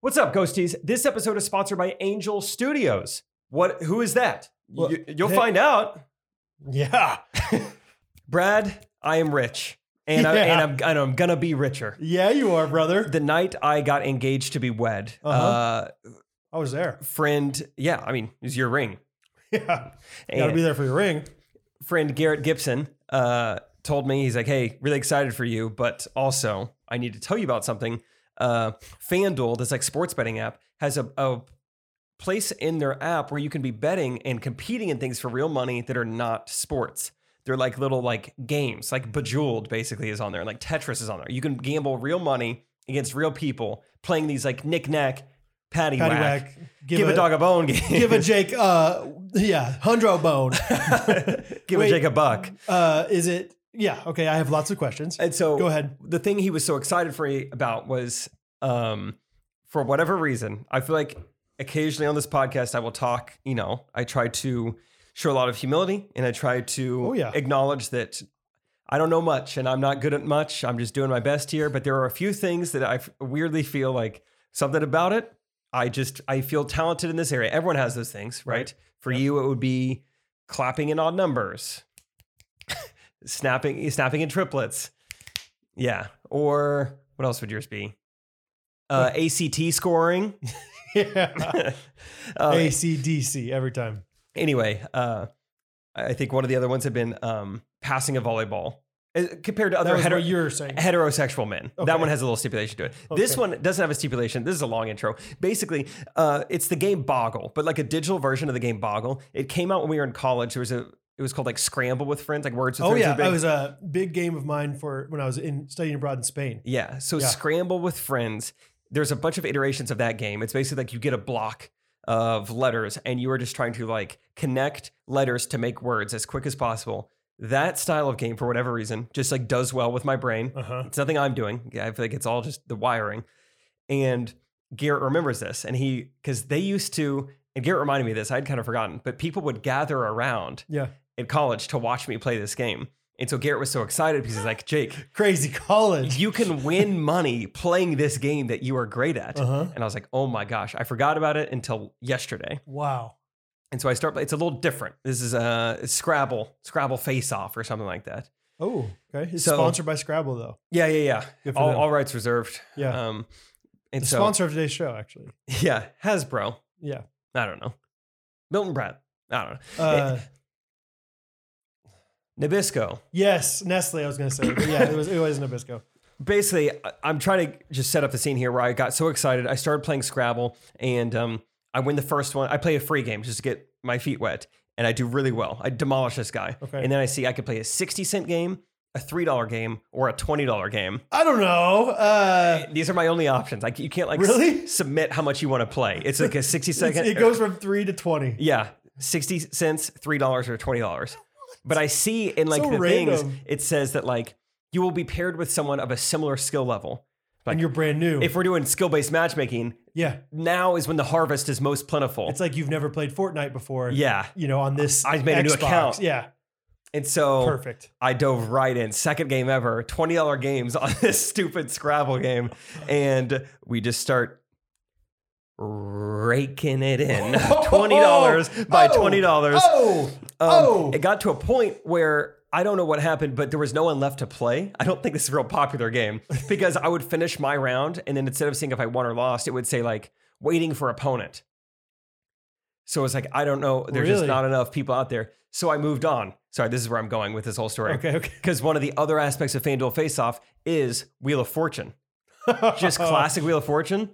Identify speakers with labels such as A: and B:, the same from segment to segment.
A: What's up, Ghosties? This episode is sponsored by Angel Studios. What? Who is that?
B: Well,
A: you, will
B: they-
A: find out.
B: Yeah.
A: Brad, I am rich, and, I,
B: Yeah.
A: and, I'm, and I'm gonna be richer.
B: Yeah, you are, brother.
A: The night I got engaged to be wed, uh
B: Uh-huh. I was there.
A: friend, yeah, I mean, it was your ring.
B: Yeah. You gotta
A: And
B: be there for your ring.
A: friend Garrett Gibson uh, told me he's like, "Hey, really excited for you, but also I need to tell you about something. Uh, FanDuel, this like sports betting app, has a, a place in their app where you can be betting and competing in things for real money that are not sports. They're like little like games, like Bejeweled basically is on there, and like Tetris is on there. You can gamble real money against real people playing these like knick knack, patty,
B: Patty
A: whack,
B: whack.
A: give, a, dog a bone game,
B: Give a Jake. Uh, yeah, hundred bone.
A: give
B: wait.
A: a Jake a buck.
B: Uh, is it? Yeah. Okay. I have lots of questions.
A: And so
B: Go ahead.
A: the thing he was so excited for me about was um for whatever reason i feel like occasionally on this podcast i will talk you know i try to show a lot of humility and i try to
B: Oh, yeah.
A: acknowledge that i don't know much and i'm not good at much i'm just doing my best here but there are a few things that i f- weirdly feel like something about it i just i feel talented in this area everyone has those things right, for you it would be clapping in odd numbers snapping snapping in triplets yeah. Or what else would yours be? Uh, ACT scoring.
B: Yeah.
A: Uh,
B: A C D C every time.
A: anyway, uh, I think one of the other ones have been um, passing a volleyball Uh, compared to
B: That
A: other
B: was
A: hetero-
B: what you were saying.
A: heterosexual men.
B: Okay.
A: That one has a little stipulation to it. This
B: Okay.
A: one doesn't have a stipulation. This is a long intro. Basically, uh, it's the game Boggle, but like a digital version of the game Boggle. It came out when we were in college. There was a it was called like Scramble with Friends, like Words with
B: Oh
A: Friends.
B: yeah,
A: were big.
B: that was a big game of mine for when I was in studying abroad in Spain.
A: Yeah. So
B: Yeah.
A: scramble with friends. There's a bunch of iterations of that game. It's basically like you get a block of letters and you are just trying to like connect letters to make words as quick as possible. That style of game, for whatever reason, just like does well with my brain.
B: Uh huh.
A: It's nothing I'm doing. Yeah, I feel like it's all just the wiring. And Garrett remembers this. And he, because they used to, and Garrett reminded me of this, I'd kind of forgotten, but people would gather around
B: Yeah.
A: in college to watch me play this game. And so Garrett was so excited because he's like, Jake,
B: Crazy college.
A: you can win money playing this game that you are great at.
B: Uh huh.
A: And I was like, oh my gosh, I forgot about it until yesterday.
B: Wow.
A: And so I start, it's a little different. This is a Scrabble, Scrabble face off or something like that.
B: Oh, okay. It's
A: So-
B: sponsored by Scrabble though.
A: Yeah, yeah, yeah.
B: Good for
A: All,
B: them.
A: all rights reserved.
B: yeah.
A: Um, and
B: the
A: so,
B: sponsor of today's show, actually.
A: yeah, Hasbro.
B: Yeah.
A: I don't know. Milton Brad. I don't
B: Uh,
A: know. Nabisco.
B: yes, Nestle. I was going to say, but yeah, it was it was Nabisco.
A: basically I- i'm trying to just set up the scene here where i got so excited i started playing scrabble and um, i win the first one i play a free game just to get my feet wet and i do really well i demolish this guy
B: Okay.
A: and then i see i could play a 60 cent game a $3 game or a $20 game
B: I don't know. Uh,
A: these are my only options like you can't like s-
B: Really?
A: submit how much you want to play it's like a 60 second
B: it goes from three to twenty.
A: yeah 60 cents $3 or $20 but i see in like
B: So
A: the things
B: random.
A: it says that like you will be paired with someone of a similar skill level
B: and you're brand new.
A: if we're doing skill based matchmaking,
B: yeah,
A: now is when the harvest is most plentiful.
B: it's like you've never played Fortnite before.
A: yeah.
B: you know, on this
A: I made a new
B: Xbox.
A: account. Oh.
B: Yeah,
A: And so
B: perfect.
A: I dove right in. Second game ever, $20 games on this stupid Scrabble game. And we just start raking it in. $20 Oh, by
B: Oh,
A: $20.
B: Oh,
A: Um,
B: oh,
A: It got to a point where I don't know what happened, but there was no one left to play. I don't think this is a real popular game because I would finish my round and then instead of seeing if I won or lost, it would say like waiting for opponent. So it's like, I don't know. There's just
B: Really?
A: not enough people out there. So I moved on. Sorry, this is where I'm going with this whole story.
B: okay, okay.
A: Because one of the other aspects of FanDuel Face Off is Wheel of Fortune. Just classic Wheel of Fortune.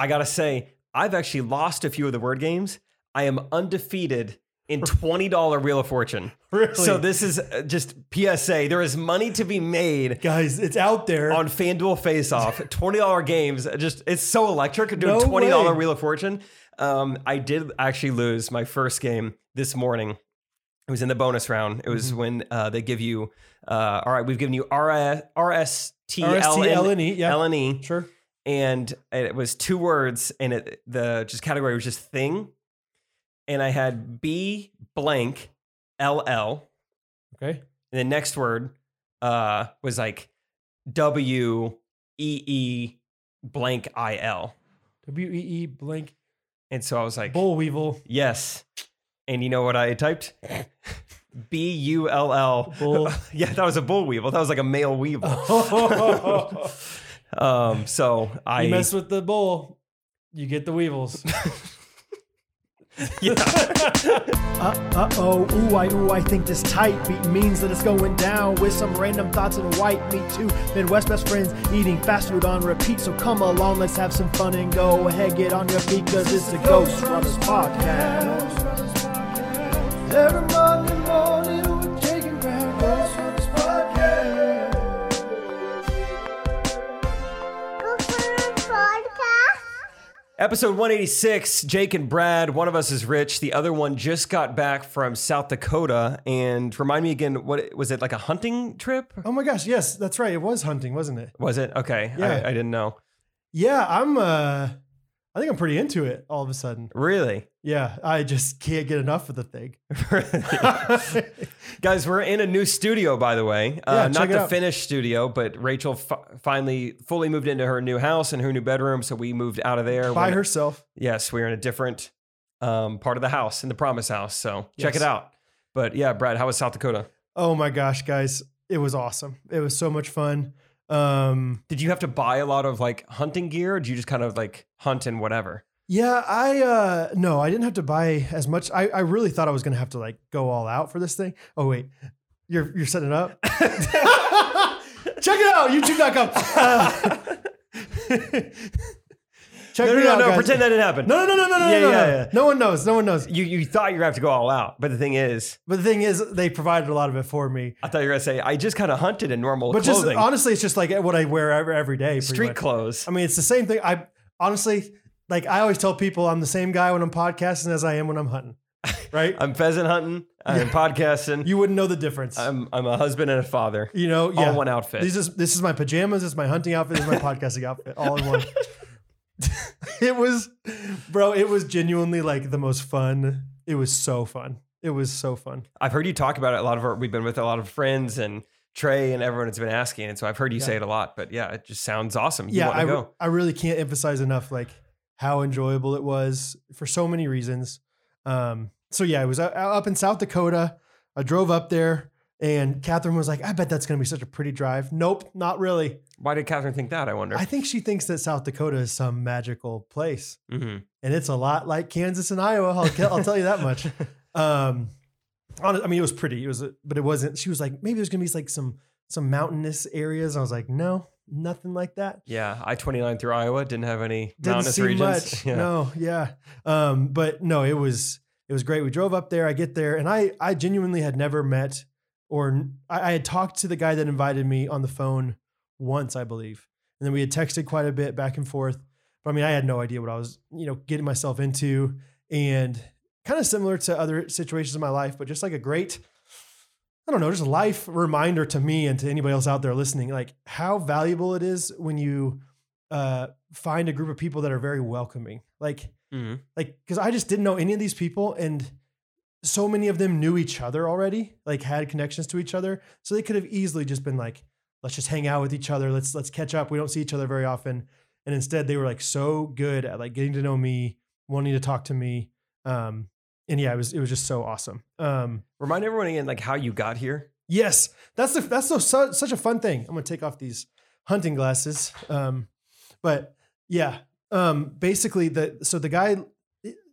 A: I gotta say, I've actually lost a few of the word games. I am undefeated in $20 Wheel of Fortune.
B: Really?
A: So this is uh, just PSA. There is money to be made
B: guys, it's out there.
A: on FanDuel Face Off. Twenty dollar games. uh, Just it's so electric. Doing
B: No
A: twenty dollar
B: way.
A: Wheel of Fortune. Um, I did actually lose my first game this morning. It was in the bonus round. It
B: Mm-hmm.
A: was when uh, they give you, uh, all right, we've given you RS, RSTLN,
B: RSTLNE, E, yeah,
A: LNE,
B: sure.
A: and it was two words and it the just category was just thing and i had b blank ll and
B: Okay,
A: the next word uh was like w e e blank i l
B: W E E blank
A: And so I was like,
B: boll weevil.
A: yes. And you know what I typed? B U L L.
B: Bull.
A: Yeah, that was a bull weevil. That was like a male weevil. um, so I
B: Oh. you mess with the bull, you get the weevils.
A: yeah.
C: Uh, uh-oh, ooh, I, ooh, I think this tight beat means that it's going down with some random thoughts and white meat too. Midwest best friends eating fast food on repeat, so come along, let's have some fun and go ahead, get on your feet, cause it's the Ghost Runners Podcast. Every Monday morning we're taking back Ghost Runners Podcast.
A: Episode 186, Jake and Brad. One of us is rich. The other one just got back from South Dakota. And remind me again, what was it like a hunting trip?
B: oh my gosh, yes, that's right. It was hunting, wasn't it?
A: Was it? Okay.
B: Yeah.
A: I, I didn't know.
B: Yeah, I'm uh I think I'm pretty into it all of a sudden.
A: Really?
B: Yeah, I just can't get enough of the thing.
A: Guys, we're in a new studio, by the way.
B: Yeah,
A: Uh,
B: check
A: not
B: it
A: the
B: out.
A: finished studio, but Rachel f- finally fully moved into her new house and her new bedroom. So we moved out of there.
B: By
A: We're-
B: herself.
A: Yes, we're in a different um, part of the house, in the Promise House. So check it
B: Yes.
A: out. But yeah, Brad, how was South Dakota?
B: Oh my gosh, guys, it was awesome. It was so much fun. Um
A: Did you have to buy a lot of like hunting gear or did you just kind of like hunt and whatever?
B: Yeah, I uh no, I didn't have to buy as much. I, I really thought I was gonna have to like go all out for this thing. Oh wait, you're you're setting it up. Check it out, YouTube.com. Uh, Check
A: No, no,
B: it
A: no,
B: out,
A: no.
B: guys.
A: Pretend that didn't happen.
B: No, no, no, no, no,
A: Yeah,
B: no, no,
A: yeah,
B: no.
A: yeah.
B: No one knows. No one knows.
A: You, you thought you have to go all out, but the thing is,
B: But the thing is, they provided a lot of it for me.
A: I thought you were gonna say I just kind of hunted in normal
B: But just
A: clothing,
B: honestly, it's just like what I wear every, every day. pretty
A: street
B: much.
A: clothes.
B: I mean, it's the same thing. I honestly, like, I always tell people I'm the same guy when I'm podcasting as I am when I'm hunting. Right?
A: I'm pheasant hunting. I'm podcasting.
B: you wouldn't know the difference.
A: I'm I'm a husband and a father.
B: you know, yeah.
A: All one outfit.
B: This is this is my pajamas. It's my hunting outfit. It's my podcasting outfit. All in one. it was, bro. It was genuinely like the most fun. It was so fun. It was so fun.
A: I've heard you talk about it. A lot of our, we've been with a lot of friends and Trey and everyone has been asking, and so I've heard you
B: Yeah.
A: say it a lot. But yeah, it just sounds awesome. You
B: yeah,
A: want
B: I,
A: to
B: re-
A: go?
B: I really can't emphasize enough like how enjoyable it was for so many reasons. Um, so yeah, I was uh, up in South Dakota. I drove up there, and Catherine was like, "I bet that's going to be such a pretty drive." Nope, not really.
A: Why did Catherine think that? I wonder.
B: I think she thinks that South Dakota is some magical place,
A: hmm
B: and it's a lot like Kansas and Iowa. I'll, ke- I'll tell you that much. Um, hon- I mean, it was pretty. It was, a- but it wasn't. She was like, "Maybe there's going to be like some some mountainous areas." I was like, "No, nothing like that."
A: Yeah, I 29 through Iowa didn't have any
B: didn't
A: mountainous
B: see
A: regions.
B: much.
A: Yeah.
B: No, yeah. Um, but no, it was it was great. We drove up there. I get there, and I I genuinely had never met or I, I had talked to the guy that invited me on the phone once, I believe, and then we had texted quite a bit back and forth. But I mean, I had no idea what I was you know getting myself into, and kind of similar to other situations in my life, but just like a great. I don't know, just a life reminder to me and to anybody else out there listening, like how valuable it is when you uh, find a group of people that are very welcoming. Like,
A: Mhm.
B: like because I just didn't know any of these people, and so many of them knew each other already, like had connections to each other, so they could have easily just been like, "Let's just hang out with each other. Let's let's catch up. We don't see each other very often." And instead, they were like so good at like getting to know me, wanting to talk to me, um, and yeah, it was it was just so awesome. Um,
A: Remind everyone again, like how you got here.
B: Yes, that's the that's so, so, such a fun thing. I'm gonna take off these hunting glasses. Um, but yeah, um, basically the so the guy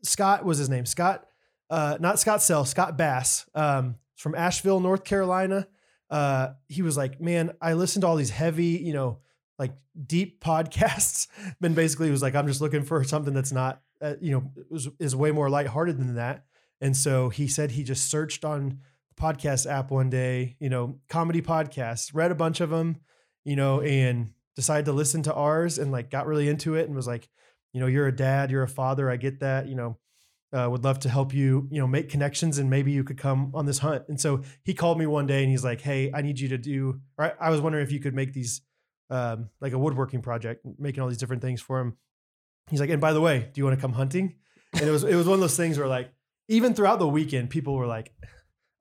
B: Scott was his name. Scott, uh, not Scott Sell, Scott Bass, um, from Asheville, North Carolina. Uh, he was like, man, I listened to all these heavy, you know, like deep podcasts. and basically, he was like, I'm just looking for something that's not, uh, you know, is, is way more lighthearted than that. And so he said he just searched on podcast app one day, you know, comedy podcasts, read a bunch of them, you know, and decided to listen to ours and like got really into it and was like, you know, you're a dad, you're a father, I get that, you know, uh, would love to help you, you know, make connections and maybe you could come on this hunt. And so he called me one day and he's like, hey, I need you to do, or I, I was wondering if you could make these um, like a woodworking project, making all these different things for him. He's like, and by the way, do you want to come hunting? And it was it was one of those things where like even throughout the weekend, people were like,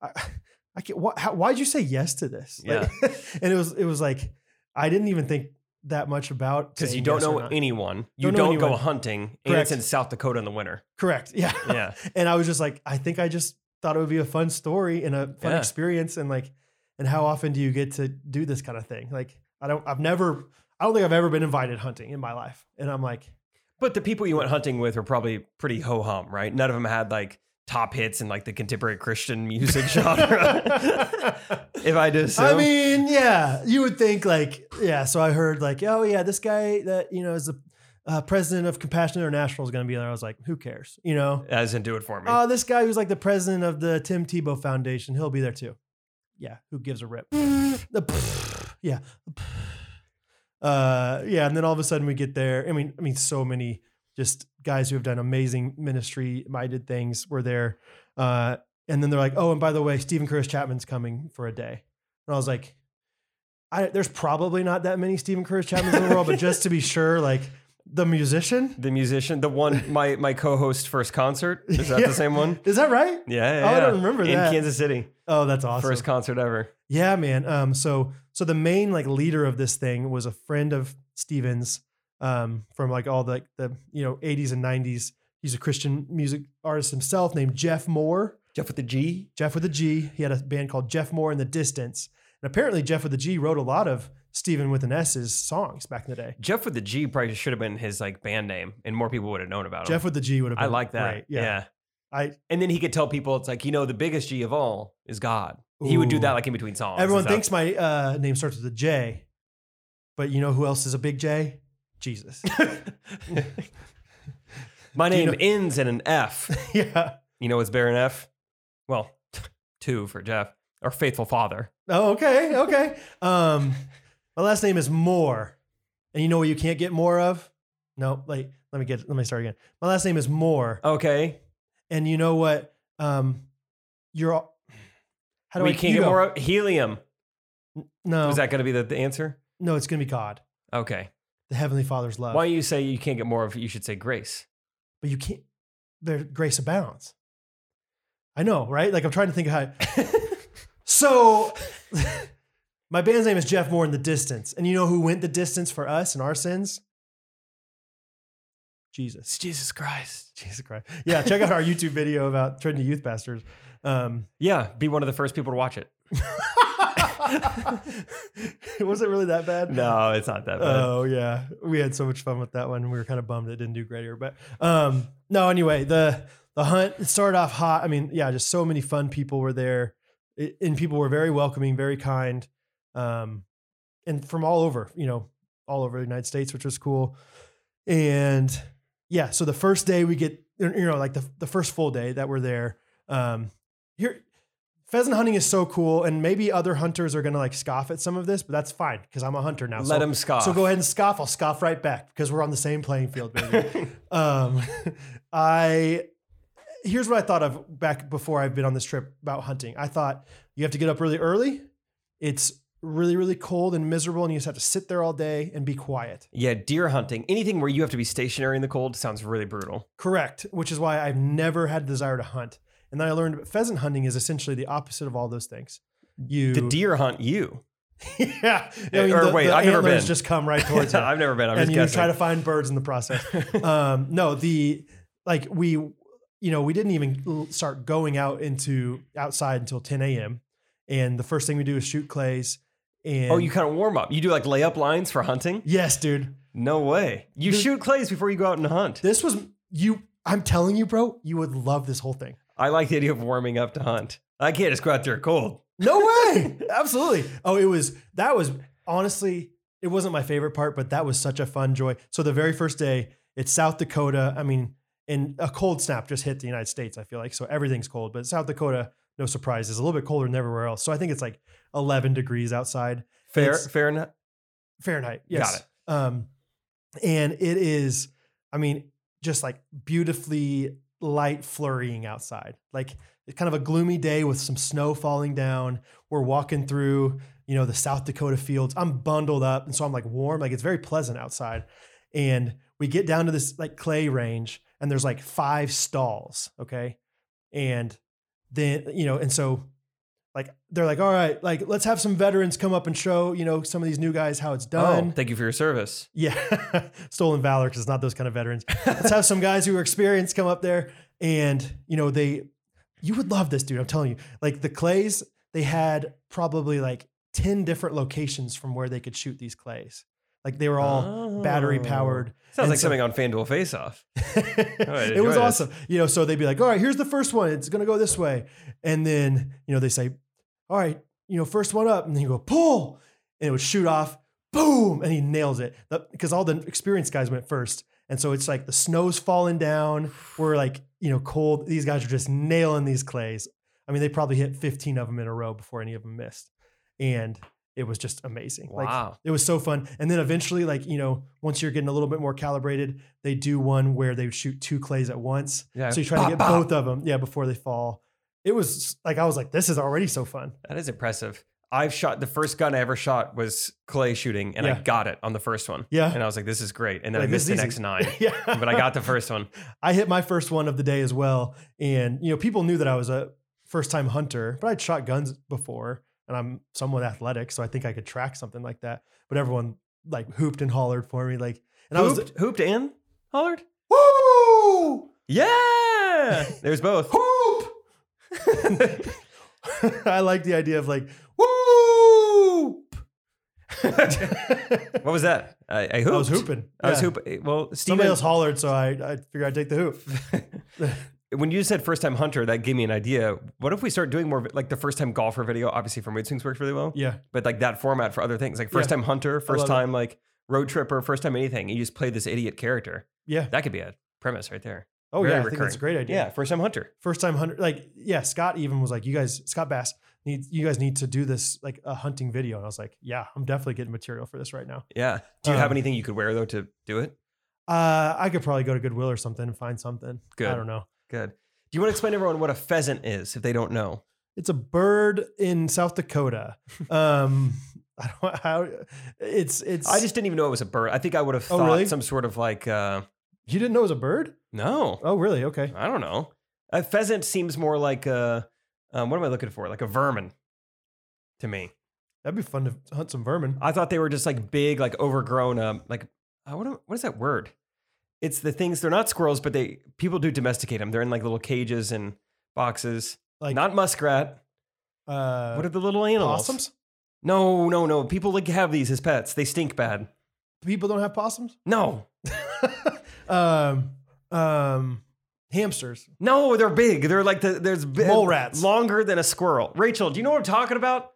B: I, I can't. Why, how, why'd you say yes to this? Like, and it was it was like I didn't even think that much about
A: because you
B: saying
A: don't
B: yes or
A: know
B: not.
A: anyone. You
B: Don't know
A: don't, go
B: anyone.
A: hunting, and
B: Correct.
A: it's in South Dakota in the winter.
B: Correct. Yeah.
A: Yeah,
B: and I was just like, I think I just thought it would be a fun story and a fun
A: Yeah.
B: experience. And like, and how often do you get to do this kind of thing? Like, I don't, I've never, I don't think I've ever been invited hunting in my life. And I'm like,
A: but the people you went hunting with were probably pretty ho hum, right? None of them had like top hits in like the contemporary Christian music genre. if I just,
B: I mean, yeah, you would think like, yeah. So I heard like, oh yeah, this guy that, you know, is the uh, president of Compassion International is going to be there. I was like, who cares? You know,
A: that doesn't do it for me.
B: oh, this guy who's like the president of the Tim Tebow Foundation, he'll be there too. Yeah, who gives a rip? The yeah, uh, yeah, and then all of a sudden we get there. I mean, I mean, so many just guys who have done amazing ministry-minded things were there, uh, and then they're like, oh, and by the way, Stephen Curtis Chapman's coming for a day, and I was like. I, there's probably not that many Stephen Curtis Chapmans in the world, but just to be sure, like the musician,
A: the musician, the one my my co-host first concert is that
B: Yeah.
A: the same one?
B: is that right?
A: Yeah,
B: Oh, I
A: yeah.
B: don't remember
A: in
B: that.
A: Kansas City,
B: Oh, that's awesome.
A: first concert ever.
B: Yeah, man. Um, so so the main like leader of this thing was a friend of Stevens, um, from like all the the you know 80s and 90s. He's a Christian music artist himself named Jeff Moore.
A: Jeff with the G.
B: Jeff with a G. He had a band called Jeff Moore in the Distance. And apparently Jeff with a G wrote a lot of Steven with an S's songs back in the day.
A: Jeff with the G probably should have been his like band name, and more people would have known about him.
B: Jeff with the G would have been
A: Oh. I like that.
B: great.
A: Yeah.
B: I
A: And then he could tell people it's like, you know, the biggest G of all is God. He would do
B: Ooh.
A: that like in between songs. and
B: everyone
A: stuff.
B: thinks my uh, name starts with a J. But you know who else is a big J? Jesus.
A: my
B: Do you
A: name ends in an F.
B: yeah.
A: You know what's Baron F? Well, two for Jeff. Our faithful father.
B: Oh, okay, okay. Um, my last name is Moore, and you know what you can't get more of? No, like let me get let me start again. My last name is Moore,
A: Okay.
B: and you know what? Um, you're all. How do
A: we
B: I Oh.
A: can't
B: you
A: get
B: go.
A: more of helium.
B: No,
A: Is that going to be the, the answer?
B: no, it's gonna be God,
A: Okay.
B: the Heavenly Father's love.
A: Why don't you say you can't get more of you should say grace.
B: But you can't. Their grace abounds. I know, right? Like I'm trying to think of how. so, my band's name is Jeff Moore in the distance, and you know who went the distance for us and our sins? Jesus.
A: It's Jesus Christ.
B: Jesus Christ. Yeah, check out our YouTube video about turning to youth pastors. Um,
A: Yeah, be one of the first people to watch it.
B: was it really that bad?
A: No, it's not that bad.
B: Oh yeah, we had so much fun with that one. We were kind of bummed it didn't do greater, but um, no. Anyway, the the hunt it started off hot. I mean, yeah, just so many fun people were there, I- and people were very welcoming, very kind, um, and from all over, you know, all over the United States, which was cool. And yeah, so the first day we get, you know, like the the first full day that we're there. Um, here, pheasant hunting is so cool, and maybe other hunters are gonna like scoff at some of this, but that's fine because I'm a hunter now.
A: Let
B: so
A: him scoff.
B: so go ahead and scoff. I'll scoff right back because we're on the same playing field, baby. um, I here's what I thought of back before I've been on this trip about hunting. I thought you have to get up really early. It's really really cold and miserable, and you just have to sit there all day and be quiet.
A: Yeah, deer hunting, anything where you have to be stationary in the cold sounds really brutal.
B: Correct, which is why I've never had a desire to hunt. And then I learned that pheasant hunting is essentially the opposite of all those things. You,
A: The deer hunt you.
B: yeah, I
A: Or
B: the,
A: wait,
B: the
A: I've never
B: antlers
A: been.
B: Just come right towards you.
A: I've never been. I'm
B: and
A: just
B: you
A: guessing.
B: try to find birds in the process. um, no, the like we, you know, we didn't even l- start going out into outside until 10 a.m. And the first thing we do is shoot clays. And
A: oh, you kind of warm up. You do like layup lines for hunting?
B: yes, dude,
A: No way. You
B: Dude-
A: shoot clays before you go out and hunt.
B: this was you. I'm telling you, bro, you would love this whole thing.
A: I like the idea of warming up to hunt. I can't just go out there cold.
B: No way, absolutely. Oh, it was that was honestly, it wasn't my favorite part, but that was such a fun joy. So the very first day, it's South Dakota. I mean, and a cold snap just hit the United States. I feel like so everything's cold, but South Dakota, no surprise, is a little bit colder than everywhere else. So I think it's like 11 degrees outside
A: Fair,
B: It's-
A: fair oh, enough.
B: Fahrenheit.
A: Got
B: Yes. Got it. Um, and it is, I mean, just like beautifully light flurrying outside. Like it's kind of a gloomy day with some snow falling down. We're walking through, you know, the South Dakota fields. I'm bundled up, and so I'm like warm. Like it's very pleasant outside. And we get down to this like clay range, and there's like five stalls. Okay, and then you know, and so like they're like, all right, like let's have some veterans come up and show you know some of these new guys how it's done.
A: Oh, thank you for your service.
B: Yeah, stolen valor because it's not those kind of veterans. Let's have some guys who are experienced come up there, and you know they, you would love this dude. I'm telling you, like the clays, they had probably like ten different locations from where they could shoot these clays. Like they were all battery powered.
A: Oh. Sounds
B: And
A: like
B: so-
A: something on FanDuel Face Off.
B: it was
A: enjoy this.
B: awesome. You know, so they'd be like, all right, here's the first one. It's going to go this way. And then, you know, they say, all right, you know, first one up. And then you go, pull. And it would shoot off, boom. And he nails it The- because all the experienced guys went first. And so it's like the snow's falling down. We're like, you know, cold. These guys are just nailing these clays. I mean, they probably hit 15 of them in a row before any of them missed. And it was just amazing. Like,
A: Wow.
B: it was so fun. And then eventually, like, you know, once you're getting a little bit more calibrated, they do one where they shoot two clays at once.
A: Yeah.
B: So you try
A: Bop,
B: to get
A: bop.
B: both of them. Yeah. Before they fall. It was like, I was like, this is already so fun.
A: That is impressive. I've shot the first gun I ever shot was clay shooting, and I
B: Yeah.
A: got it on the first one.
B: Yeah.
A: And I was like, this is great. And then I
B: Like, this
A: missed
B: is
A: the
B: easy.
A: next nine.
B: yeah.
A: but I got the first one.
B: I hit my first one of the day as well. And, you know, people knew that I was a first time hunter, but I'd shot guns before and I'm somewhat athletic. So I think I could track something like that. But everyone like hooped and hollered for me. Like, and I was,
A: hooped, hooped and hollered.
B: woo!
A: Yeah, there's both.
B: hoop. I like the idea of like whoop. I
A: What was that? I, I hooped.
B: was hooping.
A: I was
B: Yeah.
A: hooping. Well,
B: Somebody
A: Steven,
B: else hollered, so I, I figured I'd take the hoop.
A: when you said first time hunter, that gave me an idea. What if we start doing more vi- like the first time golfer video? Obviously, from Mood Swings works really well,
B: Yeah,
A: but like that format for other things, like first
B: Yeah.
A: time hunter, first
B: love it.
A: time like road tripper, first time anything. You just play this idiot character.
B: yeah.
A: That could be a premise right there.
B: Oh
A: Very
B: yeah, I think that's a great idea.
A: Yeah, first time hunter.
B: First time hunter, like yeah. Scott even was like, "You guys, Scott Bass, need you guys need to do this like a hunting video." And I was like, "Yeah, I'm definitely getting material for this right now."
A: Yeah. Do you have
B: Um,
A: anything you could wear though to do it?
B: Uh, I could probably go to Goodwill or something and find something.
A: Good.
B: I don't know.
A: Good. Do you want to explain to everyone what a pheasant is if they don't know?
B: It's a bird in South Dakota. Um, I don't how it's it's.
A: I just didn't even know it was a bird. I think I would have
B: Oh,
A: thought
B: really?
A: some sort of like uh
B: you didn't know it was a bird.
A: no.
B: Oh, really? Okay.
A: I don't know. A pheasant seems more like a um, what am I looking for? Like a vermin to me.
B: That'd be fun to hunt some vermin.
A: I thought they were just like big, like overgrown. Um, like uh, what? am- What is that word? It's the things. They're not squirrels, but they people do domesticate them. They're in like little cages and boxes.
B: Like
A: not muskrat.
B: uh,
A: what are the little animals?
B: possums?
A: No, no, no. People like have these as pets. They stink bad.
B: People don't have possums.
A: No,
B: um, um, hamsters.
A: no, they're big. They're like the there's bi-
B: Mole rats.
A: longer than a squirrel. Rachel, do you know what I'm talking about?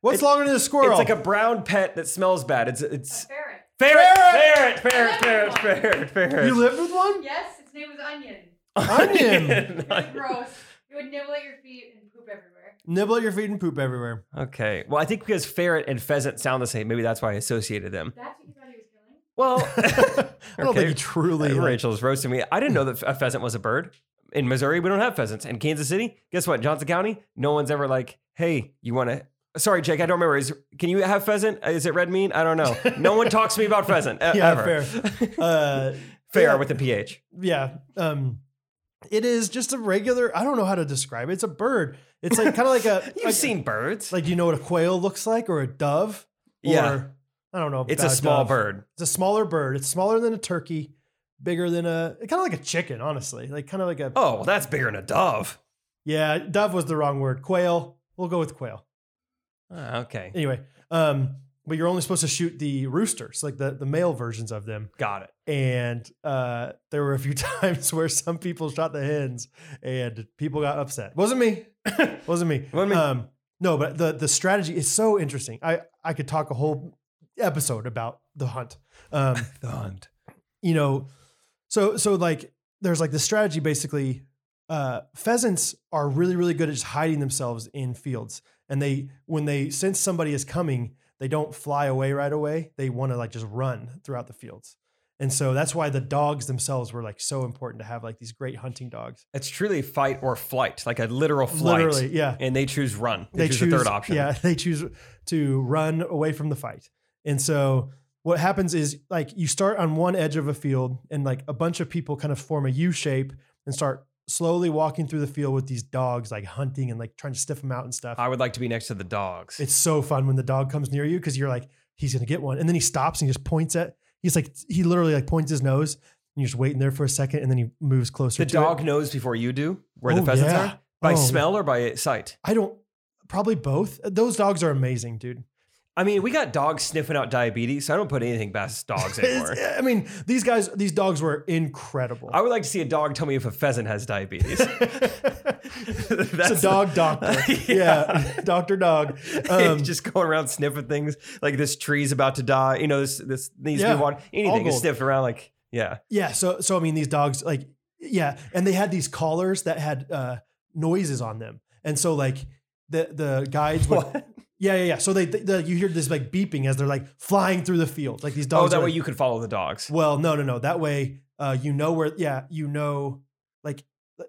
B: What's
A: It's-
B: longer than a squirrel?
A: It's like a brown pet that smells bad. It's it's
D: Ferret.
A: ferret, ferret,
B: Ferret!
A: ferret, ferret, ferret, ferret.
B: You lived with one?
D: Yes, its name was Onion.
B: Onion.
D: It was gross. It would nibble at your feet and poop everywhere.
B: Nibble at your feet and poop everywhere.
A: Okay. Well, I think because ferret and pheasant sound the same, maybe that's why I associated them.
D: That's what you thought he was killing?
A: Well,
B: I don't think you truly. like-
A: Rachel's Uh, roasting me. I didn't know that a pheasant was a bird. In Missouri, we don't have pheasants. In Kansas City, guess what? Johnson County, no one's ever like, hey, you want to. Sorry, Jake, I don't remember. Is, can you have pheasant? Is it red meat? I don't know. No one talks to me about pheasant. e-
B: yeah,
A: ever.
B: fair. Uh,
A: Fair
B: yeah.
A: with the ph.
B: yeah um it is just a regular i don't know how to describe it it's a bird it's like kind of like a
A: You've
B: like,
A: seen birds.
B: like you know what a quail looks like or a dove
A: yeah.
B: or, i don't know
A: It's a
B: about
A: small
B: dove.
A: bird.
B: it's a smaller bird it's smaller than a turkey bigger than a kind of like a chicken honestly like kind of like a
A: Oh, well, that's bigger than a dove.
B: yeah dove was the wrong word quail we'll go with quail
A: Ah, okay.
B: anyway um but you're only supposed to shoot the roosters like the the male versions of them
A: Got it.
B: and uh, there were a few times where some people shot the hens and people got upset. Wasn't me. Wasn't me.
A: Wasn't me.
B: Um, no, but the the strategy is so interesting. I I could talk a whole episode about the hunt. Um,
A: The hunt.
B: you know, so so like there's like the strategy basically. Uh, pheasants are really really good at just hiding themselves in fields, and they when they sense somebody is coming, they don't fly away right away. They want to like just run throughout the fields, and so that's why the dogs themselves were like so important to have like these great hunting dogs.
A: It's truly fight or flight, like a literal flight.
B: Literally, yeah.
A: And they choose run. They, choose, the third option.
B: Yeah, they choose to run away from the fight. And so what happens is like you start on one edge of a field and like a bunch of people kind of form a U shape and start slowly walking through the field with these dogs, like hunting and like trying to sniff them out and stuff.
A: I would like to be next to the dogs.
B: It's so fun when the dog comes near you because you're like, he's gonna get one, and then he stops and he just points at. He's like, he literally like points his nose, and you're just waiting there for a second, and then he moves closer.
A: the
B: to
A: dog
B: It.
A: knows before you do where
B: Oh,
A: the pheasants
B: yeah.
A: are by
B: Oh.
A: smell or by sight.
B: I don't. Probably both. Those dogs are amazing, dude.
A: I mean, we got dogs sniffing out diabetes, so I don't put anything past dogs anymore.
B: It's- I mean, these guys, these dogs were incredible.
A: I would like to see a dog tell me if a pheasant has diabetes. Oh, That's
B: it's a dog doctor. yeah. Doctor dog. Um,
A: just going around sniffing things like this tree's about to die. You know, this this needs to
B: Yeah,
A: be water.
B: all
A: Anything is
B: gold.
A: sniffed around like yeah.
B: yeah. So, so I mean, these dogs, like, yeah. And they had these collars that had uh, noises on them. And so, like, the, the guides would.
A: What?
B: Yeah, yeah, yeah. So they, the, you hear this like beeping as they're like flying through the field. Like these dogs.
A: Oh, that
B: are,
A: way you could follow the dogs.
B: Well, no, no, no. That way, uh, you know where. Yeah, you know, like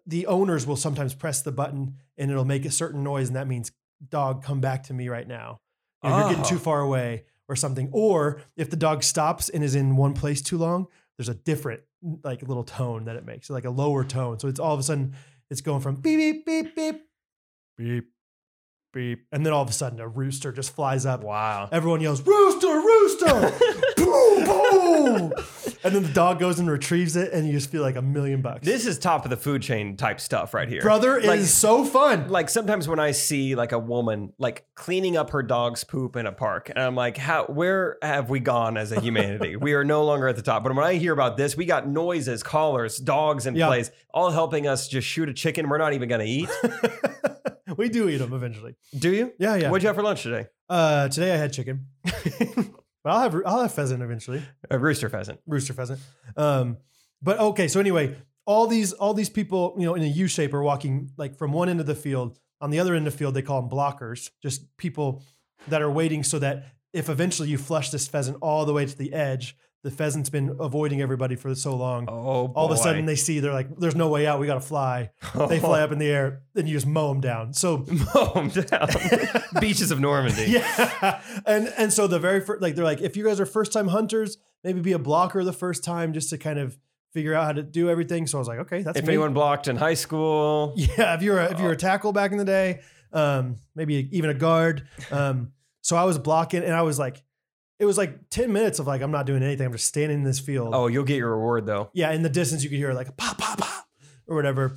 B: the owners will sometimes press the button and it'll make a certain noise, and that means dog, come back to me right now. You are getting
A: Oh.
B: too far away or something. Or if the dog stops and is in one place too long, there's a different like little tone that it makes, like a lower tone. So it's all of a sudden it's going from beep beep beep beep beep beep, and then all of a sudden a rooster just flies up.
A: Wow.
B: Everyone yells, "Rooster, rooster!" boom, boom. And then the dog goes and retrieves it, and you just feel like a million bucks.
A: This is top of the food chain type stuff right here.
B: brother
A: like-
B: is so fun.
A: like sometimes when I see like a woman like cleaning up her dog's poop in a park, and I'm like, how? Where have we gone as a humanity? we are no longer at the top. But when I hear about this, we got noises, collars, dogs in
B: Yeah.
A: place, all helping us just shoot a chicken. We're not even gonna eat.
B: we do eat them eventually.
A: Do you?
B: Yeah, yeah.
A: What'd you have for lunch today?
B: Uh, today I had chicken, but I'll have I'll have pheasant eventually,
A: A rooster pheasant.
B: rooster pheasant. Um, but okay, so anyway, all these all these people, you know, in a U shape are walking like from one end of the field. On the other end of the field, they call them blockers, just people that are waiting so that if eventually you flush this pheasant all the way to the edge, the pheasant's been avoiding everybody for so long.
A: Oh,
B: all of a sudden they see they're like, "There's no way out. We got to fly." They fly up in the air, then you just mow them down. So
A: Calm down. Beaches of Normandy.
B: yeah, and and so the very first, like they're like, if you guys are first time hunters, maybe be a blocker the first time just to kind of figure out how to do everything. So I was like, okay, that's
A: If
B: me.
A: anyone Oh. blocked in high school,
B: yeah, if you're a, if you're a tackle back in the day, um, maybe even a guard. Um, so I was blocking, and I was like, it was like ten minutes of like I'm not doing anything. I'm just standing in this field.
A: oh, you'll get your reward though.
B: yeah, in the distance you could hear like pop, pop, pop, or whatever.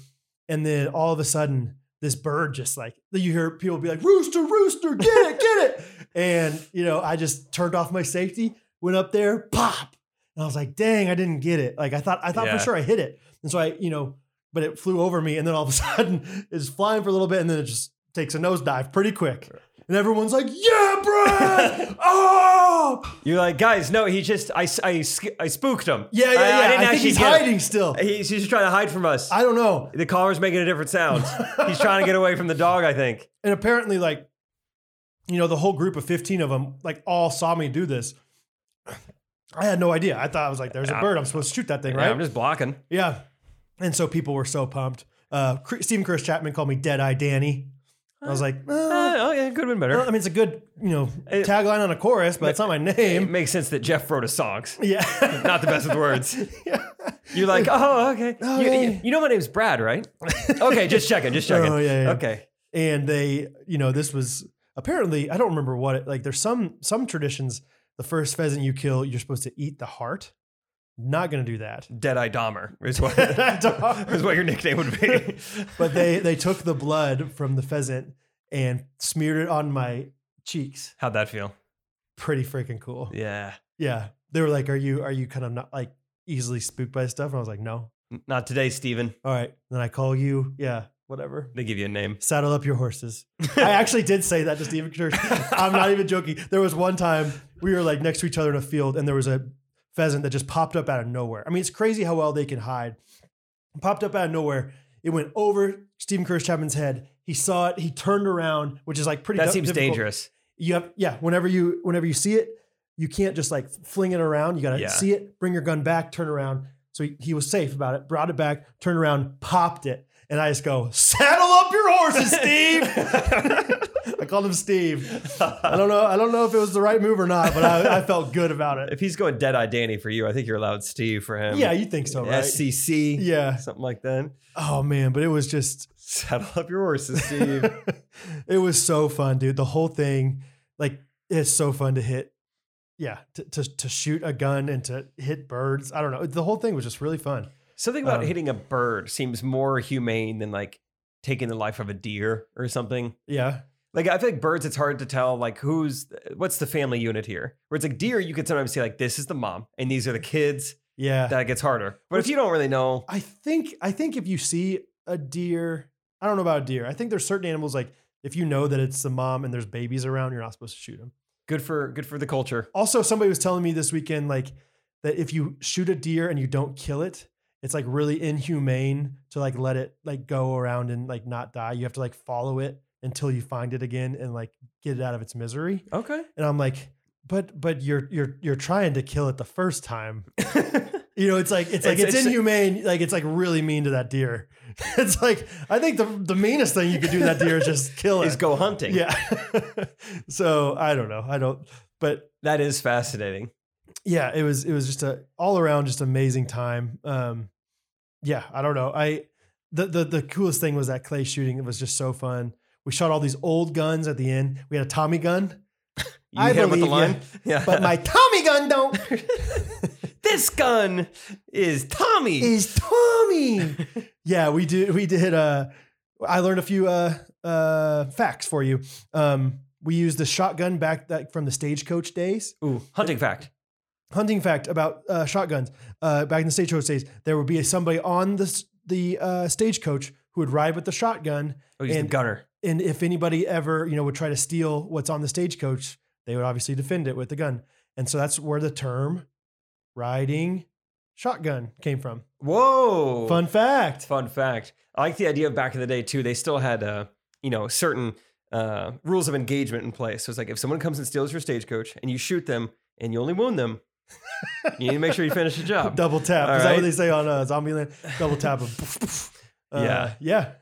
B: And then all of a sudden, this bird just like you hear people be like, rooster, rooster, get it, get it. And you know, I just turned off my safety, went up there, pop. And I was like, dang, I didn't get it. Like I thought, I thought
A: Yeah.
B: for sure I hit it. And so I, you know, but it flew over me, and then all of a sudden it's flying for a little bit, and then it just takes a nosedive pretty quick. And everyone's like, yeah, Brad! oh!
A: You're like, guys, no, he just, I, I, sk- I spooked him.
B: Yeah, yeah, yeah. I,
A: didn't
B: think
A: actually
B: he's
A: get him.
B: hiding still.
A: He's, he's just trying to hide from us.
B: I don't know.
A: the collar's making a different sound. he's trying to get away from the dog, I think.
B: and apparently like you know the whole group of 15 of them like all saw me do this i had no idea i thought i was like there's a bird i'm supposed to shoot that thing
A: Yeah, I'm
B: right
A: just blocking.
B: yeah and so people were so pumped uh Cr- stephen chris chapman called me dead eye danny i was like
A: Uh,
B: "Uh,
A: oh, yeah, it could have been
B: i
A: better.
B: mean it's a good you know
A: It-
B: tagline on a chorus but it's not my
A: It
B: name
A: makes sense that Jeff wrote his songs.
B: yeah
A: Not the best with words. You're like, oh, okay.
B: Oh,
A: you,
B: yeah,
A: you-
B: yeah.
A: you know my name's Brad, right? okay, just checking, just checking.
B: Oh, yeah, yeah.
A: Okay.
B: and they you know this was apparently i don't remember what it like there's some some traditions the first pheasant you kill you're supposed to eat the heart not gonna do that
A: Deadeye Dahmer is what,
B: Deadeye Dahmer.
A: is what your nickname would be.
B: but they they took the blood from the pheasant and smeared it on my cheeks.
A: How'd that feel?
B: Pretty freaking cool.
A: Yeah.
B: Yeah. They were like, "Are you are you kind of not like easily spooked by stuff?" And I was like, "No."
A: N- Not today, Steven.
B: All right. Then I call you. Yeah. Whatever.
A: They give you a name.
B: Saddle up your horses. I actually did say that to Stephen Church. I'm not even joking. There was one time we were like next to each other in a field, and there was a pheasant that just popped up out of nowhere. I mean, it's crazy how well they can hide. It popped up out of nowhere. It went over Stephen Curtis Chapman's head. He saw it. He turned around, which is like pretty.
A: That
B: di-
A: seems
B: difficult.
A: dangerous.
B: You have yeah. Whenever you whenever you see it, you can't just like fling it around. You got to
A: Yeah.
B: see it, bring your gun back, turn around. So he, he was safe about it. Brought it back, turned around, popped it, and I just go saddle up your horses, Steve. I called him Steve. I don't know. I don't know if it was the right move or not, but I, I felt good about it.
A: If he's going Dead Eye Danny for you, I think you're allowed Steve for him.
B: Yeah, you think so, right?
A: SCC.
B: Yeah.
A: Something like that.
B: Oh man, but it was just
A: Saddle up your horses, Steve.
B: it was so fun, dude. The whole thing, like, it's so fun to hit. Yeah, to, to to shoot a gun and to hit birds. I don't know. The whole thing was just really fun.
A: Something about
B: Um,
A: hitting a bird seems more humane than like taking the life of a deer or something.
B: Yeah,
A: Like I feel like birds, it's hard to tell like who's what's the family unit here. Where it's like deer, you could sometimes say like this is the mom and these are the kids.
B: yeah.
A: That gets harder. But if
B: Which-
A: you don't really know,
B: I think I think if you see a deer, I don't know about a deer. I think there's certain animals like if you know that it's the mom and there's babies around, you're not supposed to shoot them.
A: good for good for the culture.
B: Also, somebody was telling me this weekend like that if you shoot a deer and you don't kill it, it's like really inhumane to like let it like go around and like not die. You have to like follow it until you find it again and like get it out of its misery.
A: Okay.
B: And I'm like, but but you're you're you're trying to kill it the first time. You know, it's like it's like
A: It's-
B: it's,
A: it's-
B: inhumane. Like it's like really mean to that deer. It's like I think the the meanest thing you could do to that deer is just kill it.
A: Is go hunting.
B: Yeah. so I don't know. I don't. But
A: That is fascinating.
B: yeah, it was it was just a all around just amazing time. Um, yeah, I don't know. I the the the coolest thing was that clay shooting. It was just so fun. We shot all these old guns at the end. We had a Tommy gun,
A: You
B: I
A: hit him with the
B: believe
A: line. Yeah.
B: but my Tommy gun don't
A: this gun is Tommy.
B: is Tommy. yeah, we did. We did. Uh, I learned a few uh, uh, facts for you. Um, we used the shotgun back that from the stagecoach days.
A: Ooh, hunting fact.
B: Hunting fact about uh, shotguns. Uh, back in the stagecoach days, there would be somebody on the s- the uh, stagecoach who would ride with the shotgun,
A: Oh, he's
B: And-
A: the gunner.
B: and if anybody ever you know would try to steal what's on the stagecoach, they would obviously defend it with the gun. And so that's where the term riding shotgun came from.
A: Whoa.
B: Fun fact.
A: Fun fact. I like the idea of back in the day too. They still had, uh, you know, certain uh, rules of engagement in place. So it's like if someone comes and steals your stagecoach and you shoot them and you only wound them, you need to make sure you finish the job.
B: Double tap.
A: All
B: Is that
A: right.
B: what they say on uh, Zombieland? Double tap. 'em. Uh,
A: Yeah.
B: yeah.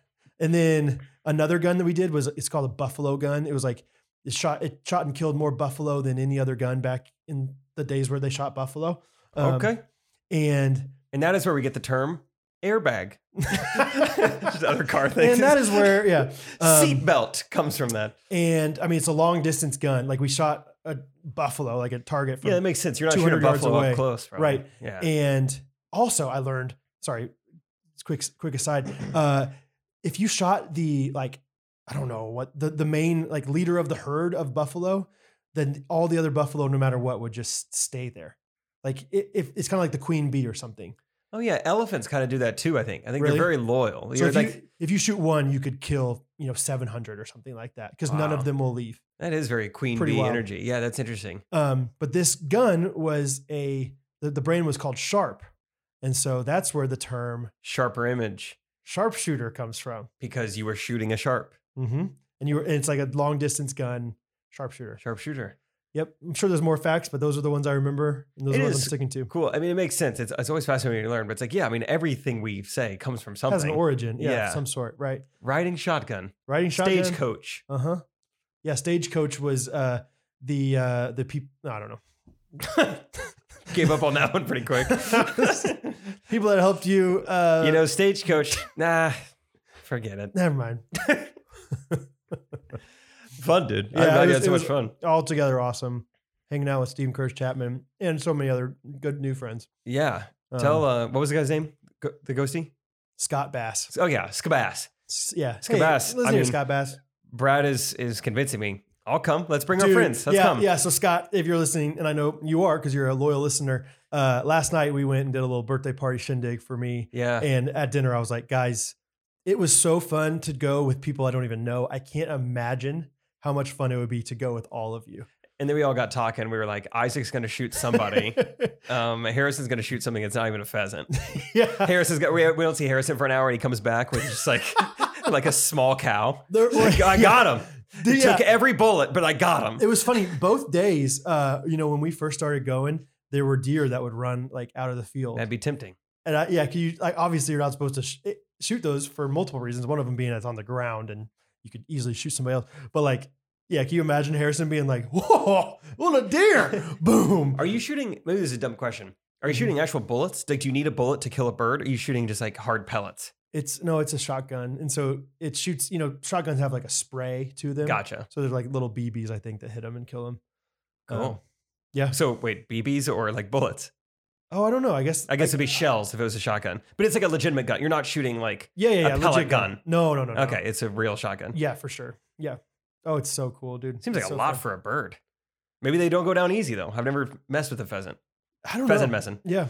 B: And then another gun that we did was it's called a buffalo gun. It was like it shot it shot and killed more buffalo than any other gun back in the days where they shot buffalo. Um,
A: okay.
B: And
A: And that is where we get the term airbag. Just other car things.
B: and that is where yeah. um,
A: seatbelt comes from that.
B: and I mean it's a long distance gun. Like we shot a buffalo like a target from
A: Yeah, that makes sense. You're not
B: 200
A: shooting
B: yards
A: buffalo
B: away.
A: up close, probably.
B: Right.
A: Yeah.
B: And also, I learned. Sorry, it's quick quick aside. Uh, if you shot the like, I don't know what the the main like leader of the herd of buffalo, then all the other buffalo, no matter what, would just stay there. Like i- if it's kind of like the queen bee or something.
A: oh yeah, elephants kind of do that too. I think. I think
B: Really?
A: they're very loyal.
B: So
A: You're
B: if,
A: like
B: you, if you shoot one, you could kill you know seven hundred or something like that because none
A: Wow.
B: of them will leave.
A: that is very queen
B: Pretty
A: bee
B: wild.
A: energy. Yeah, that's interesting.
B: Um, but this gun was a the, the brain was called sharp, and so that's where the term
A: Sharper image
B: sharpshooter comes from.
A: because you were shooting a sharp.
B: Mm-hmm. And you were, and it's like a long distance gun sharpshooter.
A: sharpshooter.
B: Yep. I'm sure there's more facts, but those are the ones I remember. And those
A: It
B: are the ones I'm
A: is
B: sticking to.
A: Cool. I mean, it makes sense. It's, it's always fascinating to learn, but it's like, yeah, I mean, everything we say comes from
B: Has an
A: something.
B: origin. Yeah, of
A: Yeah.
B: Some sort. Right.
A: Riding shotgun,
B: Riding shotgun.
A: stagecoach.
B: Uh huh. Yeah. Stagecoach was uh, the, uh, the people, I don't know.
A: Gave up on that one pretty quick.
B: People that helped you. Uh,
A: you know, stagecoach. Nah, forget it.
B: never mind.
A: Fun, dude.
B: Yeah,
A: I'm glad
B: it
A: you
B: was-
A: had
B: it
A: so
B: was-
A: much fun.
B: Altogether awesome. Hanging out with Steve Kirsch Chapman and so many other good new friends.
A: Yeah.
B: Um,
A: Tell uh, what was the guy's name? Go- the ghosty?
B: Scott Bass.
A: Oh yeah, Skabass.
B: S- Yeah.
A: Scott Bass,
B: Listen
A: I
B: here,
A: mean,
B: Scott Bass.
A: Brad is is convincing me. I'll come. Let's bring our
B: Dude,
A: friends. Let's
B: yeah,
A: come.
B: Yeah. So Scott, if you're listening, and I know you are because you're a loyal listener, uh, last night we went and did a little birthday party shindig for me.
A: Yeah.
B: And at dinner, I was like, guys, it was so fun to go with people I don't even know. I can't imagine how much fun it would be to go with all of you.
A: And then we all got talking. We were like, Isaac's gonna shoot somebody. um, Harrison's gonna shoot something. It's not even a pheasant.
B: yeah.
A: Harrison's got. We, we don't see Harrison for an hour, and he comes back with just like like a small cow.
B: There-
A: Like, I got him. He
B: Yeah.
A: took every bullet, but I got him.
B: It was funny. Both days, uh, you know, when we first started going, there were deer that would run like out of the field.
A: That'd be tempting.
B: And I, yeah, 'cause you like obviously you're not supposed to sh- eh, it- shoot those for multiple reasons. One of them being it's on the ground and you could easily shoot somebody else. But like Yeah, can you imagine Harrison being like, "Whoa, what a deer!" Boom.
A: Are you shooting? Maybe this is a dumb question. Are you
B: Mm-hmm.
A: shooting actual bullets? Like, do you need a bullet to kill a bird? Or are you shooting just like hard pellets?
B: It's no, it's a shotgun, and so it shoots. You know, shotguns have like a spray to them.
A: Gotcha.
B: So they're like little BBs, I think, that hit them and kill them.
A: Cool.
B: Uh, yeah.
A: So wait, BBs or like bullets?
B: Oh, I don't know. I guess.
A: I guess it'd be shells if it was a shotgun, but it's like a legitimate gun. You're not shooting like
B: yeah, yeah,
A: a
B: yeah.
A: pellet
B: legit
A: gun.
B: No, no, no, no.
A: okay, it's a real shotgun.
B: Yeah, for sure. Yeah. Oh, it's so cool, dude.
A: Seems like
B: It's
A: a
B: so
A: lot
B: fun.
A: for a bird. Maybe they don't go down easy though. I've never messed with a pheasant.
B: I don't
A: Pheasant
B: know.
A: messing.
B: Yeah.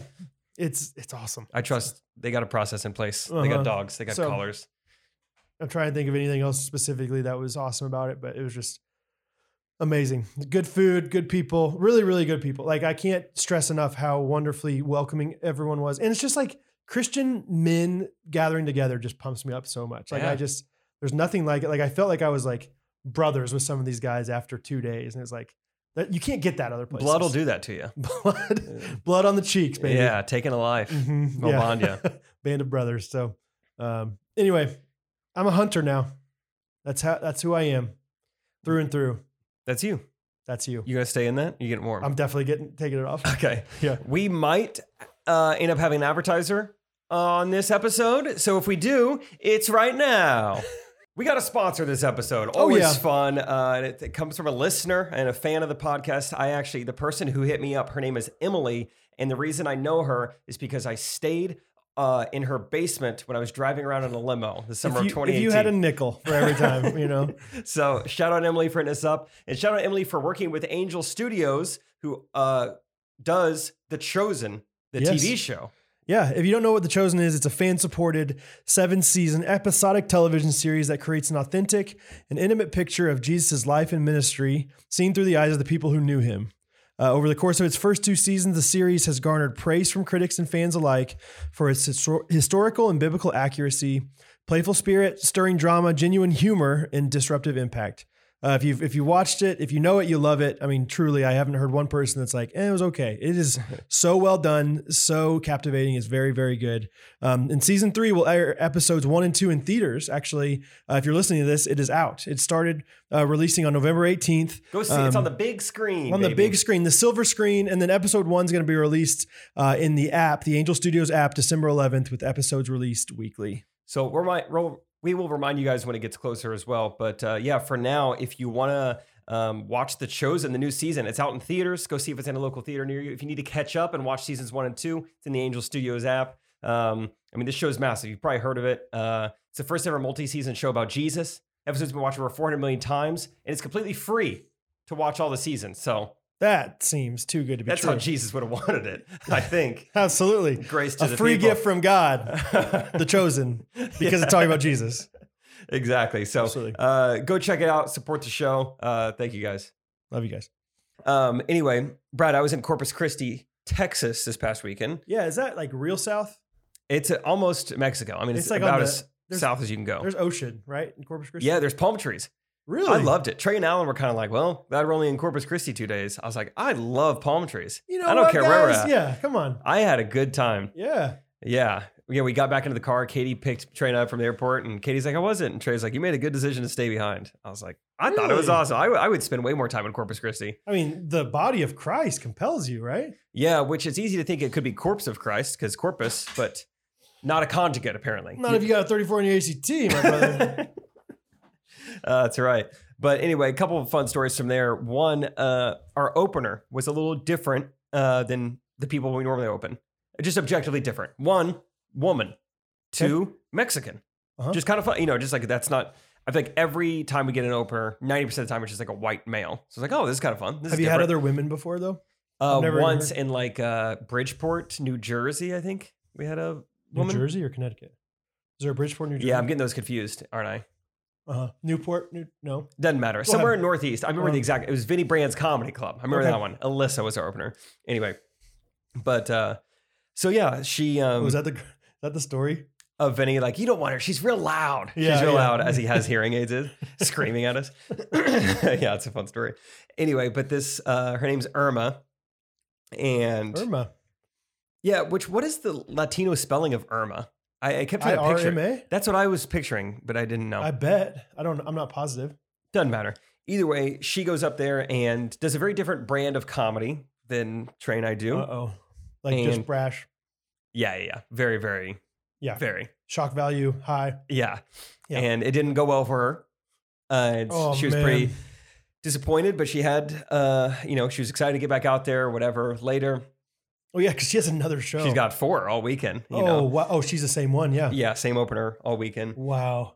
B: It's it's awesome.
A: I trust they got a process in place. They
B: Uh-huh.
A: got dogs. They got
B: So-
A: collars.
B: I'm trying to think of anything else specifically that was awesome about it, but it was just amazing. Good food, good people, really, really good people. Like I can't stress enough how wonderfully welcoming everyone was. And it's just like Christian men gathering together just pumps me up so much. Like
A: Yeah.
B: I just there's nothing like it. Like I felt like I was like brothers with some of these guys after two days. And it's like that you can't get that other place.
A: Blood will do that to you.
B: blood, blood on the cheeks, baby.
A: Yeah, taking a life.
B: Mhm.
A: They'll bond ya.
B: Band of brothers. So, um, anyway, I'm a hunter now. That's how. That's who I am, through and through.
A: That's you.
B: That's you.
A: You gonna stay in that? You get warm.
B: I'm definitely getting taking it off.
A: okay.
B: Yeah.
A: We might uh, end up having an advertiser on this episode. So if we do, it's right now. We got to sponsor this episode. Always
B: Oh, yeah.
A: fun. Uh, and it, it comes from a listener and a fan of the podcast. I actually, the person who hit me up, her name is Emily. And the reason I know her is because I stayed uh, in her basement when I was driving around in a limo the summer
B: If
A: of
B: you, if
A: 2018.
B: you had a nickel for every time, you know.
A: So shout out Emily for hitting us up, and shout out Emily for working with Angel Studios, who uh, does The Chosen, the
B: Yes.
A: TV show.
B: Yeah, if you don't know what The Chosen is, it's a fan supported seven season episodic television series that creates an authentic and intimate picture of Jesus' life and ministry seen through the eyes of the people who knew him. Uh, over the course of its first two seasons, the series has garnered praise from critics and fans alike for its histor- historical and biblical accuracy, playful spirit, stirring drama, genuine humor, and disruptive impact. Uh, if you if you watched it, if you know it, you love it. I mean, truly, I haven't heard one person that's like, eh, "It was okay." It is so well done, so captivating. It's very very good. Um, and season three will air episodes one and two in theaters. Actually, uh, if you're listening to this, it is out. It started uh, releasing on November 18th
A: Go see it's on the big screen.
B: Um, on the
A: baby.
B: big screen, the silver screen, and then episode one's going to be released uh, in the app, the Angel Studios app, December 11th, with episodes released weekly.
A: So we're my, we'll- we will remind you guys when it gets closer as well. But uh, yeah, for now, if you want to um, watch The Chosen, the new season, it's out in theaters. Go see if it's in a local theater near you. If you need to catch up and watch seasons one and two, it's in the Angel Studios app. Um, I mean, this show is massive. You've probably heard of it. Uh, it's the first ever multi-season show about Jesus. Episodes been watched over 400 million times, and it's completely free to watch all the seasons. So
B: That seems too good to be
A: that's
B: true.
A: how Jesus would have wanted it, I think.
B: Absolutely.
A: Grace to
B: A
A: the
B: free
A: people.
B: gift from God, the chosen, because it's talking about Jesus.
A: Exactly. So
B: Absolutely.
A: uh, go check it out. Support the show. Uh, thank you guys.
B: Love you guys.
A: Um, anyway, Brad, I was in Corpus Christi, Texas this past weekend.
B: Yeah, is that like real South?
A: It's uh, almost Mexico. I mean, it's,
B: It's like on
A: about
B: the-
A: as
B: there's-
A: south as you can go.
B: There's ocean, right? In Corpus Christi?
A: Yeah, there's palm trees.
B: Really?
A: I loved it. Trey and Alan were kind of like, well, that we're only in Corpus Christi two days. I was like, I love palm trees.
B: You know,
A: I don't
B: what,
A: care
B: guys?
A: where we're at.
B: Yeah, come on.
A: I had a good time.
B: Yeah.
A: Yeah. Yeah, we got back into the car. Katie picked Trey and I up from the airport, and Katie's like, I wasn't. And Trey's like, You made a good decision to stay behind. I was like, I thought it was
B: Really?
A: awesome. I, w- I would spend way more time in Corpus Christi.
B: I mean, the body of Christ compels you, right?
A: Yeah, which is easy to think it could be corpse of Christ because corpus, but not a conjugate apparently.
B: Not if you got a 34 in your ACT, my brother.
A: Uh, that's right. But anyway, a couple of fun stories from there. One, uh, our opener was a little different uh, than the people we normally open, just objectively different. One, woman. Two, Mexican.
B: Uh-huh.
A: Just kind of fun, you know. Just like that's not. I think every time we get an opener, ninety percent of the time it's just like a white male. So it's like, oh, this is kind of fun. This
B: Have
A: is
B: you had
A: different.
B: other women before, though?
A: Uh,
B: I've never
A: once in like uh, Bridgeport, New Jersey, I think we had a
B: New
A: woman.
B: Jersey or Connecticut? Is there a Bridgeport, New Jersey?
A: Yeah, I'm getting those confused, aren't I?
B: uh-huh. Newport. New, no,
A: Doesn't matter. Somewhere
B: ahead.
A: in Northeast. I remember
B: Go
A: the
B: on.
A: exact. It was Vinnie Brand's Comedy Club. I remember
B: Okay.
A: that one. Alyssa was our opener. Anyway, but uh, so yeah, she um,
B: was that the Oh, is that the story?
A: of Vinny, like, you don't want her. She's real loud.
B: Yeah,
A: She's real
B: yeah.
A: loud as he has hearing aids, is screaming at us. yeah, it's a fun story. Anyway, but this, uh, her name's Irma. And
B: Irma.
A: yeah, which, what is the Latino spelling of Irma? I, I kept
B: I
A: trying to
B: R
A: picture.
B: M
A: it.
B: A.
A: That's what I was picturing, but I didn't know.
B: I bet. I don't. I'm not positive.
A: Doesn't matter. Either way, she goes up there and does a very different brand of comedy than Trey and I do.
B: oh. Like just
A: And-
B: brash.
A: Yeah, yeah, yeah. Very, very,
B: Yeah.
A: very.
B: Shock value high.
A: Yeah.
B: Yeah.
A: And it didn't go well for her. Uh, and
B: Oh,
A: she was
B: man.
A: pretty disappointed, but she had, uh, you know, she was excited to get back out there or whatever later.
B: Oh yeah, because she has another show.
A: She's got four all weekend, you
B: oh
A: know.
B: wow. Oh, she's the same one. Yeah.
A: Yeah, same opener all weekend.
B: Wow.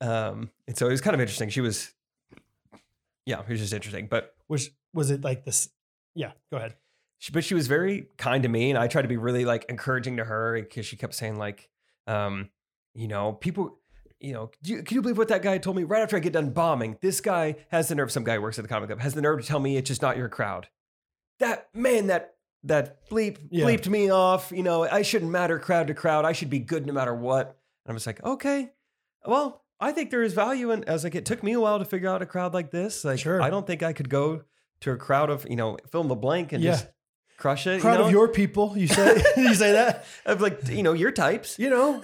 A: Um, and so it was kind of interesting. She was, yeah, it was just interesting. But
B: Was was it like this? Yeah. Go ahead.
A: she, but she was very kind to me and i tried to be really like encouraging to her because she kept saying like um you know people you know do you, can you believe what that guy told me right after i get done bombing this guy has the nerve some guy who works at the comic club has the nerve to tell me it's just not your crowd that man that that bleep
B: Yeah.
A: bleeped me off you know i shouldn't matter crowd to crowd i should be good no matter what and i'm just like okay well i think there is value in as like it took me a while to figure out a crowd like this like
B: Sure.
A: i don't think i could go to a crowd of you know fill in the blank and
B: Yeah.
A: just crush it.
B: Proud
A: you know?
B: of your people. You say you say that.
A: of like you know your types.
B: You know,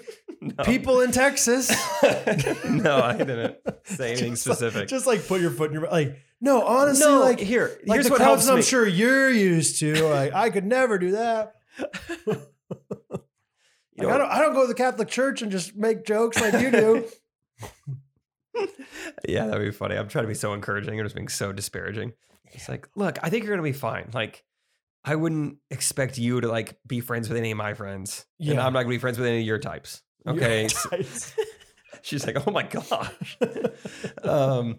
A: No.
B: people in Texas.
A: no, I didn't say anything
B: Just like-
A: specific.
B: just like put your foot in your like. No, honestly,
A: no,
B: like
A: here,
B: like
A: here's
B: the
A: what
B: crowds
A: helps
B: I'm
A: me.
B: sure you're used to. Like I could never do that.
A: You know,
B: Like, I don't. I don't go to the Catholic Church and just make jokes like you do.
A: yeah, that'd be funny. I'm trying to be so encouraging. I'm just being so disparaging. It's like, look, I think you're gonna be fine. Like, I wouldn't expect you to like be friends with any of my friends. Yeah. And
B: Yeah.
A: I'm not gonna be friends with any of your types. Okay. So- She's like, oh my gosh. um,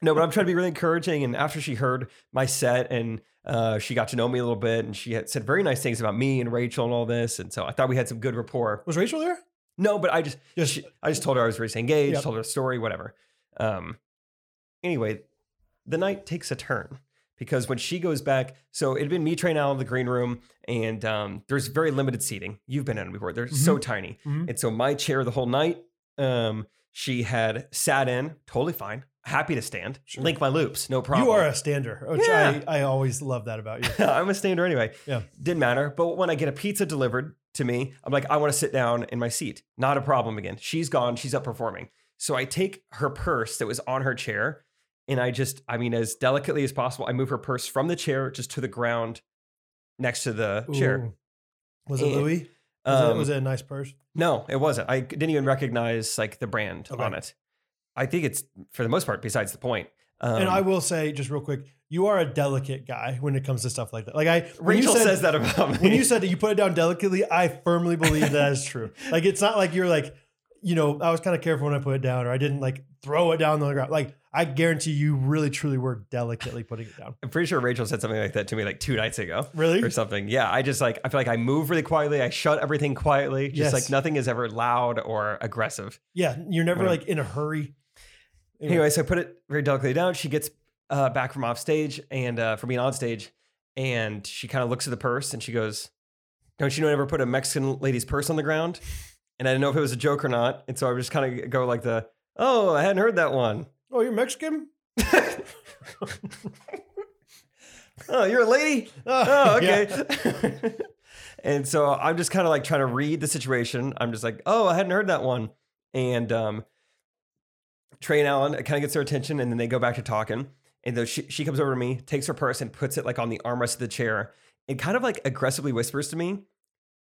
A: no, but I'm trying to be really encouraging. And after she heard my set and uh, she got to know me a little bit and she had said very nice things about me and Rachel and all this. And so I thought we had some good rapport.
B: Was Rachel there?
A: No, but I just,
B: Just-
A: she- I just told her I was recently engaged,
B: Yep.
A: told her a story, whatever. Um, anyway, the night takes a turn because when she goes back, so it'd been me train out in the green room, and um, there's very limited seating. You've been in it before; they're so tiny,
B: Mhm.
A: and so my chair the whole night, um, she had sat in, totally fine, happy to stand, link my loops, no problem.
B: You are a stander, which
A: Yeah.
B: I, I always love that about you.
A: I'm a stander anyway.
B: Yeah.
A: Didn't matter. But when I get a pizza delivered to me, I'm like, I want to sit down in my seat. Not a problem again. She's gone. She's up performing. So I take her purse that was on her chair and I just, I mean, as delicately as possible, I move her purse from the chair just to the ground next to the chair.
B: Ooh. Was it
A: And-
B: Louis? Was, it,
A: Eh, Um,
B: was it a nice purse?
A: No, it wasn't. I didn't even recognize like the brand
B: Okay.
A: on it. I think it's for the most part, besides the point. Um,
B: and I will say, just real quick, you are a delicate guy when it comes to stuff like that. Like I, when
A: Rachel
B: you said,
A: says that about me.
B: when you said that you put it down delicately, I firmly believe that is true. Like it's not like you're like, you know, I was kind of careful when I put it down, or I didn't like throw it down on the ground. Like I guarantee you, really, truly were delicately putting it down.
A: I'm pretty sure Rachel said something like that to me like two nights ago.
B: Really?
A: or something. Yeah, I just like I feel like I move really quietly. I shut everything quietly. Just
B: Yes.
A: like nothing is ever loud or aggressive.
B: Yeah, you're never
A: Whatever.
B: like in a hurry. Yeah.
A: Anyway, so I put it very delicately down. She gets uh, back from off stage and uh, from being on stage, and she kind of looks at the purse and she goes, "Don't you know I never put a Mexican lady's purse on the ground?" And I didn't know if it was a joke or not, and so I would just kind of go like the, "Oh, I hadn't heard that one.
B: Oh, you're Mexican?
A: Oh, you're a lady." oh, okay. and so I'm just kind of like trying to read the situation. I'm just like, oh, I hadn't heard that one. And um, Trey and Alan kind of gets their attention, and then they go back to talking. And though she, she comes over to me, takes her purse, and puts it like on the armrest of the chair, and kind of like aggressively whispers to me,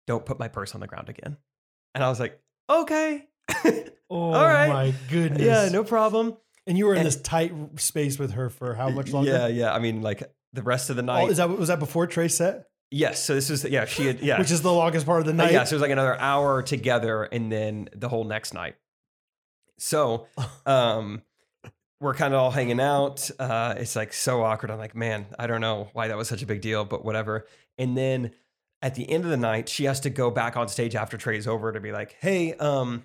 A: "Don't put my purse on the ground again." And I was like, okay,
B: Oh
A: right.
B: my goodness.
A: yeah, no problem.
B: And you were in
A: And-
B: this tight space with her for how much longer?
A: Yeah, yeah. I mean, like the rest of the night.
B: Oh, is that was that before Trey set?
A: yes. So this was yeah. She had yeah.
B: Which is the longest part of the
A: Uh,
B: night.
A: yeah, so it was like another hour together, and then the whole next night. So, um, we're kind of all hanging out. Uh, it's like so awkward. I'm like, man, I don't know why that was such a big deal, but whatever. And then at the end of the night, she has to go back on stage after Trey's over to be like, hey, um,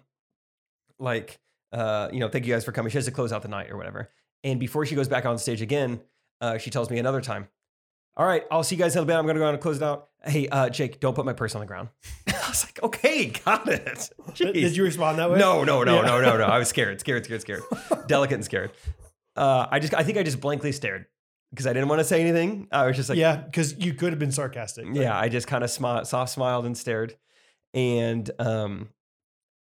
A: like, uh, you know, thank you guys for coming. She has to close out the night or whatever. And before she goes back on stage again, uh, she tells me another time, all right, I'll see you guys in a bit. I'm gonna go out and close it out. Hey, uh, Jake, don't put my purse on the ground. I was like, okay, got it.
B: Did, did
A: Jeez.
B: you respond that way?
A: No, no, no,
B: Yeah.
A: no, no, no. I was scared, scared, scared, scared, delicate and scared. Uh, I just, I think I just blankly stared because I didn't want to say anything. I was just like,
B: yeah, because you could have been sarcastic. but-
A: yeah, I just kind of smi- soft smiled and stared. And um,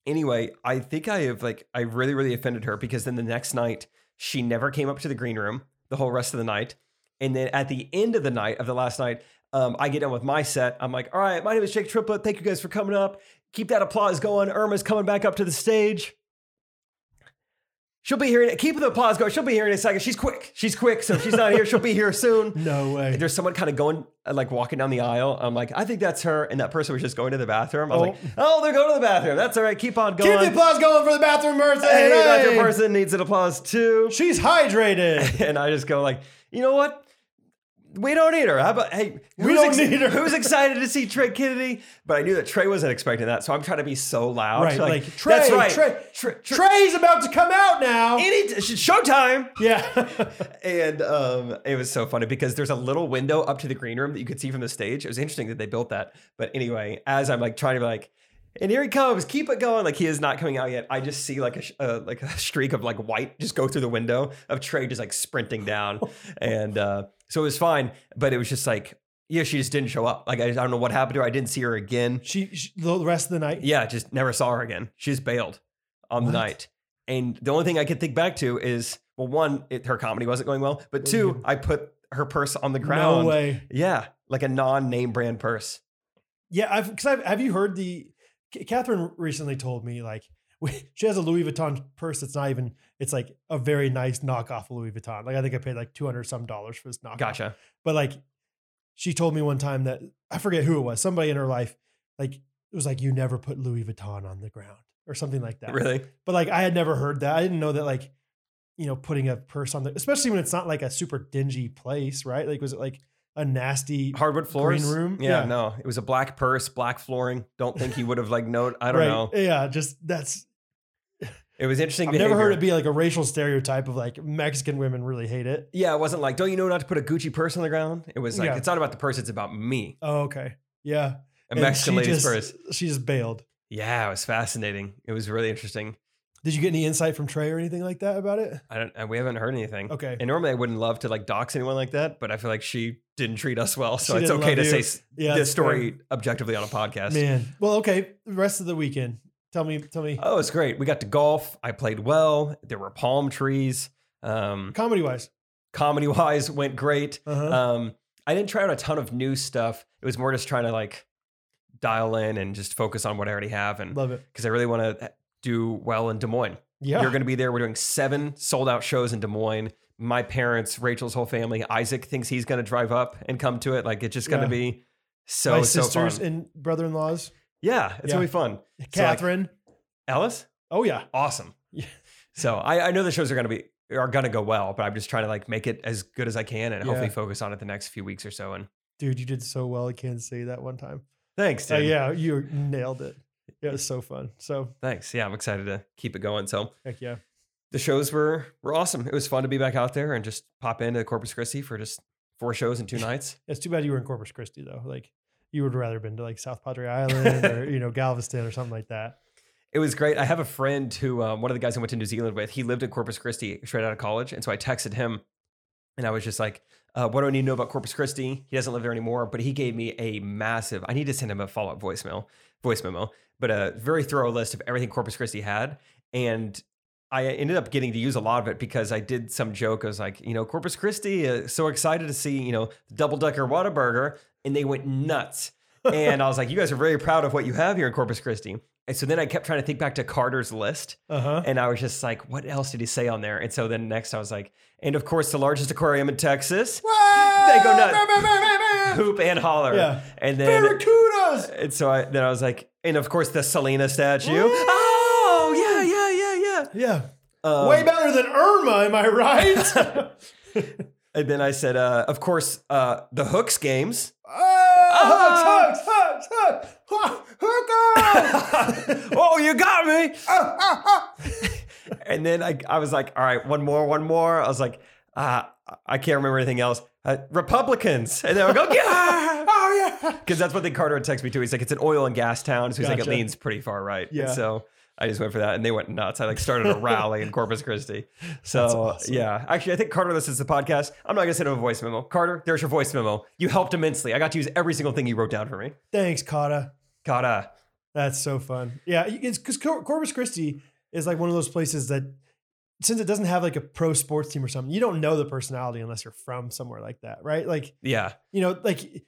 A: anyway, I think I have like I really really offended her because then the next night She never came up to the green room the whole rest of the night. And then at the end of the night, of the last night, um, I get done with my set. I'm like, all right, my name is Jake Triplett. Thank you guys for coming up. Keep that applause going. Irma's coming back up to the stage. She'll be here. In, keep the applause going. She'll be here in a second. She's quick. She's quick. So if she's not here, she'll be here soon.
B: No way.
A: There's someone kind of going, uh, like walking down the aisle. I'm like, I think that's her. And that person was just going to the bathroom. I was like, oh, they're going to the bathroom. That's all right. Keep on going.
B: Keep the applause going for the bathroom person.
A: Hey, that
B: Hey!
A: person needs an applause too.
B: She's hydrated.
A: And I just go like, you know what? We don't need her. How about hey?
B: We
A: who's
B: don't need her.
A: Who's excited to see Trey Kennedy? But I knew that Trey wasn't expecting that, so I'm trying to be so loud.
B: Right, like,
A: that's
B: Trey,
A: right.
B: Trey,
A: Trey, Trey,
B: Trey's about to come out now.
A: any t- showtime.
B: yeah.
A: And um, it was so funny because there's a little window up to the green room that you could see from the stage. It was interesting that they built that. But anyway, as I'm like trying to be like, and here he comes, keep it going. Like he is not coming out yet. I just see like a sh- uh, like a streak of like white just go through the window of Trey just like sprinting down, and uh, so it was fine. But it was just like yeah, she just didn't show up. Like I, I don't know what happened to her. I didn't see her again.
B: she, she the rest of the night.
A: Yeah, just never saw her again. She just bailed on the
B: What?
A: night. And the only thing I could think back to is well, one, it, her comedy wasn't going well, but
B: you-
A: two, I put her purse on the ground.
B: No way.
A: Yeah, like a non-name brand purse.
B: Yeah, I've because I've have you heard the K- Catherine recently told me like we, she has a Louis Vuitton purse that's not even it's like a very nice knockoff Louis Vuitton. Like I think I paid like two hundred some dollars for this knockoff.
A: Gotcha.
B: But like she told me one time that I forget who it was, somebody in her life, like it was like you never put Louis Vuitton on the ground or something like that.
A: Really?
B: But like I had never heard that. I didn't know that like you know putting a purse on the especially when it's not like a super dingy place, right? Like was it like a nasty
A: Hardwood floors.
B: room?
A: Yeah,
B: Yeah.
A: no. It was a black purse, black flooring. Don't think he would have like known. I don't
B: right,
A: know.
B: Yeah, just that's
A: It was interesting.
B: I've
A: behavior.
B: never heard it be like a racial stereotype of like Mexican women really hate it.
A: Yeah, it wasn't like, don't you know not to put a Gucci purse on the ground? It was like,
B: Yeah.
A: it's not about the purse, it's about me.
B: Oh, okay. Yeah.
A: A
B: And
A: Mexican
B: she
A: lady's
B: just-
A: purse.
B: She just bailed.
A: Yeah, it was fascinating. It was really interesting.
B: Did you get any insight from Trey or anything like that about it?
A: I don't. uh, We haven't heard anything.
B: Okay.
A: And normally I wouldn't love to like dox anyone like that, but I feel like she didn't treat us well, so
B: She
A: it's
B: didn't
A: okay
B: love
A: to
B: you.
A: say s-
B: Yeah.
A: this
B: that's fair.
A: story objectively on a podcast.
B: Man. Well, okay. The rest of the weekend. Tell me, tell me.
A: Oh, it's great. We got to golf. I played well. There were palm trees. Um,
B: Comedy wise.
A: comedy wise, went great.
B: Uh-huh.
A: Um, I didn't try out a ton of new stuff. It was more just trying to like dial in and just focus on what I already have, and
B: Love it.
A: because I really want to do well in Des Moines.
B: Yeah.
A: You're going to be there. We're doing seven sold out shows in Des Moines. My parents, Rachel's whole family, Isaac thinks he's going to drive up and come to it. Like it's just going
B: Yeah.
A: to be so
B: My
A: so
B: sisters
A: fun.
B: and brother in laws.
A: yeah, it's
B: Yeah.
A: going to be fun. So, like,
B: Catherine.
A: Ellis,
B: oh, yeah.
A: awesome.
B: Yeah.
A: So I, I know the shows are going to be are going to go well, but I'm just trying to like make it as good as I can and
B: Yeah.
A: hopefully focus on it the next few weeks or so. And
B: Dude, you did so well. I can't say that one time.
A: thanks,
B: Uh,
A: dude.
B: yeah. You nailed it. Yeah. It was so fun. So,
A: Thanks. Yeah, I'm excited to keep it going. So
B: heck yeah.
A: the shows were were awesome. It was fun to be back out there and just pop into Corpus Christi for just four shows in two nights.
B: It's too bad you were in Corpus Christi though. Like you would rather been to like South Padre Island or you know Galveston or something like that.
A: It was great. I have a friend who, um, one of the guys I went to New Zealand with, he lived in Corpus Christi straight out of college. And so I texted him and I was just like, uh, what do I need to know about Corpus Christi? He doesn't live there anymore, but he gave me a massive, I need to send him a follow up voicemail, voice memo, but a very thorough list of everything Corpus Christi had. And I ended up getting to use a lot of it because I did some joke. I was like, you know, Corpus Christi, uh, so excited to see, you know, double decker Whataburger. And they went nuts. and I was like, you guys are very proud of what you have here in Corpus Christi. And so then I kept trying to think back to Carter's list.
B: Uh huh.
A: And I was just like, what else did he say on there? And so then next I was like, and of course, the largest aquarium in Texas, They go nuts. hoop and holler.
B: Yeah.
A: And then,
B: Barracudas.
A: and so I, then I was like, and of course, the Selena statue. Oh, yeah, yeah, yeah, yeah.
B: Yeah.
A: Um,
B: Way better than Irma, am I right?
A: And then I said, uh, of course, uh, the Hooks games.
B: oh,
A: Ah!
B: hooks, hooks, hooks, hooks, hooker!
A: oh, you got me.
B: Uh,
A: and then I, I was like, all right, one more, one more. I was like, ah, I can't remember anything else. Uh, Republicans. And then I go, yeah.
B: oh yeah.
A: Because that's one thing Carter had texted me too. He's like, it's an oil and gas town. So he's like,
B: Gotcha.
A: it leans pretty far right. And
B: Yeah.
A: so I just went for that and they went nuts. I like started a rally in Corpus Christi. So
B: awesome.
A: yeah. Actually, I think Carter listens to the podcast. I'm not going to send him a voice memo. Carter, there's your voice memo. You helped immensely. I got to use every single thing you wrote down for me.
B: Thanks, Kata.
A: Carter.
B: That's so fun. Yeah, because Corpus Christi is like one of those places that since it doesn't have like a pro sports team or something, you don't know the personality unless you're from somewhere like that, right? Like
A: Yeah.
B: you know, like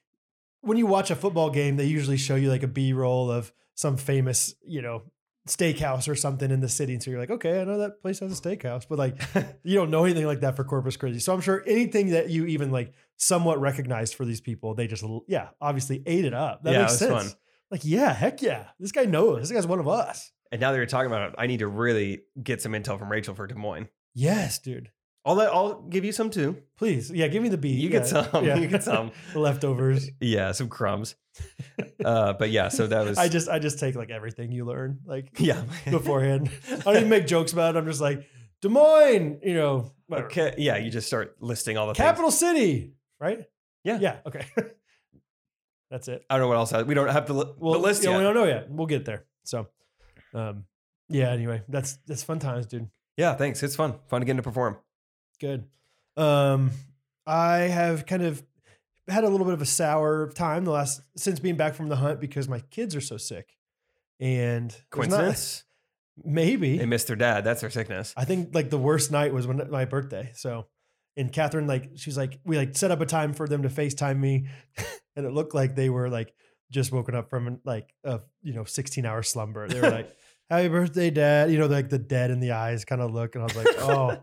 B: when you watch a football game, they usually show you like a B roll of some famous, you know, steakhouse or something in the city. And so you're like, okay, I know that place has a steakhouse, but like you don't know anything like that for Corpus Christi. So I'm sure anything that you even like somewhat recognized for these people, they just, l- yeah, obviously ate it up. That
A: Yeah,
B: makes
A: it
B: sense.
A: was fun.
B: Like, yeah, heck yeah. This guy knows. This guy's one of us.
A: And now that you're talking about it, I need to really get some intel from Rachel for Des Moines.
B: Yes, dude.
A: I'll let, I'll give you some too.
B: Please. Yeah, give me the B.
A: You
B: yeah.
A: get some.
B: Yeah.
A: You get some.
B: the leftovers.
A: Yeah, some crumbs. uh, but yeah, so that was
B: I just I just take like everything you learn. Like
A: yeah.
B: beforehand. I don't even make jokes about it. I'm just like, Des Moines, you know, whatever.
A: okay, yeah, you just start listing all the things.
B: capital city, right?
A: Yeah.
B: Yeah. Okay. That's it.
A: I don't know what else. I, we don't have to li-
B: Well,
A: the list
B: yeah,
A: yet.
B: we don't know yet. We'll get there. So, um, yeah, anyway, that's, that's fun times, dude.
A: yeah, thanks. It's fun. Fun again to perform.
B: Good. Um, I have kind of had a little bit of a sour time the last, since being back from the hunt because my kids are so sick and there's not-
A: Coincidence?
B: maybe
A: They missed their dad. That's their sickness.
B: I think like the worst night was when my birthday. So, and Catherine like she's like we like set up a time for them to Facetime me, and it looked like they were like just woken up from like a you know sixteen hour slumber. They were like Happy birthday, Dad! You know like the dead in the eyes kind of look, and I was like oh.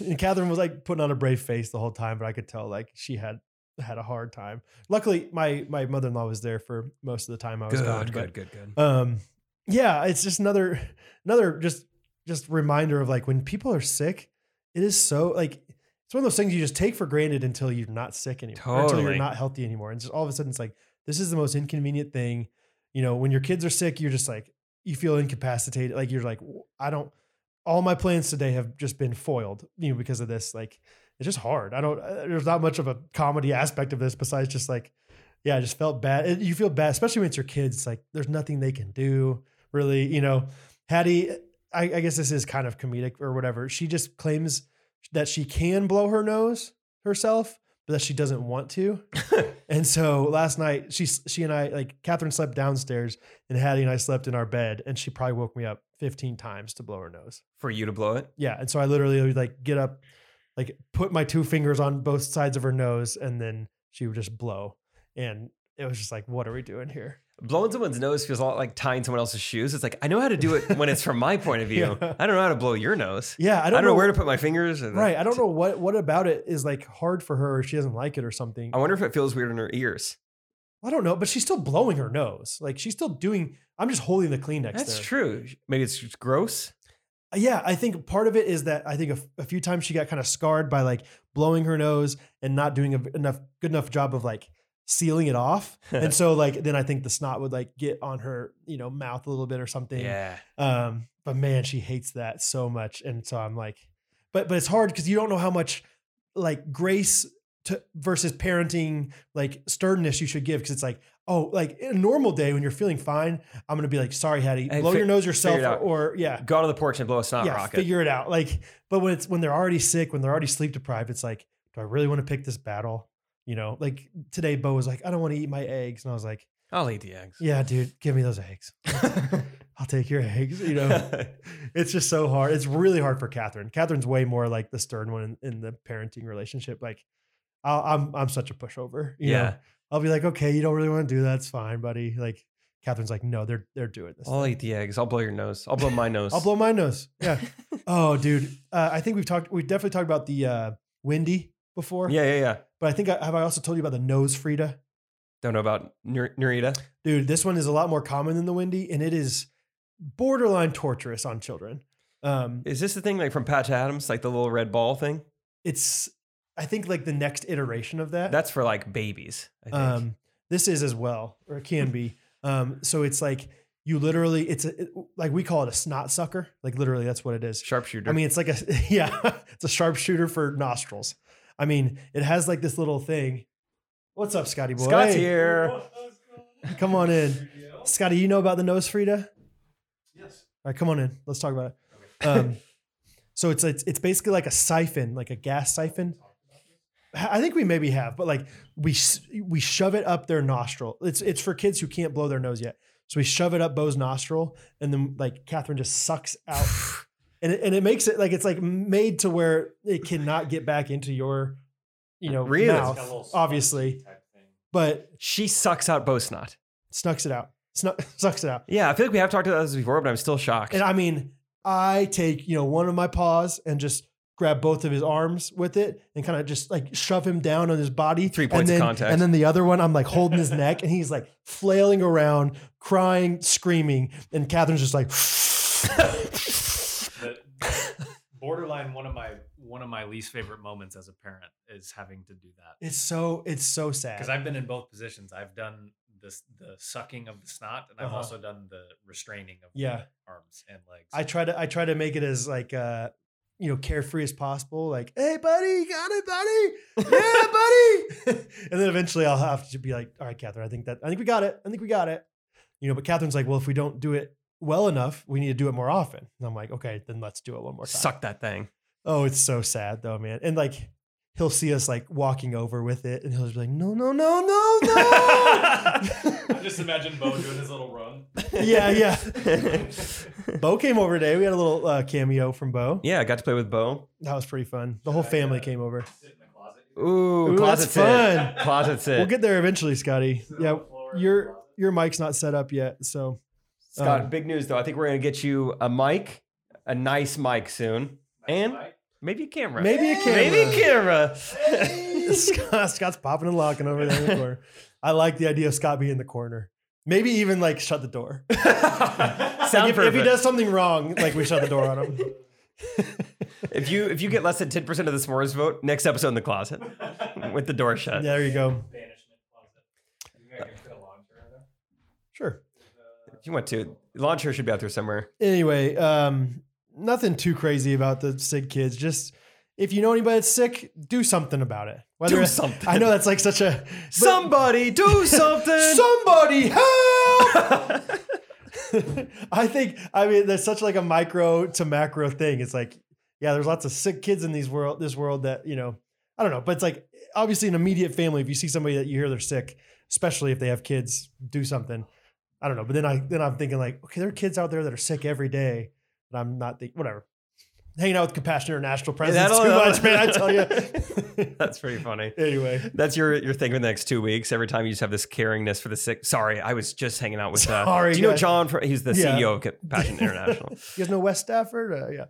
B: And Catherine was like putting on a brave face the whole time, but I could tell like she had had a hard time. Luckily, my my mother in law was there for most of the time I was
A: Good,
B: gone.
A: good,
B: but-
A: good, good,
B: um yeah it's just another another just just reminder of like when people are sick it is so like it's one of those things you just take for granted until you're not sick anymore or until you're
A: Totally.
B: not healthy anymore and just all of a sudden it's like this is the most inconvenient thing you know when your kids are sick you're just like you feel incapacitated like you're like "W- i don't all my plans today have just been foiled you know because of this like it's just hard i don't uh, there's not much of a comedy aspect of this besides just like yeah, I just felt bad. It- You feel bad, especially when it's your kids. It's like there's nothing they can do, really. You know, Hattie, I, I guess this is kind of comedic or whatever. She just claims that she can blow her nose herself, but that she doesn't want to. and so last night, she she and I like Catherine slept downstairs, and Hattie and I slept in our bed, and she probably woke me up 15 times to blow her nose.
A: For you to blow it.
B: Yeah, and so I literally would like get up, like put my two fingers on both sides of her nose, and then she would just blow. And it was just like, what are we doing here?
A: Blowing someone's nose feels a lot like tying someone else's shoes. It's like I know how to do it when it's from my point of view.
B: Yeah.
A: I don't know how to blow your nose.
B: Yeah, I
A: I
B: don't,
A: don't, know, where to put my fingers. and-
B: Right, I don't know what what about it is like hard for her. Or she doesn't like it or something.
A: I wonder if it feels weird in her ears.
B: I don't know, but she's still blowing her nose. Like she's still doing. I'm just holding the Kleenex.
A: That's
B: there. Uh,
A: true. Maybe it's just gross.
B: Yeah, I think part of it is that I think a, f- a few times she got kind of scarred by like blowing her nose and not doing a v- enough good enough job of like sealing it off, and so like then I think the snot would like get on her you know mouth a little bit or something.
A: Yeah.
B: Um, but man, she hates that so much, and so I'm like, but but it's hard because you don't know how much like grace to versus parenting like sternness you should give because it's like oh like in a normal day when you're feeling fine I'm gonna be like sorry Hattie
A: Hey,
B: blow
A: fi-
B: your nose yourself
A: figure it out.
B: or, or yeah
A: Go out on the porch and blow a snot rocket.
B: figure it out. Like, but when it's when they're already sick, when they're already sleep deprived, it's like, do I really want to pick this battle? You know, like today, Bo was like, I don't want to eat my eggs, and I was like,
A: I'll eat the eggs.
B: Yeah, dude, give me those eggs. I'll take your eggs. You know, it's just so hard. It's really hard for Catherine. Catherine's way more like the stern one in, in the parenting relationship. Like, I'll, I'm I'm such a pushover. You
A: yeah.
B: know, I'll be like, okay, you don't really want to do that. It's fine, buddy. Like, Catherine's like, no, they're they're doing this.
A: I'll eat the eggs. I'll blow your nose. I'll blow my nose.
B: I'll blow my nose. Yeah. oh, dude. Uh, I think we've talked. We've definitely talked about the uh, Wendy before.
A: Yeah, yeah, yeah.
B: But I think I, have I also told you about the nose Frida?
A: Don't know about Nur- Nurita.
B: Dude, this one is a lot more common than the Wendy, and it is borderline torturous on children. Um,
A: Is this the thing like from Patch Adams, like the little red ball thing?
B: it's, I think, like the next iteration of that.
A: That's for like babies. I think.
B: Uh, um, this is as well, or it can be. Um, so it's like you literally, it's a, it- like we call it a snot sucker. Like literally, that's what it is.
A: Sharpshooter.
B: I mean, it's like a yeah, it's a sharpshooter for nostrils. I mean, it has like this little thing. What's up, Scotty boy?
A: Scott's
B: Hey,
A: here.
B: Come on in, Scotty. You know about the nose Frida? Yes. All right, come on in. Let's talk about it. Um, so it's, it's it's basically like a siphon, like a gas siphon. I think we maybe have, but like we s- we shove it up their nostril. It's it's for kids who can't blow their nose yet. So we shove it up Bo's nostril, and then like Catherine just sucks out and it, and it makes it like it's like made to where it cannot get back into your, you know,
A: Really?
E: It's got a little
B: mouth, obviously.
E: sponge type thing.
B: But
A: She sucks out Bo Snot.
B: snucks it out, Snu sucks it out.
A: Yeah, I feel like we have talked about this before, but I'm still shocked.
B: And I mean, I take, you know, one of my paws and just grab both of his arms with it and kind of just like shove him down on his body.
A: Three
B: And
A: points of
B: then-
A: contact.
B: And then the other one, I'm like holding his neck and he's like flailing around, crying, screaming. And Catherine's just like,
E: The- borderline one of my one of my least favorite moments as a parent is having to do that
B: it's so, it's so sad.
E: because I've been in both positions. I've done this the sucking of the snot, and I've
B: Uh-huh.
E: also done the restraining of
B: Yeah.
E: the arms and legs.
B: I try to, I try to make it as like, uh, you know, carefree as possible. Like, hey, buddy, you got it, buddy. Yeah, buddy. and then eventually I'll have to be like, all right, Catherine, I think that, I think we got it. I think we got it. You know, but Catherine's like, well, if we don't do it well enough, we need to do it more often. And I'm like, okay, then let's do it one more time.
A: Suck that thing.
B: Oh, it's so sad though, man. And like, he'll see us like walking over with it and he'll just be like, no, no, no, no,
E: I
B: no.
E: just imagine Bo doing his little run.
B: yeah, yeah. Bo came over today. We had a little uh, cameo from Bo.
A: Yeah, I got to play with Bo.
B: That was pretty fun. The whole
E: Yeah,
B: family
E: yeah.
B: came over.
E: Sit in the closet.
A: Ooh,
B: Ooh,
A: closet
B: that's fun.
A: Closet sit.
B: We'll get there eventually, Scotty.
E: Sit on
B: Yeah,
E: the floor in the
B: your
E: closet.
B: your mic's not set up yet, so
A: Scott,
B: Um,
A: big news though. I think we're gonna get you a mic, a nice mic soon, and
E: Mike,
A: maybe a camera.
B: Maybe a
A: Maybe a camera.
B: Scott, Scott's popping and locking over there in the corner. I like the idea of Scott being in the corner. Maybe even like shut the door. Like,
A: Sound
B: if, if he
A: perfect.
B: does something wrong, like we shut the door on him.
A: If you if you get less than ten percent of the s'mores vote, next episode in the closet with the door
B: Yeah,
A: shut.
B: there you go.
E: banishment closet. You gotta get a lawn chair in there.
B: Sure.
A: If you want to, launcher should be out there somewhere.
B: Anyway, um, nothing too crazy about the sick kids. Just if you know anybody that's sick, do something about it. Whether
A: Do something.
B: I know that's like such a but-
A: Somebody do something.
B: Somebody help! I think I mean there's such like a micro to macro thing. It's like yeah, there's lots of sick kids in these world this world that you know I don't know, but it's like obviously an immediate family. If you see somebody that you hear they're sick, especially if they have kids, do something. I don't know, but then I then I'm thinking like okay, there are kids out there that are sick every day, and I'm not thinking whatever. Hanging out with Compassion International presidents too
A: that'll-
B: much, man. I tell you.
A: That's pretty funny.
B: anyway.
A: That's your your thing for the next two weeks. Every time you just have this caringness for the sick. Sorry, I was just hanging out with. Uh,
B: Sorry,
A: do you know
B: guys.
A: John? From, he's the
B: Yeah.
A: CEO of Compassion International.
B: You guys know West Stafford? Uh, yeah.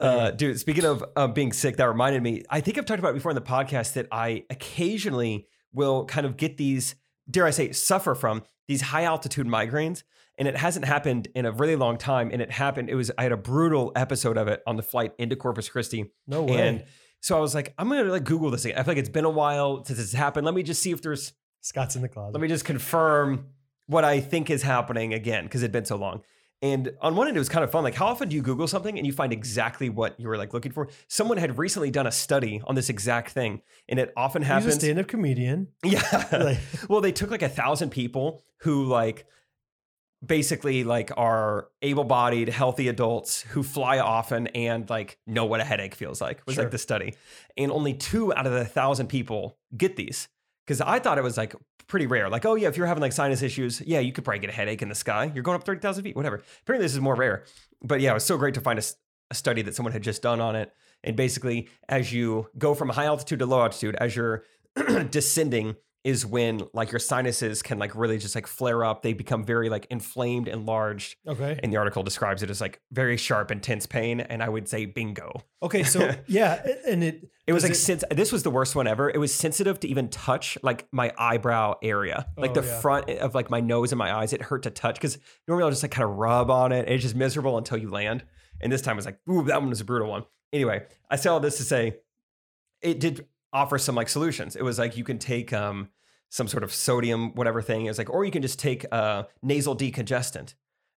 A: Uh, dude, speaking of uh, being sick, that reminded me. I think I've talked about it before in the podcast that I occasionally will kind of get these, dare I say, suffer from these high altitude migraines. And it hasn't happened in a really long time. And it happened, it was, I had a brutal episode of it on the flight into Corpus Christi.
B: No way.
A: And so I was like, I'm going to like Google this thing. I feel like it's been a while since it's happened. Let me just see if there's
B: Scott's in the closet.
A: let me just confirm what I think is happening again because it'd been so long. And on one end, it was kind of fun. Like, how often do you Google something and you find exactly what you were like looking for? Someone had recently done a study on this exact thing, and it often
B: He's a
A: happens.
B: stand-up comedian.
A: Yeah.
B: Like,
A: well, they took like a thousand people who like basically like are able-bodied, healthy adults who fly often and like know what a headache feels like. Was
B: Sure.
A: like the study, and only two out of the thousand people get these because I thought it was like pretty rare. Like, oh yeah, if you're having like sinus issues, yeah, you could probably get a headache in the sky. You're going up thirty thousand feet, whatever. Apparently, this is more rare. But yeah, it was so great to find a, s- a study that someone had just done on it. And basically, as you go from high altitude to low altitude, as you're descending, is when like your sinuses can like really just like flare up. They become very like inflamed, enlarged.
B: okay.
A: And the article describes it as like very sharp, intense pain. And I would say bingo.
B: Okay. So yeah, a- and it
A: It was
B: Does
A: like since this was the worst one ever. It was sensitive to even touch like my eyebrow area, like
B: Oh,
A: the
B: yeah.
A: front of like my nose and my eyes. It hurt to touch because normally I'll just like kind of rub on it. and It's just miserable until you land. And this time I was like, ooh, that one was a brutal one. Anyway, I say all this to say, it did offer some like solutions. It was like you can take um some sort of sodium whatever thing. It was like, or you can just take uh, nasal decongestant.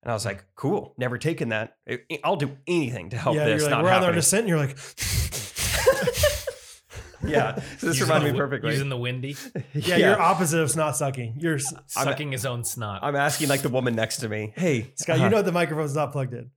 A: And I was like, cool, never taken that. I- I'll do anything to help
B: yeah,
A: this
B: you're like
A: not
B: we're on our
A: happen.
B: descent, and you're like,
A: Yeah, so this
E: Using
A: reminded
E: the
A: me
E: wi-
A: perfectly.
E: Using the windy,
B: yeah, you're opposite of snot sucking. You're
A: Uh,
B: s-
E: sucking his own snot.
A: I'm asking like the woman next to me, hey,
B: Scott.
A: uh,
B: You know the microphone's not plugged in.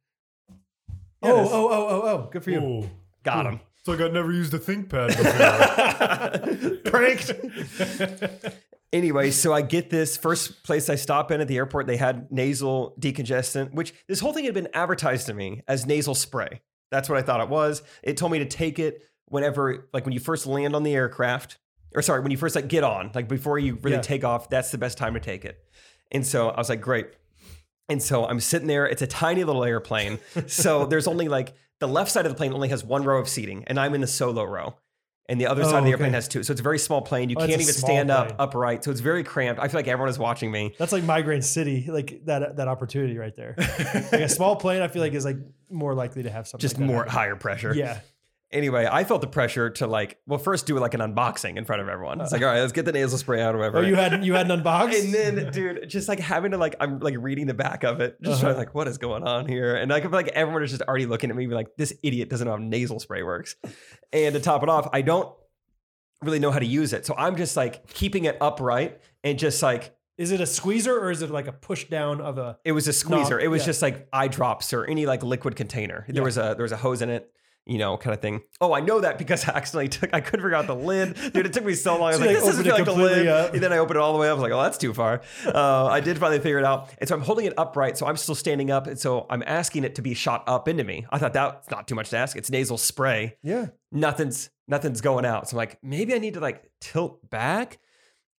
A: Yeah, it
B: oh,
A: is.
B: oh, oh, oh, oh! Good for you.
A: got him.
E: It's like I've never used a ThinkPad before.
B: Pranked.
A: Anyway, so I get this first place I stop in at the airport, they had nasal decongestant, which this whole thing had been advertised to me as nasal spray. That's what I thought it was. It told me to take it whenever, like when you first land on the aircraft, or sorry, when you first like get on, like before you really
B: Yeah.
A: take off, that's the best time to take it. And so I was like, great. And so I'm sitting there. It's a tiny little airplane. So there's only like the left side of the plane only has one row of seating, and I'm in the solo row. And the other
B: Oh,
A: side of the
B: okay.
A: airplane has two. So it's a very small plane. You
B: Oh, it's
A: can't
B: a
A: even
B: small
A: stand up
B: plane.
A: upright. So it's very cramped. I feel like everyone is watching me.
B: That's like migraine city, like that that opportunity right there. like a small plane, I feel like is like more likely to have something.
A: Just
B: like that
A: more
B: happen.
A: higher pressure.
B: Yeah,
A: Anyway, I felt the pressure to like, well, first do like an unboxing in front of everyone. It's like, all right, let's get the nasal spray out or whatever.
B: or Uh. Oh, you hadn't you hadn't unboxed.
A: and then, dude, just like having to like, I'm like reading the back of it, just
B: Uh-huh.
A: trying to like, what is going on here? And like, I feel like everyone is just already looking at me, be like, this idiot doesn't know how nasal spray works. And to top it off, I don't really know how to use it, so I'm just like keeping it upright and just like
B: is it a squeezer or is it like a push down of a?
A: it was a squeezer. it was
B: yeah.
A: just like eye drops or any like liquid container. There
B: Yeah.
A: was a there was a hose in it, you know, kind of thing. Oh, I know that because I accidentally took I couldn't figure out the lid, dude. It took me so long. I was
B: So you,
A: like,
B: like,
A: this doesn't
B: opened
A: feel
B: it
A: like the
B: completely
A: lid.
B: up.
A: And then I opened it all the way up. I was like, oh, that's too far. Uh, I did finally figure it out. And so I'm holding it upright, so I'm still standing up, and so I'm asking it to be shot up into me. I thought that's not too much to ask. It's nasal spray
B: Yeah,
A: nothing's nothing's going out. So I'm like, maybe I need to like tilt back.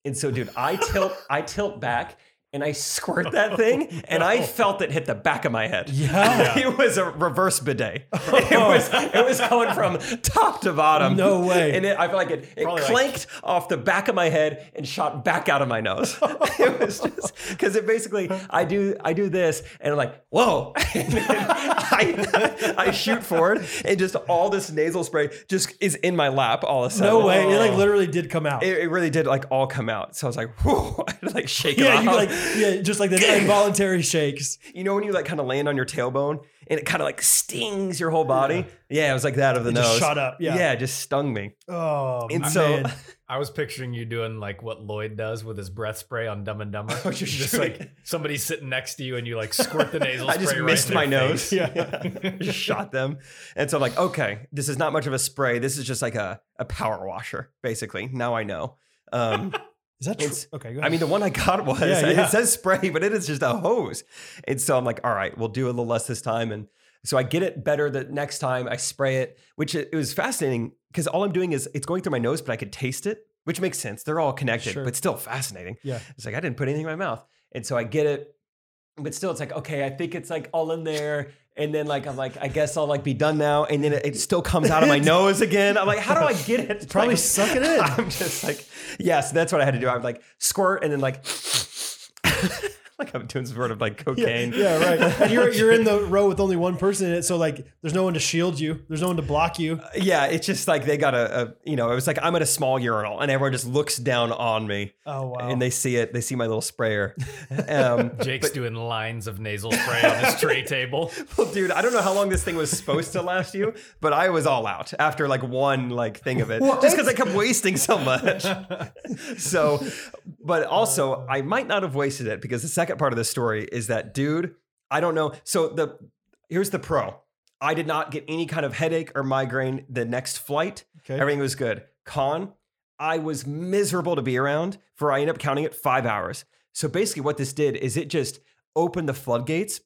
A: And so, dude, I tilt, I tilt back and I squirt that thing, and I felt it hit the back of my head.
B: Oh, Yeah. Oh.
A: it was a reverse bidet. It was it was going from top to bottom.
B: No way.
A: And it, I feel like it, it
E: Probably like-
A: clanked off the back of my head and shot back out of my nose. it was just because it basically I do I do this and I'm like whoa, and then I, I shoot forward and just all this nasal spray just is in my lap all of a sudden.
B: no way. It like literally did come out.
A: Oh. It, it really did like all come out. So I was like, whoa, I had to, like shake it
B: yeah,
A: off.
B: you like yeah, just like the involuntary shakes.
A: You know when you like kind of land on your tailbone and it kind of like stings your whole body? Yeah, it was like that of the
B: It
A: nose.
B: just shot up, yeah.
A: yeah, it just stung me.
B: Oh
A: And
B: man.
A: so-
E: I was picturing you doing like what Lloyd does with his breath spray on Dumb and Dumber.
A: Oh, just
E: just
A: shoot
E: like somebody's sitting next to you and you like squirt the nasal
A: I
E: spray.
A: just
E: right
A: missed
E: in
A: my
E: their
A: nose.
E: face.
A: Yeah, just shot them. And so I'm like, okay, this is not much of a spray. This is just like a a power washer, basically. Now I know. Um,
B: is that true?
A: it's-
B: okay? Go ahead.
A: I mean, the one I got was
B: Yeah, yeah.
A: it says spray, but it is just a hose. And so I'm like, all right, we'll do a little less this time. And so I get it better the next time I spray it, which it, it was fascinating because all I'm doing is it's going through my nose, but I could taste it, which makes sense. They're all connected,
B: Sure.
A: but still fascinating.
B: Yeah.
A: It's like I didn't put anything in my mouth. And so I get it, but still it's like, okay, I think it's like all in there. And then like I'm like, I guess I'll like be done now. And then it, it still comes out of my nose again. I'm like, how do I get it?
B: Probably
A: Like-
B: suck it in.
A: I'm just like, yeah, so that's what I had to do. I would like squirt and then like, like I'm doing some sort of like cocaine.
B: Yeah, right. And you're you're in the row with only one person in it, so like there's no one to shield you. There's no one to block you.
A: Yeah, it's just like they got a, a, you know, it was like I'm at a small urinal and everyone just looks down on me
B: Oh wow.
A: and they see it. They see my little sprayer. Um,
E: Jake's doing lines of nasal spray on his tray table.
A: well, dude, I don't know how long this thing was supposed to last you, but I was all out after like one like thing of it, just because I kept wasting so much. so, but also I might not have wasted it because the second part of the story is that, dude, I don't know. So the here's the pro. I did not get any kind of headache or migraine the next flight.
B: Okay.
A: Everything was good. Con, I was miserable to be around for I ended up counting it five hours. So basically what this did is it just opened the floodgates.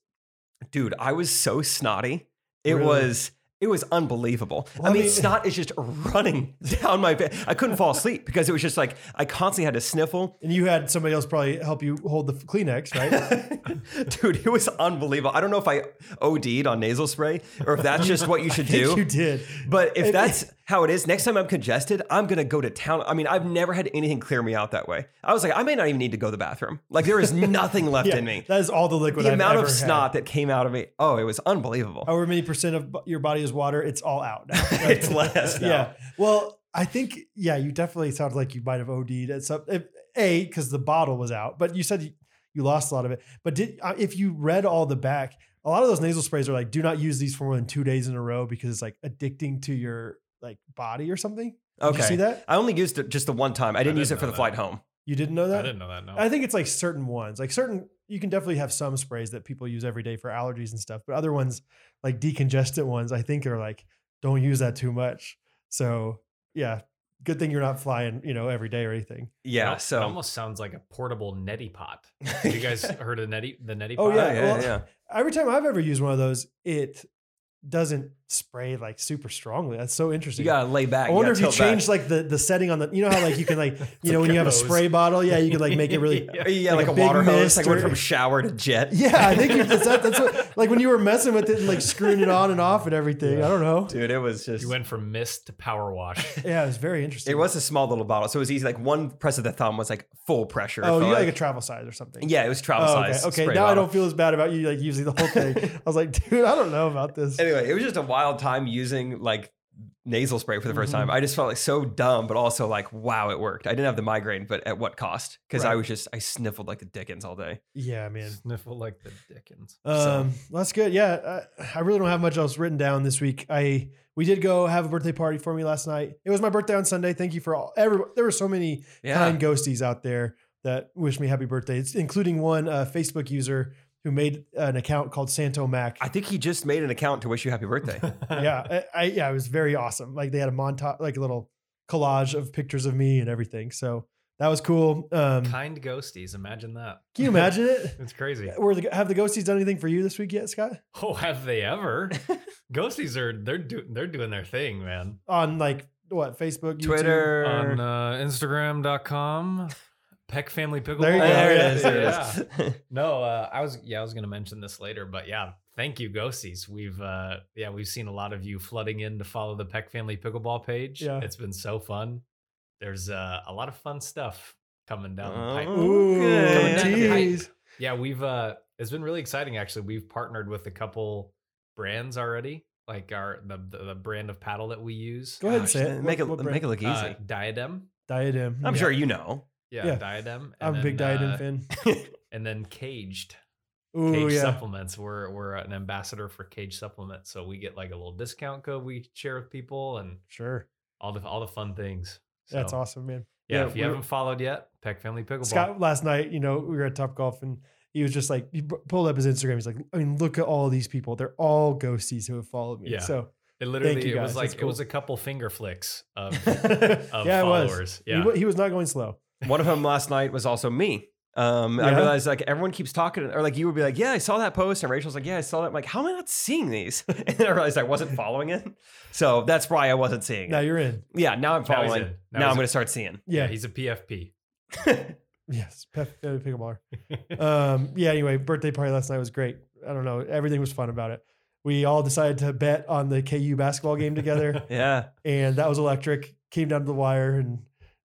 A: Dude, I was so snotty. It
B: Really?
A: was it was unbelievable. I
B: I
A: mean,
B: mean-
A: snot is just running down my face. I couldn't fall asleep because it was just like I constantly had to sniffle.
B: and you had somebody else probably help you hold the Kleenex, right?
A: Dude, it was unbelievable. I don't know if I OD'd on nasal spray or if that's just what you should do.
B: you did.
A: But if
B: It-
A: that's how it is, next time I'm congested, I'm gonna go to town. I mean, I've never had anything clear me out that way. I was like, I may not even need to go to the bathroom. Like there is nothing left
B: Yeah,
A: in me.
B: That is all the liquid.
A: The
B: I've
A: amount
B: ever
A: of
B: had.
A: snot that came out of me, oh, it was unbelievable.
B: However many percent of bu- your body is water, it's all out. Now, right?
A: it's less. Now.
B: Uh, Yeah. Well, I think yeah, you definitely sound like you might have OD'd at some if, a because the bottle was out, but you said you, you lost a lot of it. But did uh, if you read all the back, a lot of those nasal sprays are like, do not use these for more than two days in a row because it's like addicting to your like body or something. Did
A: Okay.
B: you see that?
A: I only used it just the one time. I didn't,
E: didn't
A: use it for
E: know
A: the
E: that.
A: flight home.
B: You didn't know that?
E: I didn't know that. No.
B: I think it's like certain ones, like certain. You can definitely have some sprays that people use every day for allergies and stuff, but other ones, like decongestant ones, I think are like don't use that too much. So yeah, good thing you're not flying, you know, every day or anything.
A: Yeah.
E: It
A: so.
E: almost sounds like a portable neti pot. Have you guys heard of neti the neti
B: Oh,
E: pot?
A: yeah, yeah,
B: well-
A: yeah.
B: Every time I've ever used one of those, it doesn't spray like super strongly. That's so interesting.
A: You gotta lay back.
B: I wonder if
A: gotta
B: you
A: tilt
B: changed like the, the setting on the you know how like you can like you know
E: like
B: when you have a
E: arrows.
B: spray bottle yeah you can like make it really
A: back. yeah,
B: like
A: like,
B: a
A: a,
B: big
A: water hose,
B: mist
A: like went
B: or-
A: from shower to jet.
B: yeah I think you, that's that's what like when you were messing with it and like screwing it on and off and everything I don't know
A: dude, it was just.
E: You went from mist to power wash.
B: yeah it was very interesting
A: It was a small little bottle, so it was easy. Like one press of the thumb was like full pressure.
B: oh
A: It
B: you
A: felt
B: had, like a travel size or something
A: yeah, it was travel
B: Oh, okay.
A: size.
B: Okay,
A: spray
B: now I
A: bottle.
B: don't feel as bad about you like using the whole thing. I was like, dude, I don't know about this.
A: Anyway, it was just a wild time using like nasal spray for the 1st
B: Mhm.
E: Mm-hmm.
A: time. I just felt like so dumb, but also like wow, it worked. I didn't have the migraine, but at what cost? Because I
B: Right.
A: was just I sniffled like the dickens all day.
B: Yeah, man.
E: Sniffle like the Dickens.
B: Um, well, that's good. Yeah, I, I really don't have much else written down this week. I we did go have a birthday party for me last night. It was my birthday on Sunday. Thank you for all. Every, there were so many
A: Yeah,
B: kind ghosties out there that wish me happy birthday. It's including one uh, Facebook user who made an account called Santo Mac.
A: I think he just made an account to wish you happy birthday.
B: yeah, I, I, yeah, it was very awesome. Like they had a montage, like a little collage of pictures of me and everything. So that was cool. Um, can
E: Kind ghosties. Imagine that.
B: you imagine Uh, it?
E: It's crazy.
B: Were the, have the ghosties done anything for you this week yet, Scott?
E: Oh, have they ever? ghosties are they're doing they're doing their thing, man.
B: On like what Facebook, YouTube?
A: Twitter,
E: On uh, Instagram.com, Peck Family Pickleball.
B: There you go.
A: there it
B: Yeah.
A: is. There it is.
E: No, uh, I was yeah, I was gonna mention this later, but yeah, thank you, ghosties. We've uh, yeah, we've seen a lot of you flooding in to follow the Peck Family Pickleball page.
B: Yeah.
E: it's been so fun. There's uh, a lot of fun stuff coming down the pipe.
A: Oh.
B: Ooh,
A: Okay.
B: jeez.
E: Yeah, we've uh it's been really exciting actually. We've partnered with a couple brands already, like our the the, the brand of paddle that we use.
B: Go ahead and
A: Gosh,
B: say it.
A: Make it
B: What- what
A: make
B: brand?
A: it look easy.
E: Uh, diadem.
B: diadem.
A: I'm
B: Yeah.
A: sure you know.
E: Yeah,
B: Yeah.
E: diadem.
B: I'm a big
E: then,
B: diadem
E: uh,
B: fan.
E: And then caged.
B: Ooh,
E: Cage
B: yeah.
E: supplements. We're we're an ambassador for Cage supplements, so we get like a little discount code we share with people and
B: Sure.
E: all the all the fun things.
B: That's
E: So,
B: awesome, man.
E: Yeah,
B: Yeah,
E: if you
B: we're-
E: haven't followed yet, Peck Family Pickleball.
B: Scott, last night, you know, we were at Top Golf and he was just like, he b- pulled up his Instagram. He's like, I mean, look at all these people. They're all ghosties who have followed me.
E: Yeah.
B: So,
E: it literally
B: you
E: it was
B: guys,
E: like
B: that's
E: it was
B: cool.
E: a couple finger flicks of, of
B: yeah, it was.
E: followers.
B: He
E: Yeah.
B: wa- He, was not going slow.
A: One of them last night was also me. Um, I
B: Yeah.
A: realized like everyone keeps talking, or like you would be like, "Yeah, I saw that post," and Rachel's like, "Yeah, I saw that." I'm like, how am I not seeing these? And then I realized I wasn't following it, so that's why I wasn't seeing
B: Now
A: it.
B: you're in.
A: Yeah, now I'm
E: Now he's
A: following. Now,
E: in. Now he's
A: I'm
E: in.
A: going to start seeing.
E: Yeah,
B: Yeah.
E: he's a PFP.
B: Yes. Pep, uh, pickleballer. um, yeah, anyway, birthday party last night was great. I don't know. Everything was fun about it. We all decided to bet on the KU basketball game together,
A: Yeah,
B: and that was electric. Came down to the wire, and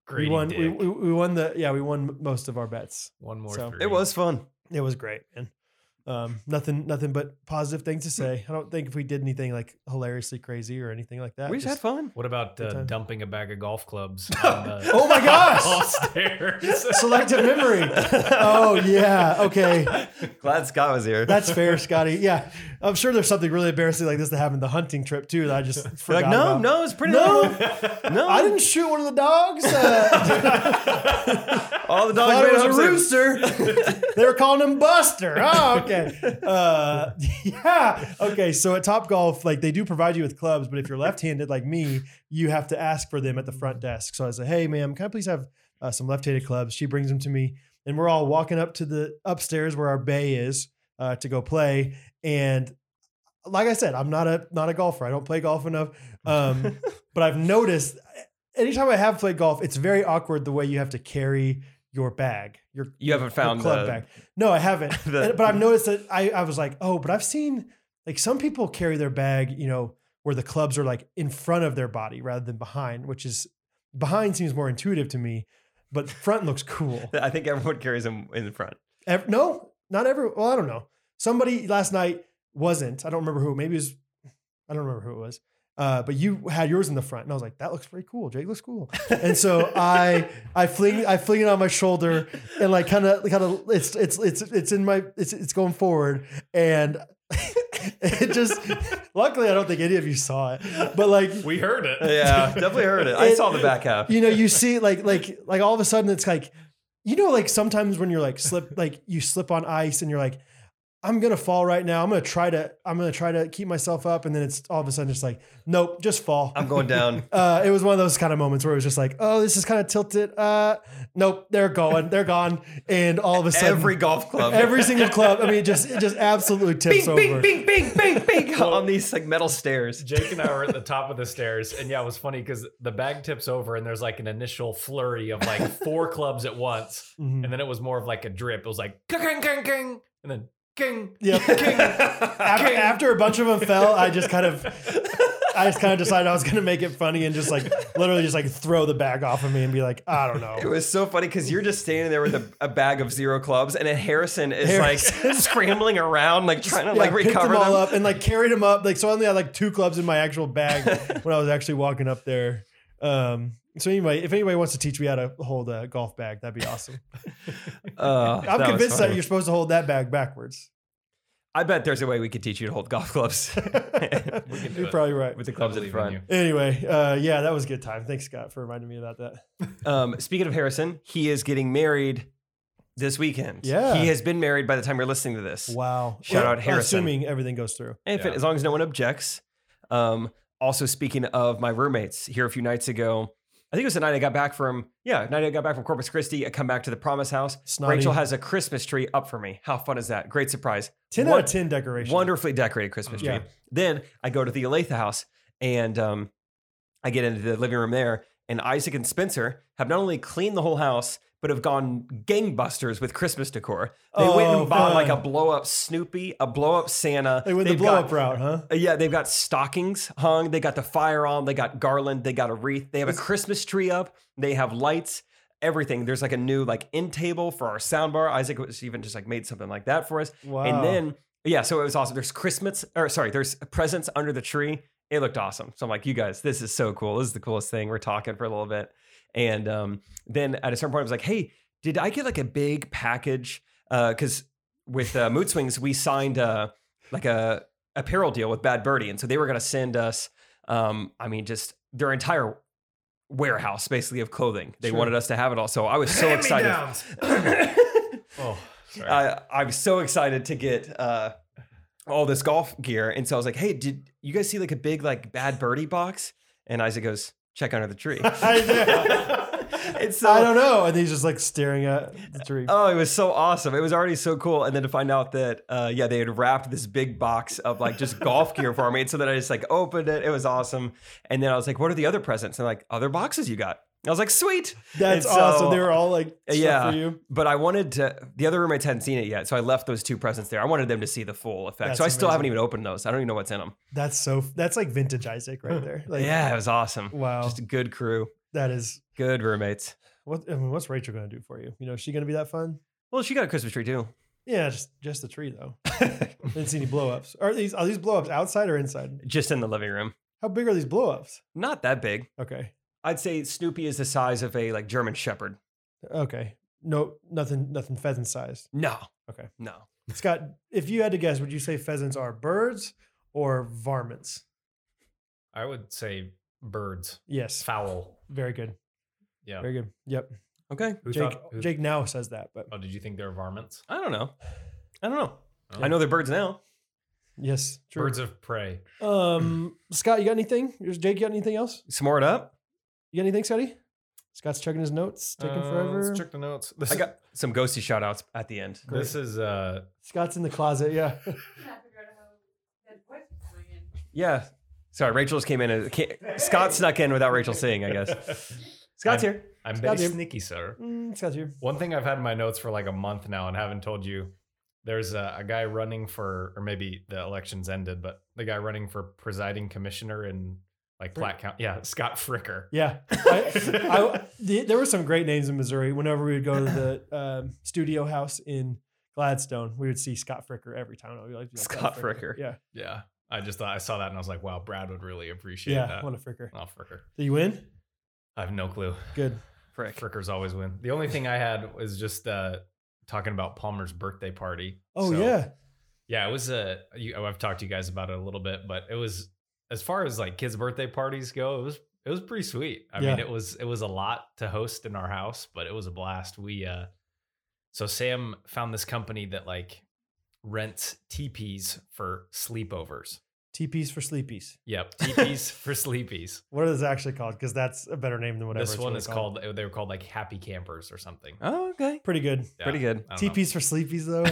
E: Greedy
B: we won. We,
E: dick.
B: we, we won the yeah. We won m- most of our bets.
E: One more.
B: So-
E: three.
A: it was fun.
B: It was great, man. Um, nothing, nothing but positive things to
E: Hmm.
B: say. I don't think if we did anything like hilariously crazy or anything like that.
A: we just had fun.
E: What about
B: Good
E: uh,
B: time.
E: dumping a bag of golf clubs? on the,
B: Oh my gosh!
E: hall stairs.
B: selective memory. Oh yeah, okay.
A: Glad Scott was here.
B: That's fair, Scotty. Yeah, I'm sure there's something really embarrassing like this that happened the hunting trip too. That I just
A: You're
B: forgot
A: like, no,
B: about.
A: no, it's pretty.
B: No.
A: little. no,
B: I didn't shoot one of the dogs. Uh,
A: All the dogs
B: thought it
A: ran
B: was a
A: upstairs.
B: rooster. they were calling him Buster. Oh, okay. Uh, yeah. Okay. So at Top Golf, like they do provide you with clubs, but if you're left-handed like me, you have to ask for them at the front desk. So I said, "Hey, ma'am, can I please have uh, some left-handed clubs?" She brings them to me, and we're all walking up to the upstairs where our bay is uh, to go play. And like I said, I'm not a not a golfer. I don't play golf enough. Um, but I've noticed anytime I have played golf, it's very awkward the way you have to carry your bag, your
A: You haven't found
B: club
A: the-
B: bag. No, I haven't.
A: The-
B: And- but I've noticed that I, I was like, oh, but I've seen like some people carry their bag, you know, where the clubs are like in front of their body rather than behind, which is behind seems more intuitive to me, but front looks cool.
A: I think everyone carries them in the front.
B: Ev- no, not every. Well, I don't know. Somebody last night wasn't. I don't remember who. Maybe it was. I don't remember who it was. Uh, but you had yours in the front, and I was like, "That looks pretty cool. Jake looks cool." And so I, I fling, I fling it on my shoulder, and like kind of, kind of, it's, it's, it's, it's in my, it's, it's going forward, and it just. Luckily, I don't think any of you saw it, but like
E: We heard it.
A: Yeah, definitely heard it. I
B: It-
A: saw the back half.
B: you know, you see like like like all of a sudden it's like, you know, like sometimes when you're like slip like you slip on ice and you're like, I'm gonna fall right now. I'm gonna try to I'm gonna try to keep myself up, and then it's all of a sudden just like, nope, just fall.
A: I'm going down.
B: Uh, it was one of those kind of moments where it was just like, oh, this is kind of tilted. Uh, nope, they're going, they're gone, and all of a sudden,
A: Every golf club.
B: every single club. I mean, it just it just absolutely tips
A: bing,
B: over.
A: bing, bing, bing, bing, bing, on these like metal stairs.
E: Jake and I were at the top of the stairs, and yeah, it was funny because the bag tips over, and there's like an initial flurry of like four clubs at once,
B: Mhm.
E: and then it was more of like a drip. It was like king, king, king, and then king,
B: Yep.
E: king.
B: after, after a bunch of them fell, I just kind of, I just kind of decided I was gonna make it funny and just like literally just like throw the bag off of me and be like, I don't
A: It
B: know.
A: was so funny because you're just standing there with a, a bag of zero clubs, and then Harrison is like scrambling around, like trying to
B: Yeah,
A: like
B: I picked
A: recover
B: them
A: them.
B: all up and like carried them up. Like so, I only had like two clubs in my actual bag when I was actually walking up there. Um, so anyway, if anybody wants to teach me how to hold a golf bag, that'd be awesome.
A: Uh,
B: I'm
A: was
B: convinced that
A: funny.
B: you're supposed to hold that bag backwards.
A: I bet there's a way we could teach you to hold golf clubs
E: We can do
B: You're
E: it.
B: probably right.
A: with the
E: I
A: clubs in
E: believe in
A: front.
E: you.
B: Anyway, uh, yeah, that was a good time. Thanks, Scott, for reminding me about that.
A: Um, speaking of Harrison, he is getting married this weekend.
B: Yeah.
A: He has been married by the time you're listening to this.
B: Wow.
A: Shout out Harrison.
B: Assuming everything goes through.
A: And if it-
E: Yeah.
A: as long as no one objects. Um, also, speaking of my roommates here a few nights ago, I think it was the night I got back from, yeah, night I got back from Corpus Christi. I come back to the Promise House.
B: Snotty.
A: Rachel has a Christmas tree up for me. How fun is that? Great surprise.
B: 10 out
A: What-
B: of 10 decoration.
A: Wonderfully decorated Christmas tree.
B: Yeah.
A: Then I go to the Olathe house and um, I get into the living room there. And Isaac and Spencer have not only cleaned the whole house, but have gone gangbusters with Christmas decor. They went
B: Oh,
A: and bought like a
B: fun.
A: blow up Snoopy, a blow up Santa.
B: They went the
A: They've
B: blow
A: got-
B: up route, huh?
A: uh, Yeah, they've got stockings hung. They got the fire on. They got garland. They got a wreath. They have a Christmas tree up. They have lights. Everything. There's like a new like end table for our sound bar. Isaac was even just like made something like that for us.
B: Wow.
A: And then yeah, so it was awesome. There's Christmas or sorry, there's presents under the tree. It looked awesome. So I'm like, you guys, this is so cool. This is the coolest thing. We're talking for a little bit. And um, then at a certain point, I was like, hey, did I get like a big package? Because with uh, Mood Swings, we signed uh, like a apparel deal with Bad Birdie, and so they were going to send us, um, I mean, just their entire warehouse basically of clothing. They
B: Sure.
A: wanted us to have it all. So I was so excited.
E: Hand-me-downs. Oh, sorry.
A: I, I was so excited to get uh, all this golf gear, and so I was like, "Hey, did you guys see like a big like Bad Birdie box?" And Isaac goes, "Check under the tree."
B: I, know.
A: and so
B: I don't know. And he's just like staring at the tree.
A: Oh, it was so awesome. It was already so cool. And then to find out that, uh, yeah, they had wrapped this big box of like just golf gear for me. And so then I just like opened it. It was awesome. And then I was like, what are the other presents? And like, other boxes you got. I was like, sweet.
B: That's
A: And so-
B: awesome. They were all like, stuff
A: Yeah.
B: for you.
A: But I wanted to, the other roommates hadn't seen it yet. So I left those two presents there. I wanted them to see the full effect.
B: That's
A: so I still
B: amazing.
A: haven't even opened those. I don't even know what's in them.
B: That's so, that's like vintage Isaac right there. Like,
A: yeah, it was awesome.
B: Wow.
A: Just a good crew,
B: That is,
A: good roommates.
B: what, I mean, what's Rachel going to do for you? You know, is she going to be that fun?
A: Well, she got a Christmas tree too.
B: Yeah, just just the tree though. Didn't see any blow ups. Are these are these blow ups outside or inside?
A: Just in the living room.
B: How big are these blow ups?
A: Not that big.
B: Okay.
A: I'd say Snoopy is the size of a like German Shepherd.
B: Okay. No, nothing, nothing pheasant sized.
A: No.
B: Okay.
A: No.
B: Scott, if you had to guess, would you say pheasants are birds or varmints?
E: I would say birds,
B: Yes.
E: fowl.
B: Very good.
E: Yeah.
B: Very good. Yep.
A: Okay.
E: Who
B: Jake,
E: thought- who-
B: Jake now says that, but
E: Oh, did you think they were varmints?
A: I don't know. I don't know.
E: Oh.
A: I know they're birds now.
B: yes, true.
E: Birds of prey.
B: Um, Scott, you got anything? Is Jake, you got anything else?
A: S'more it up.
B: You got anything, Scotty? Scott's checking his notes, taking
E: Uh,
B: forever.
E: Let's check the notes. This,
A: I got some ghosty shout outs at the end.
E: this is uh
B: Scott's in the closet. Yeah.
D: Cannot figure out how that voice is coming in.
A: Yeah. Sorry, Rachel just came in. and- ca- Scott snuck in without Rachel seeing, I guess. Scott's here.
E: I'm
B: Scott,
E: very
B: dude.
E: sneaky, sir.
B: Mm, Scott's here.
E: One thing I've had in my notes for like a month now and haven't told you. There's a, a guy running for, or maybe the election's ended, but the guy running for presiding commissioner in like Platte County. Yeah, Scott Fricker.
B: Yeah, I, I, the, there were some great names in Missouri. Whenever we would go to the um, studio house in Gladstone, we would see Scott Fricker every time. I would be like, "Yeah,
A: Scott Fricker.
B: Yeah,
E: Yeah. I just thought I saw that and I was like, wow, Brad would really appreciate
B: yeah,
E: that.
B: what a Fricker.
E: Oh, Fricker.
B: Did you win?
E: I have no clue.
B: Good.
A: Frick.
E: Frickers always win. The only thing I had was just uh, talking about Palmer's birthday party.
B: Oh
E: So,
B: yeah,
E: yeah. It was a. You, oh, I've talked to you guys about it a little bit, but it was as far as like kids' birthday parties go. It was it was pretty sweet. I mean,
B: Yeah.
E: it was it was a lot to host in our house, but it was a blast. We uh, so Sam found this company that like rents teepees for sleepovers.
B: TPs for sleepies.
E: Yep, teepees for sleepies.
B: What is it actually called? Because that's a better name than whatever.
E: this
B: it's
E: one
B: really
E: is called. They were called like happy campers or something.
A: Oh, okay.
B: Pretty good.
E: Yeah,
A: Pretty good.
E: I don't know.
B: TPs for sleepies though.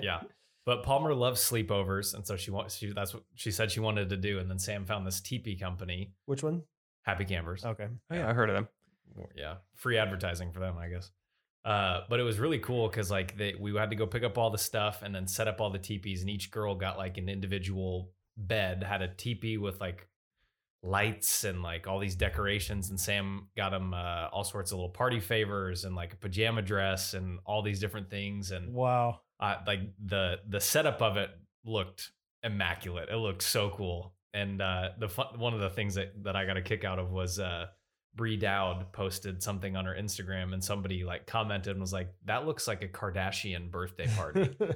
E: Yeah. But Palmer loves sleepovers, and so she wants. She, that's what she said she wanted to do. And then Sam found this teepee company,
B: Which one?
E: Happy Campers.
B: Okay.
A: Oh, yeah, I heard of them.
E: Well, yeah free advertising for them i guess uh, but it was really cool because like they, we had to go pick up all the stuff and then set up all the teepees and each girl got like an individual bed had a teepee with like lights and like all these decorations and sam got him uh, all sorts of little party favors and like a pajama dress and all these different things and
B: Wow.
E: uh, like the the setup of it looked immaculate. It looked so cool. And uh, the fun, one of the things that, that I got a kick out of was uh, Bree Dowd posted something on her Instagram, and somebody like commented and was like, "That looks like a Kardashian birthday party." and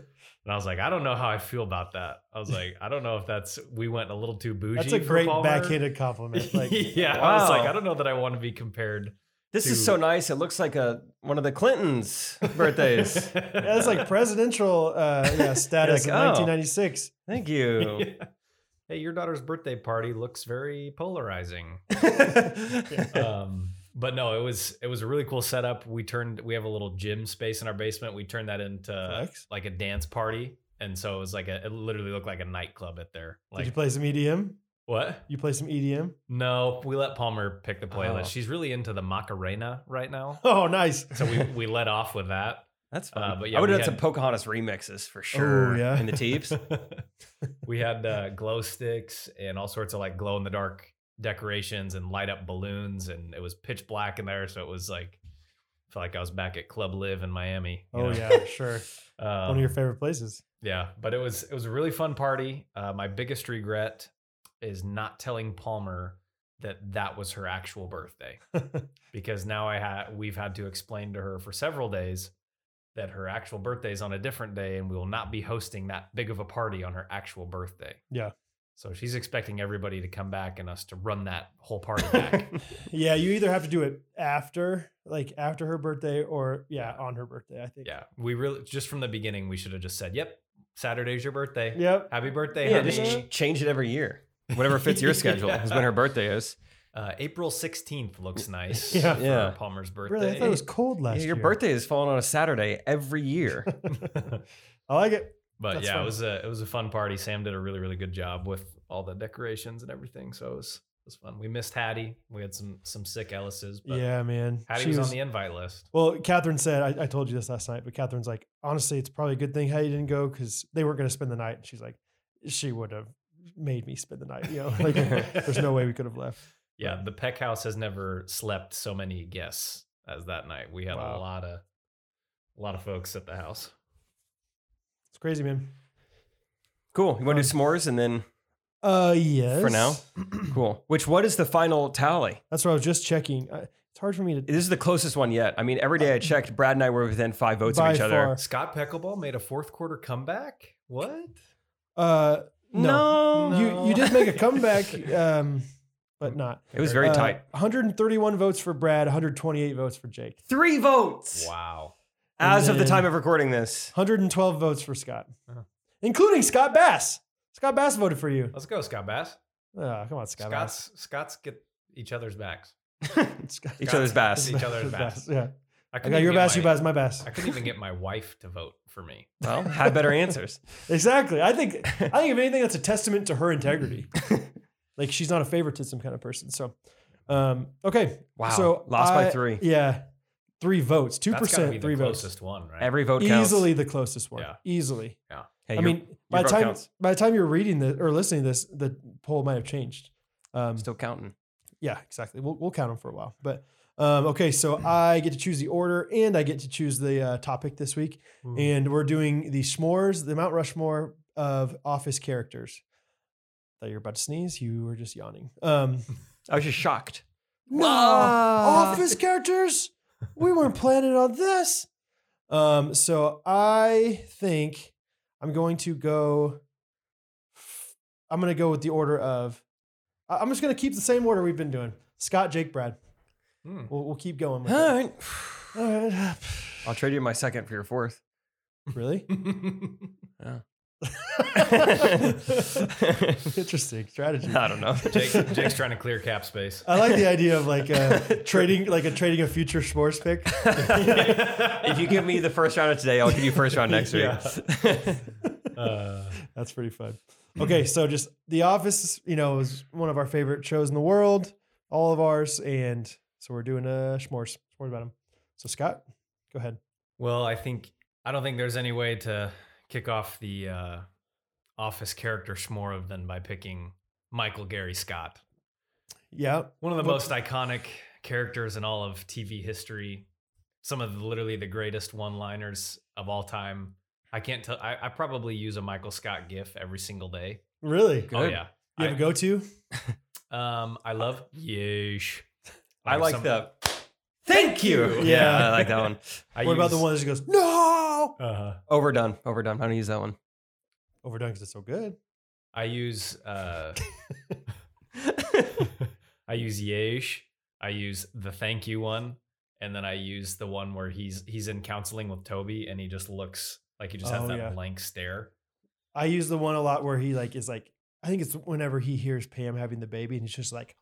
E: I was like, "I don't know how I feel about that." I was like, "I don't know if that's we went a little too bougie."
B: That's a great
E: for Palmer."
B: backhanded compliment. Like
E: yeah, I was like,
A: wow.
E: I don't know that I want to be compared.
A: This is
E: Dude.
A: so nice. It looks like a one of the Clintons' birthdays.
B: Yeah, that's like presidential uh, yeah, status
A: You're
B: in
A: like, oh.
B: 1996.
A: Thank you.
E: Yeah. Hey, your daughter's birthday party looks very polarizing. um, but no, it was it was a really cool setup. We turned we have a little gym space in our basement. We turned that into
B: Flex.
E: like a dance party, and so it was like a it literally looked like a nightclub at there.
B: Did you
E: Like
B: play some EDM?
E: what?
B: You play some E EDM?
E: No, we let Palmer pick the playlist.
A: Oh.
E: She's really into the Macarena right now,
B: Oh, nice.
E: so we we let off with that.
A: That's fun.
E: Uh, but yeah,
A: I would
E: we
A: have done some
E: had- Oh,
A: Pocahontas remixes for sure.
B: yeah.
A: In the Teeps.
E: we had uh, glow sticks and all sorts of like glow in the dark decorations and light up balloons and it was pitch black in there so it was like felt like i was back at club live in miami you
B: Oh
E: know?
B: yeah, sure.
E: Um,
B: One of your favorite places.
E: yeah but it was it was a really fun party uh, my biggest regret is not telling palmer that that was her actual birthday because now i had we've had to explain to her for several days that her actual birthday is on a different day and we will not be hosting that big of a party on her actual birthday
B: Yeah.
E: so she's expecting everybody to come back and us to run that whole party back
B: Yeah, you either have to do it after, like after her birthday, or yeah, on her birthday. I think.
E: yeah we really just from the beginning we should have just said yep saturday's your birthday
B: Yep.
E: happy birthday
A: yeah,
E: honey."
A: just ch- change it every year. Whatever fits your schedule is when her birthday is.
E: Uh, April 16th looks nice
B: Yeah.
E: for
A: Yeah.
E: Palmer's birthday.
B: Really, I thought it was cold last
A: Yeah, your
B: year.
A: birthday is falling on a Saturday every year.
B: I like it.
E: but
B: That's
E: yeah,
B: fun.
E: it was a it was a fun party. Sam did a really really good job with all the decorations and everything, so it was it was fun. We missed Hattie. We had some some sick Ellis's, but
B: yeah, man.
E: Hattie
B: She
E: was,
B: was-
E: on the invite list.
B: Well, Catherine said, I, I told you this last night, but Catherine's like, honestly, it's probably a good thing Hattie didn't go because they weren't going to spend the night. And she's like, she would have made me spend the night. You know, like there's no way we could have left.
E: Yeah, the Peck house has never slept so many guests as that night. We had a
B: Wow.
E: lot of a lot of folks at the house.
B: It's crazy, man.
A: Cool. You want to do s'mores and then
B: Uh, yes.
A: for now? Cool. Which what is the final tally?
B: That's what I was just checking. I, it's hard for me to.
A: This is the closest one yet. I mean, every day I
E: Uh,
A: checked, Brad and I were within five votes
B: By
A: of each other.
B: far.
E: Scott Peckleball made a fourth quarter comeback. What?
B: Uh, no.
A: No.
B: You you did make a comeback, um, but not.
A: It was very
B: Uh,
A: tight.
B: 131 votes for Brad, 128 votes for Jake,
A: Three votes
E: Wow.
A: as of the
B: And
A: time
B: then-
A: of recording this.
B: 112 votes for Scott,
E: Uh-huh.
B: including Scott Bass. Scott Bass voted for you.
E: Let's go, Scott Bass.
B: Oh, come on, Scott Bass.
E: Scott's Scott's get each other's backs.
B: Scott-
A: Each other's bass.
E: Each other's bass.
B: Yeah. I
E: couldn't
B: got your
E: even get
B: bass, your
E: my-
B: bass, my bass.
E: I couldn't even get my wife to vote for me.
A: Well, had better answers.
B: Exactly. I think I think if anything, that's a testament to her integrity. like she's not a favoritism kind of person. So, um, okay.
A: Wow.
B: So
A: Lost by
B: I-
A: three.
B: Yeah, three votes. Two
E: That's gotta be
B: percent.
E: the
B: Three votes.
E: closest one, right?
A: Every vote counts.
B: Easily the closest one.
E: Yeah.
B: Easily.
A: Hey,
B: I
A: your-
B: mean, by the
A: vote
B: time
A: counts.
B: by the time you're reading this or listening to this, the poll might have changed. Um,
A: still counting.
B: yeah, exactly. We'll we'll count them for a while. But um, okay, so I get to choose the order and I get to choose the uh, topic this week,
E: Ooh.
B: and we're doing the s'mores, the Mount Rushmore of Office characters. Thought you were about to sneeze. You were just yawning. Um,
A: I was just shocked.
B: no, Office characters. We weren't planning on this. Um, so I think I'm going to go. I'm going to go with the order of. I- I'm just going to keep the same order we've been doing. Scott, Jake, Brad.
E: Hmm.
B: We'll, we'll keep going. With
A: All
B: it.
A: right.
B: All right.
A: I'll trade you my second for your fourth.
B: Really? Interesting strategy.
A: I don't know.
E: Jake, Jake's trying to clear cap space.
B: I like the idea of like uh, trading, like a trading a future Schmores pick.
A: if you give me the first round of today, I'll give you first round next week.
E: Uh,
B: That's pretty fun. Okay, so just The Office, you know, is one of our favorite shows in the world, all of ours, and so we're doing a Schmores, Schmores about them. So Scott, go ahead.
E: well, I think I don't think there's any way to kick off the uh, office character schmore of than by picking Michael Gary Scott.
B: Yeah,
E: One of the
B: Well-
E: most iconic characters in all of TV history. Some of the, literally the greatest one-liners of all time. I can't tell. I, I probably use a Michael Scott GIF every single day.
B: really.
E: Oh
A: Good.
E: yeah.
B: You have a go to?
E: Um, I love yeesh.
A: I like
E: some-
A: the. Thank you.
E: you.
A: Yeah,
B: Yeah.
A: I like that one.
E: I
B: what about the
E: use-
B: one that just goes no?
E: Uh-huh.
A: Overdone. Overdone. I don't use that one.
B: Overdone because it's so good.
E: I use uh, I use yesh. I use the thank you one, and then I use the one where he's he's in counseling with Toby, and he just looks like he just has
B: Oh,
E: that
B: yeah.
E: blank stare.
B: I use the one a lot where he like is like I think it's whenever he hears Pam having the baby and he's just like,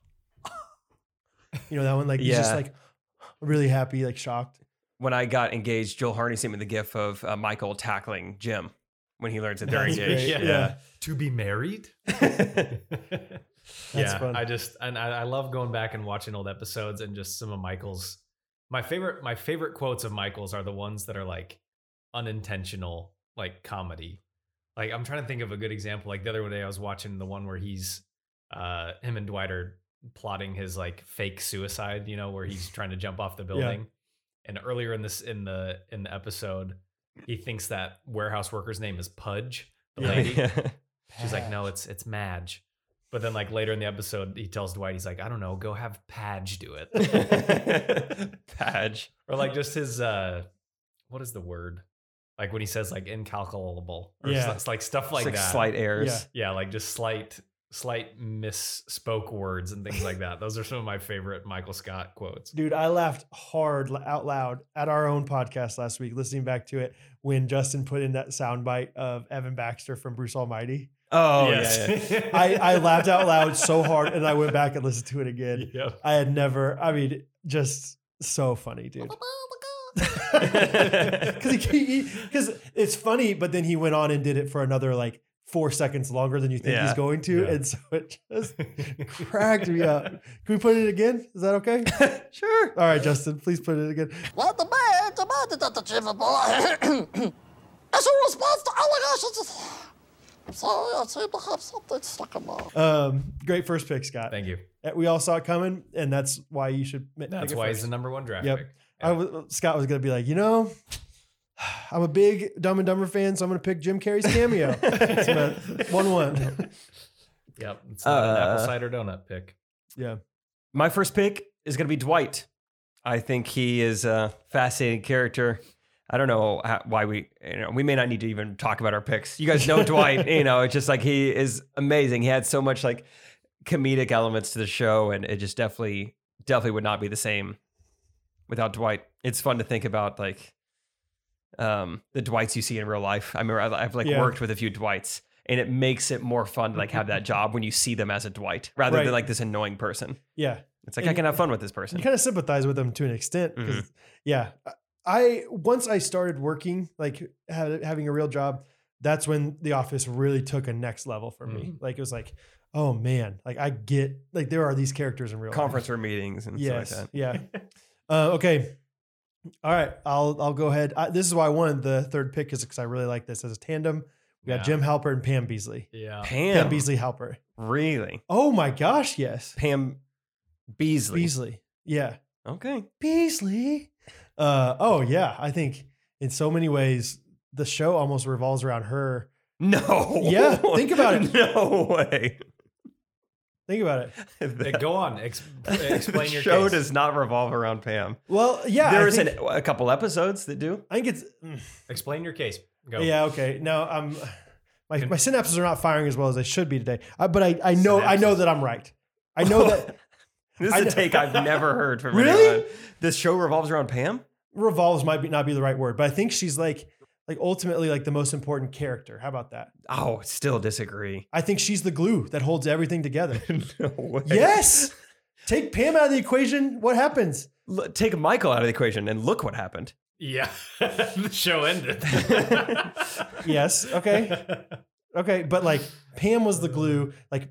B: you know that one like he's just
A: Yeah.
B: like really happy like shocked.
A: When I got engaged, Joel Harney sent me the gif of uh, Michael tackling Jim when he learns that they're
B: That's
A: engaged.
B: great.
A: Yeah.
E: To be married.
B: That's
E: yeah,
B: fun.
E: I just and I, I love going back and watching old episodes and just some of Michael's. My favorite, my favorite quotes of Michael's are the ones that are like unintentional, like comedy. Like I'm trying to think of a good example. Like the other day, I was watching the one where he's, uh, him and Dwight are plotting his like fake suicide. You know, where he's trying to jump off the building. And earlier in this in the in the episode, he thinks that warehouse worker's name is Pudge, the lady. She's like, no, it's it's Madge. But then like later in the episode, he tells Dwight, he's like, I don't know, go have Padge do it.
A: Badge.
E: or like just his uh what is the word? Like when he says like incalculable or
B: Yeah.
E: yeah. it's like stuff
A: Like,
E: like, that.
A: slight errors.
B: Yeah.
E: Yeah, like just slight slight misspoke words and things like that. Those are some of my favorite Michael Scott quotes.
B: Dude, I laughed hard la- out loud at our own podcast last week, listening back to it when Justin put in that soundbite of Evan Baxter from Bruce Almighty.
A: Oh, yeah, yeah.
E: Yes.
B: I, I laughed out loud so hard and I went back and listened to it again.
E: Yep.
B: I had never, I mean, just so funny, dude. Because it's funny, but then he went on and did it for another like four seconds longer than you think he's
A: Yeah.
B: going to.
E: Yeah.
B: And so it just cracked me up. Can we put it again? Is that okay?
A: Sure.
B: All right, Justin, please put it again.
F: Well, the man demanded that the chief of boy. As a response to allegations, I'm sorry, I seem to have something stuck in my.
B: Um, great first pick, Scott.
E: Thank you.
B: Uh, We all saw it coming, and that's why you should. ma-
E: That's
B: pick it
E: why he's
B: first.
E: the number one draft
B: Yep.
E: pick.
B: I was, Scott was gonna be like, you know, I'm a big Dumb and Dumber fan, so I'm gonna pick Jim Carrey's cameo. It's about one one.
E: Yep. It's not an apple
A: Uh,
E: cider donut pick.
B: Yeah.
A: My first pick is going to be Dwight. I think he is a fascinating character. I don't know how, why we, you know, we may not need to even talk about our picks. You guys know Dwight, you know, it's just like he is amazing. He had so much like comedic elements to the show, and it just definitely, definitely would not be the same without Dwight. It's fun to think about like um, the Dwights you see in real life. I remember I've, I've like
B: Yeah.
A: worked with a few Dwights, and it makes it more fun to like have that job when you see them as a Dwight rather
B: Right.
A: than like this annoying person.
B: Yeah.
A: It's like
B: And
A: I can have fun with this person.
B: You kind of sympathize with them to an extent.
E: Mm-hmm.
B: 'cause-
A: Mhm.
B: Yeah. I- I once I started working, like ha- having a real job, that's when the office really took a next level for me.
E: Mm-hmm.
B: Like it was like, oh man, like I get like there are these characters in real life.
A: Conference room meetings and
B: Yes.
A: stuff like
B: Yeah. Uh, okay. All right. I'll I'll go ahead. I, this is why I wanted the third pick is because I really like this as a tandem. We got
E: Yeah.
B: Jim Halpert and Pam Beasley.
E: Yeah.
A: that.
B: Pam
A: Pam, Beasley.
B: Beasley Halpert.
A: Really?
B: Oh my gosh! Yes,
A: Pam Beasley.
B: Beasley. Yeah,
A: Okay.
B: Beasley. Uh, oh yeah. I think in so many ways the show almost revolves around her.
A: No.
B: Yeah, think about it.
A: No way.
B: Think about it.
E: Hey,
A: The,
E: go on. Ex- eh, explain
A: the
E: your
A: show
E: case.
A: does not revolve around Pam.
B: Well, yeah.
A: there
B: I
A: is
B: think,
A: an, a couple episodes that do.
B: I think it's. mm,
E: explain your case. Go.
B: Yeah. Okay. No, I'm. My,
E: Can-
B: my synapses are not firing as well as they should be today. I, but I, I know I know
E: Synapses.
B: that I'm right. I know that
A: This
B: I
A: is a
B: know-
A: take I've never heard from
B: Really?
A: anyone. This show revolves around Pam?
B: revolves might be, not be the right word, but I think she's like like ultimately like the most important character. How about that?
A: Oh, still disagree.
B: I think she's the glue that holds everything together.
A: no way.
B: yes. Take Pam out of the equation. What happens?
A: L- take Michael out of the equation and look what happened.
E: Yeah, the show ended.
B: Yes. Okay. Okay, but like Pam was the glue. Like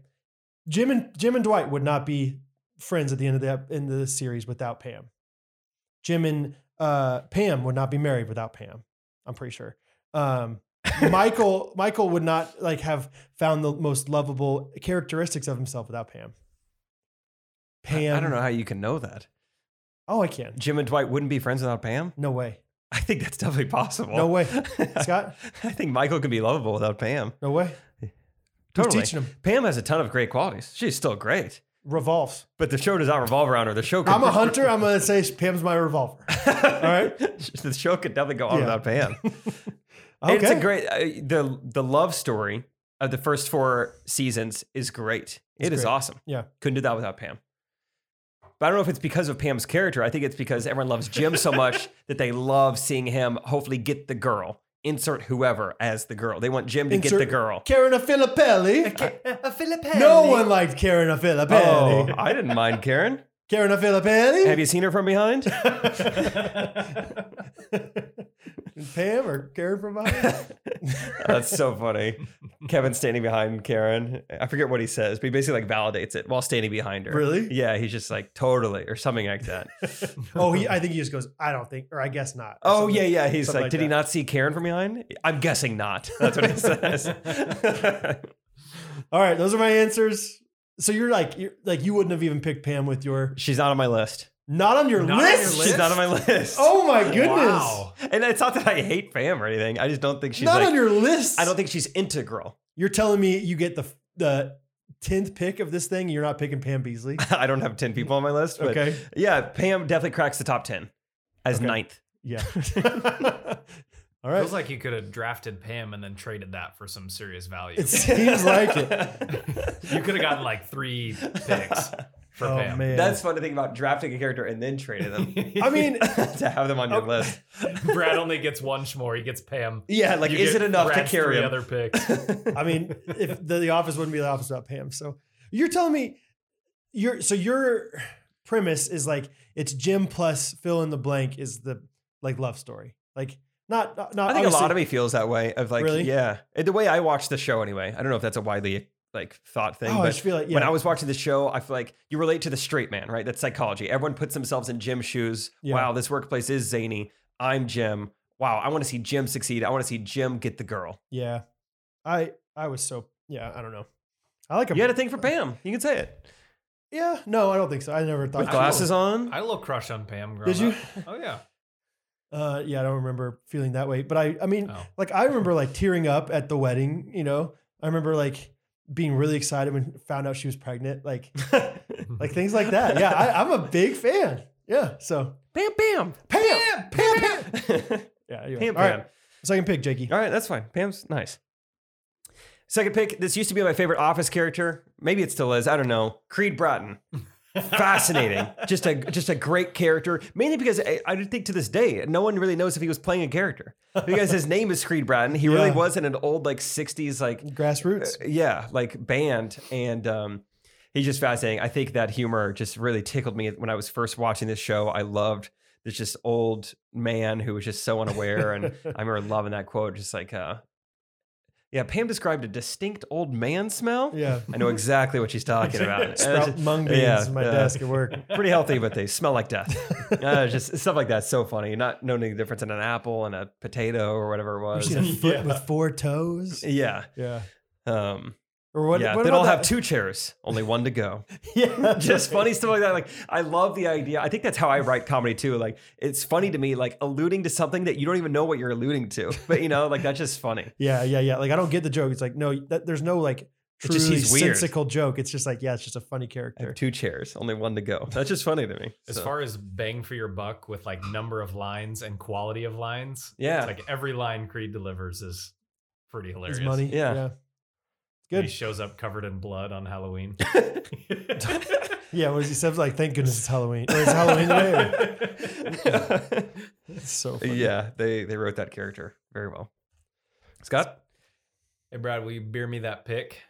B: Jim and Jim and Dwight would not be friends at the end of the end of the series without Pam. Jim and uh, Pam would not be married without Pam. I'm pretty sure. Um, Michael Michael would not like have found the most lovable characteristics of himself without Pam. Pam.
A: I don't know how you can know that.
B: Oh, I can.
A: Jim and Dwight wouldn't be friends without Pam.
B: No way.
A: I think that's definitely possible.
B: No way. Scott.
A: I think Michael can be lovable without Pam.
B: No way.
A: Totally.
B: Who's teaching him?
A: Pam has a ton of great qualities. She's still great,
B: Revolves.
A: but the show does not revolve around her. The show. Could,
B: I'm a hunter. I'm gonna say Pam's my revolver. All right.
A: the show could definitely go on
B: Yeah.
A: without Pam.
B: Okay.
A: It's a great uh, the the love story of the first four seasons is great. It's
B: great.
A: awesome.
B: Yeah.
A: couldn't do that without Pam. But I don't know if it's because of Pam's character. I think it's because everyone loves Jim so much that they love seeing him hopefully get the girl. Insert whoever as the girl. They want Jim to get
B: Insert
A: the girl.
B: Karen Filippelli. No one liked Karen Filippelli.
A: Oh, I didn't mind Karen.
B: Karen Filippelli?
A: Have you seen her from behind?
B: Pam or Karen from behind?
A: That's so funny. Kevin's standing behind Karen. I forget what he says, but he basically like validates it while standing behind her.
B: Really?
A: Yeah, he's just like totally or something like that.
B: oh, he, I think he just goes, I don't think, or I guess not. or
A: oh
B: something.
A: yeah, yeah. He's
B: something
A: like,
B: like
A: did he
B: that.
A: not see Karen from behind? I'm guessing not. That's what he says.
B: All right, those are my answers. So you're like, you're like, you wouldn't have even picked Pam with your,
A: She's not on my list.
B: not on your,
E: Not on your
B: list.
E: list?
A: She's not on my list.
B: Oh my goodness.
E: Wow.
A: and it's not that I hate Pam or anything. I just don't think she's
B: not
A: like,
B: on your list.
A: I don't think she's integral.
B: You're telling me you get the the tenth pick of this thing. You're not picking Pam Beasley.
A: I don't have ten people on my list, but
B: Okay.
A: yeah, Pam definitely cracks the top ten as ninth.
B: Yeah. All right.
E: Feels like you could have drafted Pam and then traded that for some serious value.
B: It seems like it.
E: you could have gotten like three picks for
B: Oh
E: Pam.
B: man.
A: That's fun to think about drafting a character and then trading them
B: I mean,
A: to have them on your list.
E: Brad only gets one schmore. He gets Pam.
A: Yeah, like
E: You
A: is
E: get
A: it enough
E: Brad's
A: to carry
E: three
A: him?
E: other picks?
B: I mean, if the, the office wouldn't be the office without Pam. So you're telling me your so your premise is like it's Jim plus fill in the blank is the like love story. Like not not
A: I think a lot of me feels that way. Of like,
B: Really?
A: yeah, And the way I watch the show anyway. I don't know if that's a widely like thought thing,
B: Oh, I
A: but
B: just feel like yeah.
A: when I was watching the show, I feel like you relate to the straight man, right? That's psychology. Everyone puts themselves in Jim's shoes.
B: Yeah.
A: Wow, this workplace is zany. I'm Jim. Wow, I want to see Jim succeed. I want to see Jim get the girl.
B: yeah. I I was so yeah, I don't know. I like him.
A: You had a thing for Pam. You can say it.
B: yeah, no, I don't think so. I never thought
A: With
E: I
A: glasses on.
E: I had a little crush on Pam. Growing
B: Did you?
E: Up. Oh yeah.
B: Uh, yeah, I don't remember feeling that way. But I, I mean,
E: Oh.
B: like I remember like tearing up at the wedding. You know, I remember like being really excited when found out she was pregnant. Like, like things like that. Yeah, I, I'm a big fan. Yeah. So
A: Bam, bam,
B: Pam, Pam, Pam.
A: Pam,
B: Yeah. Anyway.
A: Pam.
B: All right. Second pick, Jakey.
A: All right, that's fine. Pam's nice. Second pick. This used to be my favorite Office character. Maybe it still is. I don't know. Creed Bratton. Fascinating. just a just a great character. Mainly because I, I think to this day no one really knows if he was playing a character because his name is Creed Bratton. He really
B: Yeah.
A: was in an old like '60s like
B: Grassroots.
A: Uh, yeah like band and um he's just fascinating i think that humor just really tickled me when i was first watching this show i loved this just old man who was just so unaware and i remember loving that quote just like uh yeah pam described a distinct old man smell
B: Yeah.
A: i know exactly what she's talking about And it's
B: Sprout
A: just-
B: mung beans
A: yeah,
B: in my
A: uh,
B: desk at work.
A: pretty healthy but they smell like death uh, it's just stuff like that so funny not knowing the difference in an apple and a potato or whatever it
B: You
A: was
B: seen a foot
E: Yeah.
B: with four toes?
A: yeah
B: Yeah.
A: um
B: Or what?
A: yeah,
B: what
A: they
B: about
A: all have
B: that-
A: two chairs, only one to go.
B: Yeah.
A: Just funny stuff like that. Like, I love the idea. I think that's how I write comedy too. Like, it's funny to me, like alluding to something that you don't even know what you're alluding to. But you know, like that's just funny.
B: Yeah, yeah, yeah. Like I don't get the joke. It's like no, that, there's no like
A: It's
B: truly
A: just he's weird.
B: sensical joke. It's just like yeah, it's just a funny
A: I have
B: character.
A: two chairs, only one to go. That's just funny to me.
E: As
A: So-
E: far as bang for your buck with like number of lines and quality of lines,
A: Yeah.
E: it's like every line Creed delivers is pretty hilarious.
B: It's money.
A: Yeah.
E: And He
B: Good.
E: shows up covered in blood on Halloween.
B: Yeah. What does he say? Like thank goodness it's Halloween. Or it's Halloween today. It's so funny.
A: yeah, they they wrote that character very well. Scott?
E: Hey, Brad, will you beer me that pick?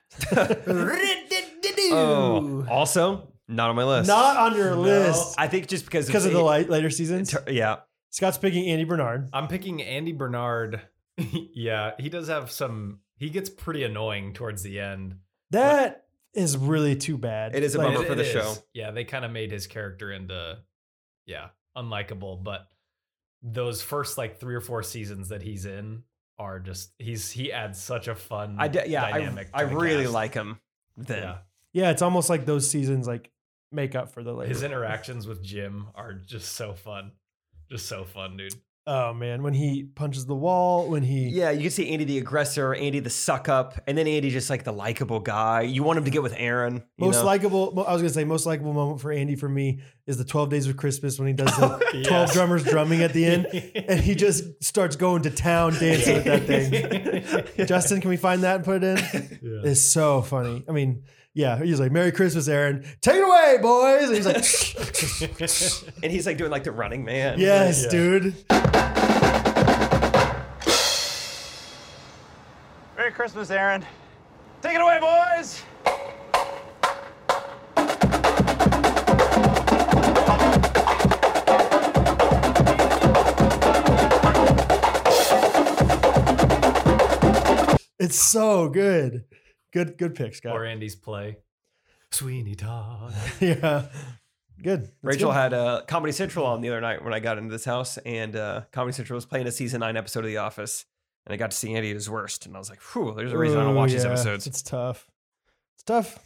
A: Oh, also not on my list.
B: Not on your list
A: I think just because
B: because of
A: it's
B: the
A: a-
B: light, later seasons.
A: ter- yeah.
B: Scott's picking Andy Bernard.
E: I'm picking Andy Bernard. yeah, he does have some. He gets pretty annoying towards the end.
B: That is really too bad.
A: It is a
B: Like,
A: bummer. for the show.
E: Yeah, they kind of made his character into, yeah, unlikable. But those first like three or four seasons that he's in are just he's he adds such a fun.
A: I d- yeah, I,
E: dynamic. to
A: I
E: the
A: really
E: cast.
A: like him then.
E: Yeah,
B: Yeah, it's almost like those seasons like make up for the later.
E: his interactions with Jim are just so fun, just so fun, dude.
B: oh man, when he punches the wall, when he
A: Yeah, you can see Andy the aggressor, Andy the suck up, and then Andy just like the likable guy. You want him to get with Aaron. you
B: most
A: know?
B: likable. mo- I was gonna say most likable moment for Andy for me is the Twelve Days of Christmas when he does
A: Oh,
B: the twelve
E: Yes.
B: drummers drumming at the end, and he just starts going to town dancing with that thing. Justin, can we find that and put it in?
E: Yeah.
B: It's so funny. I mean, yeah, he's like Merry Christmas, Aaron. Take it away, boys. And he's like,
A: and he's like doing like the running man.
B: Yes,
E: Yeah.
B: dude.
G: Merry Christmas, Aaron. Take it away, boys!
B: It's so good. Good, good pick, Scott.
E: or Andy's play. Sweeney Todd.
B: yeah, good. That's
A: Rachel
B: good.
A: had uh, Comedy Central on the other night when I got into this house, and uh, Comedy Central was playing a season nine episode of The Office, and I got to see Andy at his worst, and I was like, "Whew, there's a reason I don't
B: Ooh,
A: watch
B: yeah.
A: these episodes."
B: It's tough. It's tough.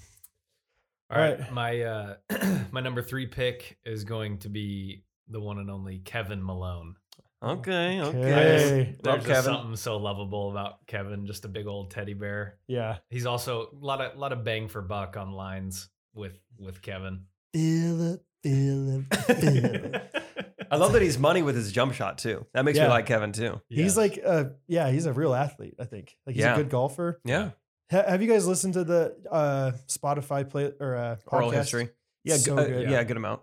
E: All
B: All
E: right.
B: right.
E: My uh my number three pick is going to be the one and only Kevin Malone.
A: Okay,
B: Okay.
A: okay.
B: Hey.
E: There's
A: Love
E: just
A: Kevin.
E: something so lovable about Kevin, just a big old teddy bear.
B: Yeah.
E: He's also a lot of lot of bang for buck on lines with with Kevin.
B: Feel it, feel it, feel it.
A: I love that he's money with his jump shot too. That makes
B: Yeah.
A: me like Kevin too.
B: He's like, a, yeah, he's a real athlete. I think. Like he's
A: Yeah.
B: a good golfer.
A: Yeah,
B: Ha- have you guys listened to the uh, Spotify play or uh,
A: oral
B: podcast?
A: history. Yeah,
B: So
A: good.
B: good.
A: yeah, good amount.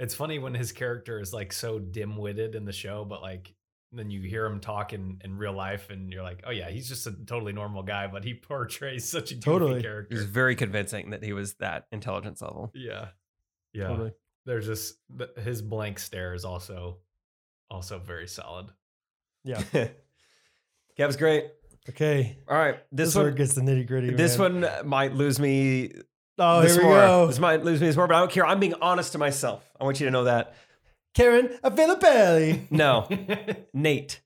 E: It's funny when his character is like so dim-witted in the show, but like then you hear him talk in, in real life and you're like, oh yeah, he's just a totally normal guy, but he portrays such a goofy
B: Totally.
A: It was
E: character.
A: very convincing that he was that intelligence level.
E: Yeah. Yeah.
B: Totally.
E: There's just th- his blank stare is also also very solid.
A: Kev's great.
B: Okay.
A: All right,
B: This,
A: this,
B: where
A: one,
B: it gets the nitty gritty.
A: this one uh, might lose me
B: Oh,
A: this
B: here we
A: more.
B: go.
A: This might lose me this more, but I don't care. I'm being honest to myself. I want you to know that.
B: Karen Filippelli.
A: No, Nate.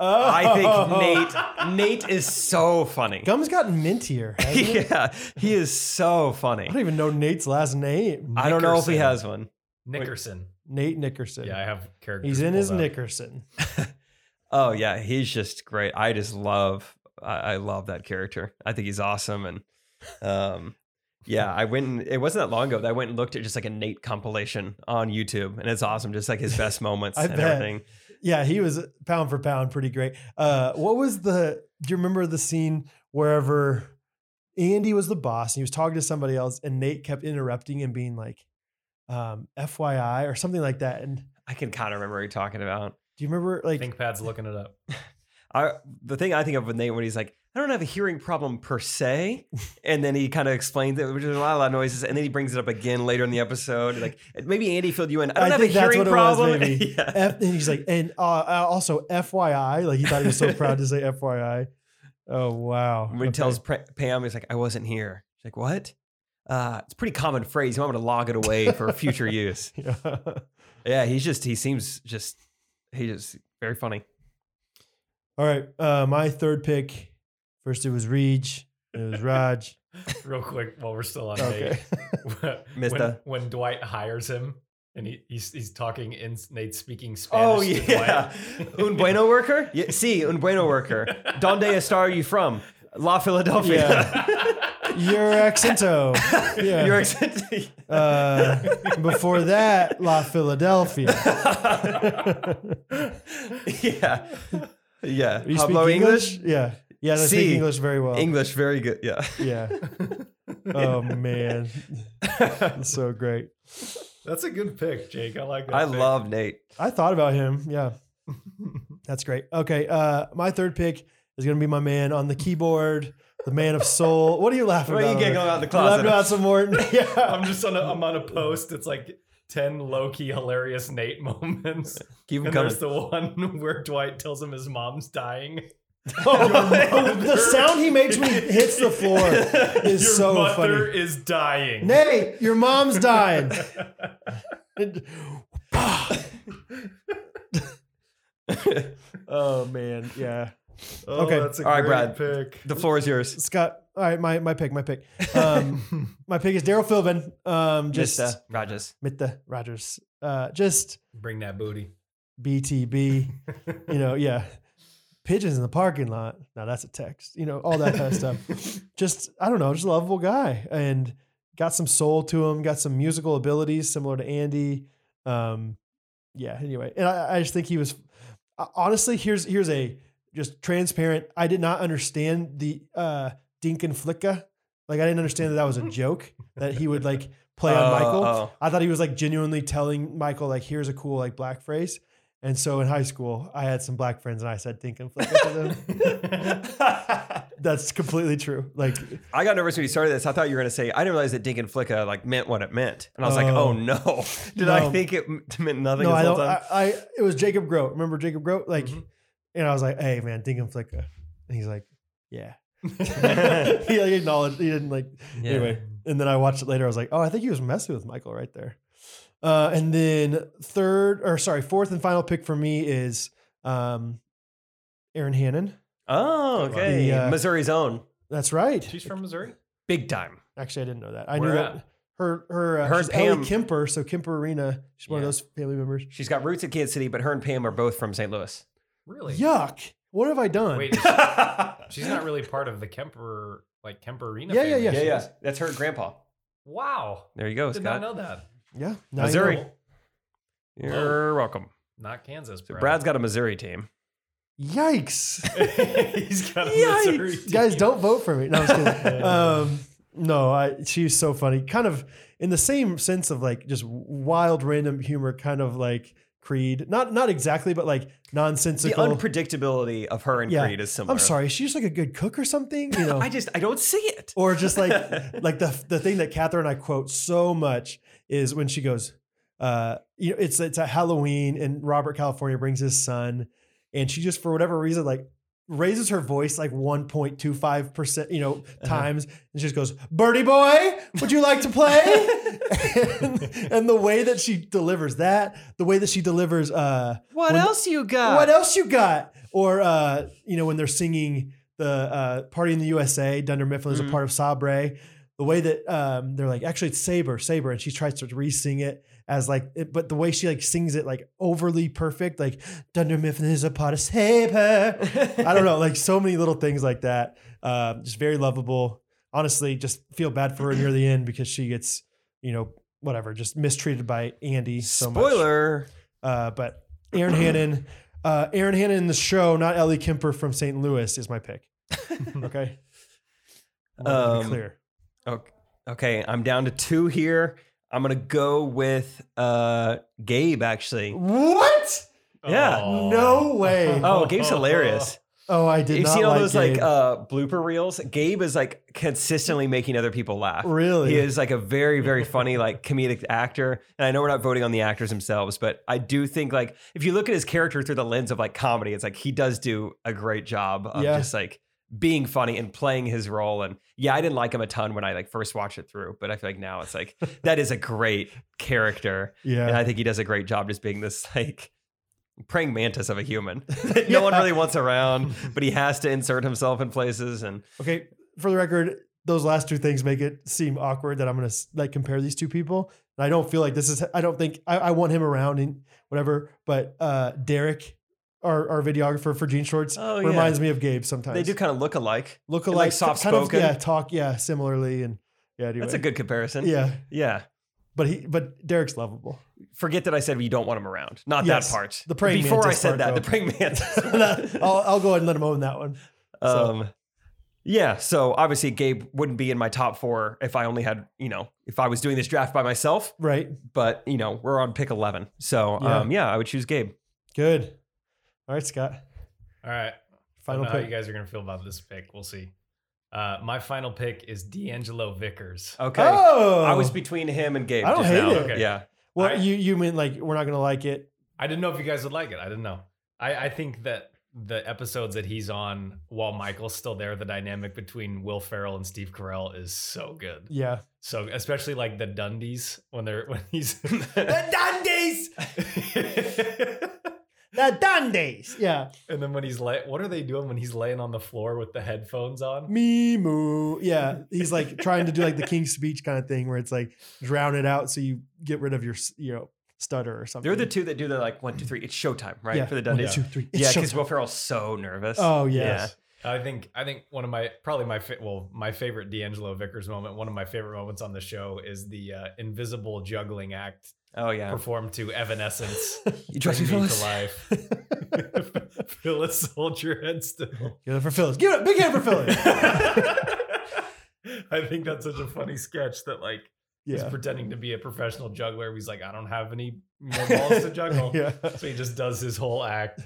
B: Oh.
A: I think Nate. Nate is so funny.
B: Gum's gotten mintier. hasn't it?
A: yeah, he is so funny.
B: I don't even know Nate's last name.
A: I don't know if he
E: Nickerson.
A: has one.
E: Nickerson.
B: Nate Nickerson.
E: Yeah, I have characters.
B: He's in his
E: pulled up.
B: Nickerson. Um,
A: Oh yeah, he's just great. I just love. I, I love that character. I think he's awesome. And um, yeah, I went. And, it wasn't that long ago that I went and looked at just like a Nate compilation on YouTube, and it's awesome. Just like his best moments
B: I
A: and
B: bet.
A: everything.
B: Yeah, he was pound for pound pretty great. Uh, what was the? Do you remember the scene wherever Andy was the boss and he was talking to somebody else, and Nate kept interrupting and being like, um, "FYI" or something like that? And do
A: I can kind of remember what you're talking about.
B: you remember like?
E: ThinkPad's looking it up.
A: I the thing I think of with Nate when he's like, I don't have a hearing problem per se, and then he kind of explains it, which is a lot, a lot of noises, and then he brings it up again later in the episode. Like maybe Andy filled you in. I don't
B: I
A: have
B: think
A: a
B: that's
A: hearing
B: what it was,
A: problem.
B: maybe.
A: Yeah.
B: F, and he's like, and uh, uh, also FYI, like he thought he was so proud to say FYI. Oh wow!
A: When he
B: Okay.
A: tells Pr- Pam, he's like, I wasn't here. She's like, what? Uh, it's a pretty common phrase. You want me to log it away for future use?
B: Yeah.
A: Yeah, he's just he seems just he just very funny.
B: All right. Uh, my third pick. First, it was Reej. It was Raj.
E: Real quick while we're still on
B: Okay.
E: Nate. when,
A: Mister.
E: when Dwight hires him and he, he's he's talking in Nate's speaking Spanish.
A: Oh
E: to
A: yeah,
E: Dwight.
A: un bueno worker. Yeah, sí, un bueno worker. Donde está are you from? La Philadelphia.
B: Your accento. Yeah.
A: Your accent.
B: uh, before that, La Philadelphia.
A: yeah, yeah.
B: You
A: Pablo
B: speak
A: English.
B: Yeah. Yeah, I speak
A: Si.
B: English very well.
A: English, very good. Yeah.
B: Yeah. Oh man, That's so great.
E: That's a good pick, Jake. I like that.
A: I
E: pick.
A: love Nate.
B: I thought about him. Yeah. That's great. Okay. Uh, my third pick is going to be my man on the keyboard, the man of soul. What are you laughing
A: What are
B: about?
A: you
B: over there?
A: giggling out the
B: I laughed
A: closet?
B: about some Morton. yeah.
E: I'm just on a I'm on a post. It's like ten low key hilarious Nate moments.
A: Keep them
E: And
A: coming.
E: there's the one where Dwight tells him his mom's dying.
B: Oh, the sound he makes when he hits the floor is
E: Your
B: so
E: mother
B: funny.
E: is dying.
B: Nay, your mom's dying. oh man, yeah.
E: Oh,
B: okay.
E: that's a
A: All right,
E: great
A: Brad.
E: pick.
A: the floor is yours.
B: Scott, all right, my my pick, my pick. Um, my pick is Daryl Philbin. Um, just
A: Mr. Rogers.
B: Mitta Rogers. Uh, just
E: Bring that booty.
B: BTB. you know, yeah. Pigeons in the parking lot. Now that's a text. You know, all that kind of stuff. Just I don't know, just a lovable guy and got some soul to him. Got some musical abilities similar to Andy. Um, yeah. Anyway, and I, I just think he was uh, honestly. Here's here's a just transparent. I did not understand the uh, Dink and Flicka. Like I didn't understand that that was a joke that he would like play on
A: Oh,
B: Michael.
A: oh.
B: I thought he was like genuinely telling Michael like, "Here's a cool like black phrase." And so in high school, I had some black friends, and I said "Dink and Flicka" to them. That's completely true. Like,
A: I got nervous when you started this. I thought you were going to say, I didn't realize that Dink and Flicka like meant what it meant. And I was like,
B: Oh.
A: oh no. Did I
B: No.
A: think it m- meant nothing
B: no,
A: this
B: I
A: whole
B: don't.
A: time? Mm-hmm.
B: I, I it was Jacob Grote. Remember Jacob Grote? Like, and I was like, "Hey, man, Dink and Flicka," and he's like, "Yeah." he like acknowledged. He didn't like
A: Yeah.
B: anyway. And then I watched it later. I was like, "Oh, I think he was messing with Michael right there." Uh, and then third, or sorry, fourth and final pick for me is um, Aaron Hannon.
A: Oh, okay.
B: The, uh,
A: Missouri's own.
B: That's right.
E: She's from Missouri.
A: Big time.
B: Actually, I didn't know that. I
E: Where
B: knew
E: at?
B: that her her uh,
A: Her
B: she's Ellie
A: Pam-
B: Kemper. So Kemper Arena, she's one
A: Yeah.
B: of those family members.
A: She's got roots in Kansas City, but her and Pam are both from St. Louis.
E: Really?
B: Yuck! What have I done?
E: Wait,
A: yeah,
E: she's not really part of the Kemper like Kemper Arena.
B: Yeah, yeah,
E: family.
B: yeah.
E: She
A: yeah.
E: is.
A: That's her grandpa.
E: Wow.
A: There you go,
E: Did
A: Scott.
E: not know that.
B: Yeah, now you
A: Missouri.
B: know. Oh.
A: You're welcome.
E: Not Kansas.
A: So
E: Brad.
A: Brad's got a Missouri team.
B: Yikes!
E: He's got a Missouri.
B: Yikes. Guys, don't vote for me. No, I'm just kidding. um, no, I, she's so funny. Kind of in the same sense of like just wild, random humor, kind of like Creed. Not not exactly, but like
A: The
B: nonsensical.
A: unpredictability of her and
B: Yeah.
A: Creed is similar.
B: I'm sorry, she's like a good cook or something. You know, Oh,
A: I just I don't see it.
B: or just like like the the thing that Catherine and I quote so much is when she goes, uh, you know, it's it's a Halloween and Robert California brings his son, and she just for whatever reason like raises her voice like 1.25 percent, you know, times, and she just goes, "Birdie boy, would you like to play?" and, and the way that she delivers that, the way that she delivers, uh,
A: What
B: When-
A: else you got?
B: what else you got? Or uh, you know, when they're singing the uh, Party in the USA, Dunder Mifflin
A: Mm-hmm.
B: is a part of Sabre. The way that um, they're like, actually, it's Saber, Saber, and she tries to re-sing it as like, it, but the way she like sings it like overly perfect, like Dunder Mifflin is a part of Saber. I don't know, like so many little things like that. Um, just very lovable. Honestly, just feel bad for her near the end because she gets, you know, whatever, just mistreated by Andy. So much.
A: Spoiler.
B: Uh, but Aaron Hannon, uh, Aaron Hannon in the show, not Ellie Kemper from St. Louis, is my pick. Okay. Wanted to be
A: Um,
B: clear.
A: Okay, okay, I'm down to two here. I'm gonna go with uh Gabe actually.
B: What?
A: Yeah.
E: Aw.
B: No way.
A: Oh, Gabe's hilarious.
B: Oh, I did
A: You've
B: not
A: seen all
B: like
A: those
B: Gabe.
A: like uh blooper reels. Gabe is like consistently making other people laugh.
B: Really?
A: He is like a very, very funny, like comedic actor. And I know we're not voting on the actors themselves, but I do think like if you look at his character through the lens of like comedy, it's like he does do a great job of
B: Yeah.
A: just like being funny and playing his role. And yeah, I didn't like him a ton when I like first watched it through, but I feel like now it's like that is a great character. And
B: yeah.
A: I think he does a great job just being this like praying mantis of a human that no one
B: Yeah.
A: really wants around, but he has to insert himself in places. And
B: Okay. For the record, those last two things make it seem awkward that I'm gonna like compare these two people. And I don't feel like this is. I don't think I, I want him around and whatever. But uh Derek, our, our videographer for Gene Shorts,
A: Oh, yeah.
B: reminds me of Gabe sometimes.
A: they do kind of look alike.
B: look
A: like
B: alike,
A: soft-spoken.
B: kind of- yeah, talk, yeah, similarly, and yeah. Anyway.
A: That's a good comparison.
B: Yeah,
A: Yeah.
B: but he, but Derek's lovable.
A: Forget that I said you don't want him around. Not
B: Yes.
A: that part.
B: The praying
A: Before
B: mantis
A: I said
B: part,
A: that,
B: though.
A: the praying mantis.
B: I'll, I'll go ahead and let him own that one.
A: um, Yeah. So obviously, Gabe wouldn't be in my top four if I only had, you know, if I was doing this draft by myself.
B: Right.
A: But, you know, we're on pick 11. So,
B: Yeah.
A: um, yeah I would choose Gabe.
B: Good. All right, Scott.
E: All right.
A: Oh,
B: Final
E: I don't know how
B: pick.
E: you guys are going to feel about this pick. We'll see. Uh, my final pick is D'Angelo Vickers.
A: Okay.
B: Oh,
A: I was between him and Gabe.
B: I don't
A: just
B: hate
A: now.
B: it.
E: Okay.
A: Yeah.
B: Well,
E: I-
B: you you mean like we're not gonna like it?
E: I didn't know if you guys would like it. I didn't know. I, I think that the episodes that he's on while Michael's still there, the dynamic between Will Ferrell and Steve Carell is so good.
B: Yeah.
E: So especially like the Dundies when they're when he's the Dundies.
B: The Dundies. Yeah.
E: and then when he's lay, what are they doing when he's laying on the floor with the headphones on?
B: Me moo. Yeah. He's like trying to do like the King's Speech kind of thing, where it's like drown it out so you get rid of your s- you know stutter or something.
A: They're the two that do the like one, two, three. It's showtime, right?
B: yeah.
A: For the
B: One,
A: Dundies.
B: two, three. It's
A: Yeah,
B: showtime.
A: because Will Ferrell's so nervous.
B: Oh yes.
E: I think I think one of my probably my fa- well my favorite D'Angelo Vickers moment, one of my favorite moments on the show is the uh, invisible juggling act
A: Oh yeah.
E: performed to Evanescence.
A: You
E: Bring
A: trust me, Phyllis?
E: to life. Phyllis, hold your head still.
B: Give it for Phyllis. Give it big hand for Phyllis.
E: I think that's such a funny sketch that like he's
B: yeah.
E: pretending to be a professional juggler. He's like, I don't have any more balls to juggle.
B: Yeah.
E: So he just does his whole act.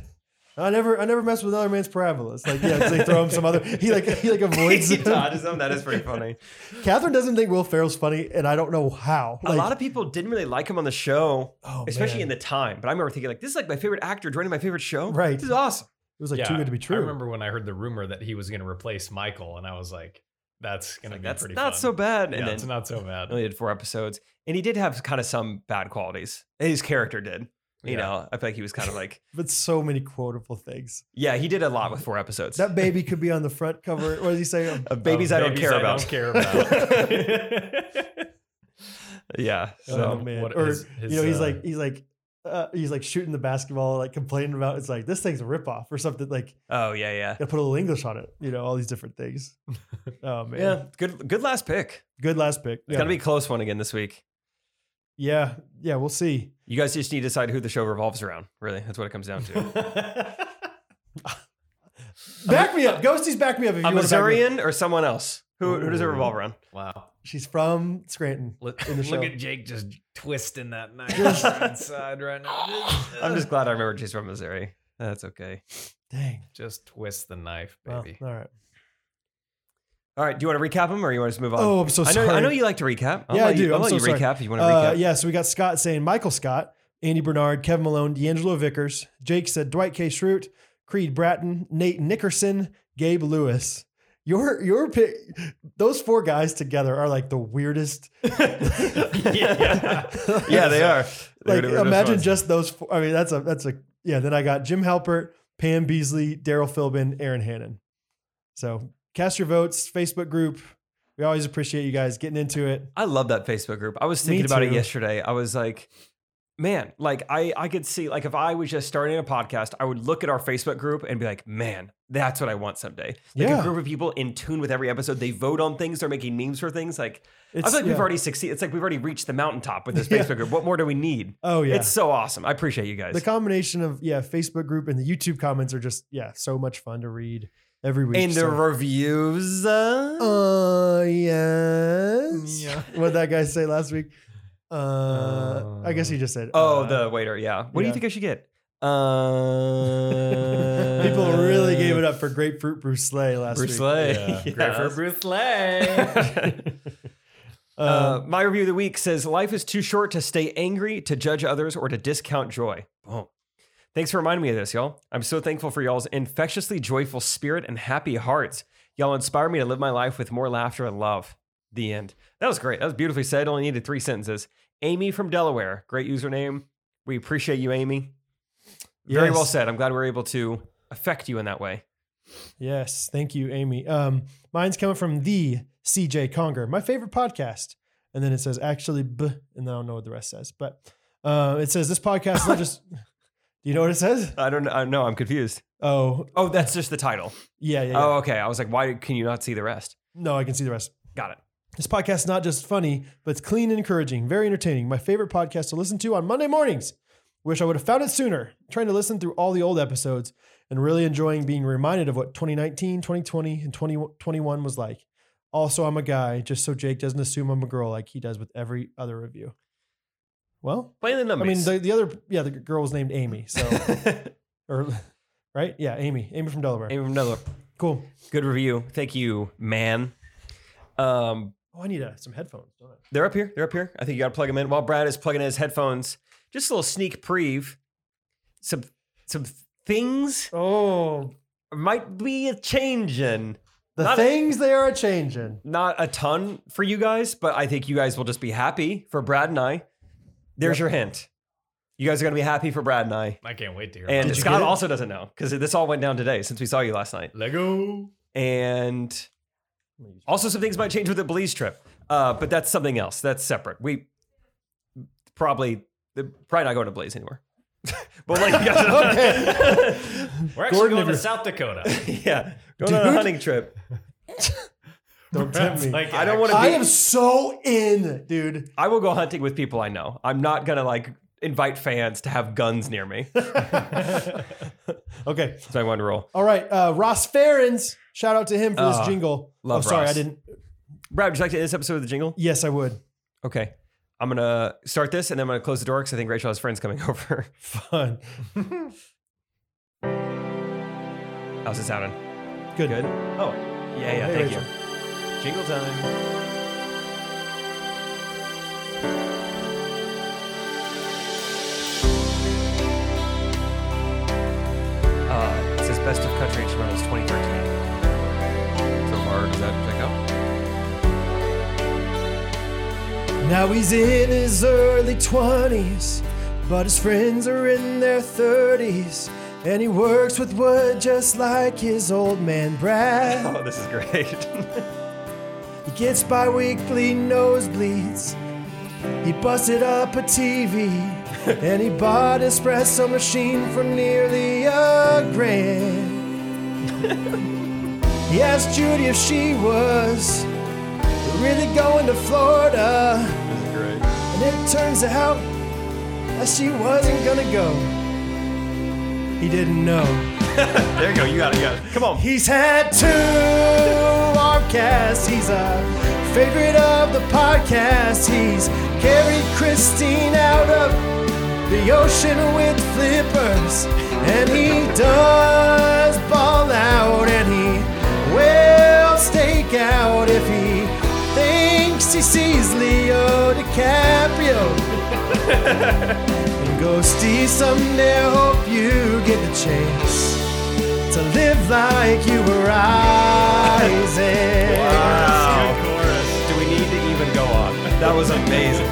B: I never I never mess with another man's parabola. It's like yeah, it's like throw him some other. He like he like avoids.
A: He
B: it.
A: dodges them. That is pretty funny.
B: Catherine doesn't think Will Ferrell's funny, and I don't know how.
A: a lot of people didn't really like him on the show,
B: Oh,
A: especially
B: man.
A: in the time. But I remember thinking like, this is like my favorite actor joining my favorite show.
B: Right.
A: This is awesome.
B: it was like
E: Yeah,
B: too good to be true.
E: I remember when I heard the rumor that he was going to replace Michael, and I was like, that's going to
A: Like,
E: be
A: that's
E: pretty
A: not
E: fun.
A: so bad.
E: Yeah,
A: And
E: it's
A: then
E: not so bad.
A: only did four episodes, and he did have kind of some bad qualities. His character did. You
E: Yeah.
A: know, I feel like he was kind of like,
B: but so many quotable things.
A: yeah, he did a lot with four episodes.
B: That baby could be on the front cover. What does he say?
A: Of babies I don't
E: Babies
A: care about.
E: Don't care about.
A: Yeah.
B: oh
A: So
B: man!
E: what
B: or
E: is his,
B: you know, he's
E: uh,
B: like he's like uh, he's like shooting the basketball, like complaining about it's like this thing's a ripoff or something. Like
A: oh yeah, yeah.
B: gotta put a little English on it. You know, all these different things. Oh man!
A: Yeah. Good good last pick.
B: Good last pick.
A: It's
B: Yeah.
A: gotta be a close one again this week.
B: yeah, yeah. We'll see.
A: You guys just need to decide who the show revolves around. Really, that's what it comes down to.
B: Back me up, Ghosty's. Back me up. If you
A: a
B: wanna back me up.
A: Missourian or someone else? Who, who does it revolve around?
E: wow.
B: She's from Scranton.
E: Look,
B: in the show.
E: look at Jake just twisting that knife uh, inside right now. Just,
A: I'm just glad I remember she's from Missouri. That's okay.
B: Dang.
E: just twist the knife,
B: Well,
E: baby.
B: all right.
A: All right. Do you want to recap them or you want us to move on?
B: Oh, I'm so
A: I know, I
B: sorry.
A: know you like to recap. I'll
B: Yeah, I
A: let you,
B: do.
A: I'll
B: I'm
A: let
B: so
A: you
B: sorry.
A: recap if you want to
B: Uh,
A: recap.
B: yeah, so we got Scott saying Michael Scott, Andy Bernard, Kevin Malone, D'Angelo Vickers. Jake said Dwight K. Schrute, Creed Bratton, Nate Nickerson, Gabe Lewis. Your your pick, those four guys together are like the weirdest.
E: yeah.
A: Yeah, they are. They're
B: Like
A: the weirdest
B: imagine
A: ones.
B: just those. Four, I mean, that's a that's a yeah. Then I got Jim Halpert, Pam Beasley, Daryl Philbin, Aaron Hannon. So cast your votes. Facebook group. We always appreciate you guys getting into it.
A: I love that Facebook group. I was thinking
B: Me
A: about it
B: too.
A: yesterday. I was like, man, like I I could see like if I was just starting a podcast, I would look at our Facebook group and be like, man, that's what I want someday. Like
B: Yeah.
A: a group of people in tune with every episode. They vote on things. They're making memes for things. Like I
B: It's-
A: feel like
B: yeah.
A: we've already succeeded. It's like we've already reached the mountaintop with this
B: Yeah.
A: Facebook group. What more do we need?
B: Oh yeah,
A: It's so awesome. I appreciate you guys.
B: the combination of yeah facebook group and the youtube comments are just yeah so much fun to read every week
A: and the
B: so.
A: reviews. Uh,
B: uh yes
E: Yeah.
B: what did that guy say last week uh, i guess he just said
A: oh,
B: uh,
A: the waiter. Yeah. What do
B: yeah.
A: you think I should get? Uh,
B: people really gave it up for grapefruit bruce slay last
A: Bruce
B: week
A: Lay.
E: Yeah. Great
A: Yes.
E: for Bruce Lay.
B: Um,
A: Uh, my review of the week says life is too short to stay angry, to judge others, or to discount joy. Boom. Thanks for reminding me of this, y'all. I'm so thankful for y'all's infectiously joyful spirit and happy hearts. Y'all inspire me to live my life with more laughter and love. The end. That was great. That was beautifully said. Only needed three sentences. Amy from Delaware, great username. We appreciate you, Amy. Very
B: Yes.
A: well said. I'm glad we are able to affect you in that way.
B: Yes, thank you, Amy. Um, mine's coming from the CJ Conger, my favorite podcast. And then it says actually, b, and I don't know what the rest says, but uh, it says this podcast is not just. Do you know what it says?
A: I don't know. No, I'm confused.
B: Oh,
A: Oh, that's just the title.
B: yeah, yeah. yeah.
A: Oh, okay. I was like, why can you not see the rest?
B: No, I can see the rest.
A: Got it.
B: This podcast is not just funny, but it's clean and encouraging, very entertaining. My favorite podcast to listen to on Monday mornings. Wish I would have found it sooner. trying to listen through all the old episodes and really enjoying being reminded of what 2019, 2020, and 2021 was like. Also, I'm a guy, just so Jake doesn't assume I'm a girl like he does with every other review. Well,
A: Play the
B: I mean,
A: numbers.
B: the, the other, yeah, the girl was named Amy. So, or right? Yeah, Amy, Amy from Delaware.
A: Amy from Delaware.
B: Cool.
A: Good review. Thank you, man. Um,
B: Oh, I need uh, some headphones. Don't I?
A: they're up here. They're up here. I think you got to plug them in. While Brad is plugging in his headphones, just a little sneak preview. Some some things
B: Oh,
A: might be a changing.
B: the
A: Not-
B: things they are a changing.
A: Not a ton for you guys, but I think you guys will just be happy for Brad and I. There's your hint. You guys are going to be happy for Brad and I.
E: I can't wait to hear.
A: And
E: about it.
A: Scott also doesn't know because this all went down today since we saw you last night.
E: Lego.
A: and also some things might change with the Belize trip. Uh, but that's something else. That's separate. We probably probably not going to Belize anymore. but like, you guys know,
E: We're actually
B: Gordon,
E: going to
B: if
E: South Dakota.
A: yeah, going on a hunting trip.
B: Don't tempt me.
E: Like,
A: I don't want to.
B: I
A: Be,
B: am so in, dude.
A: I will go hunting with people I know. I'm not gonna like invite fans to have guns near me.
B: Okay.
A: so I want to roll.
B: All right. Uh, Ross Ferrens. Shout out to him for
A: Ah,
B: this jingle.
A: love
B: oh, sorry,
A: Ross.
B: I didn't.
A: Brad, would you like to end this episode with the jingle?
B: Yes, I would.
A: Okay. I'm gonna start this and then I'm gonna close the door because I think Rachel has friends coming over.
B: Fun.
A: How's it sounding?
B: Good.
A: Good. Oh, yeah, yeah.
B: hey,
A: thank
B: Rachel.
A: you. Jingle time. Uh, it says best of country instrumentals 2013. So far, does that check out?
B: Now he's in his early 20s, but his friends are in their 30s, and he works with wood just like his old man Brad.
A: Oh, this is great.
B: He gets bi weekly nosebleeds. He busted up a TV, and he bought espresso machine for nearly a grand. he asked Judy if she was really going to Florida.
A: this is great.
B: And it turns out that she wasn't gonna go. He didn't know.
A: There you go. You got it. You got it. Come on.
B: He's had two armcasts. He's a favorite of the podcast. He's carried Christine out of the ocean with flippers. And he does ball out and he will stake out if he thinks he sees Leo DiCaprio. and Ghosty, someday I hope you get the chance to live like you were rising.
A: Wow. Do we need to even go on? That was amazing.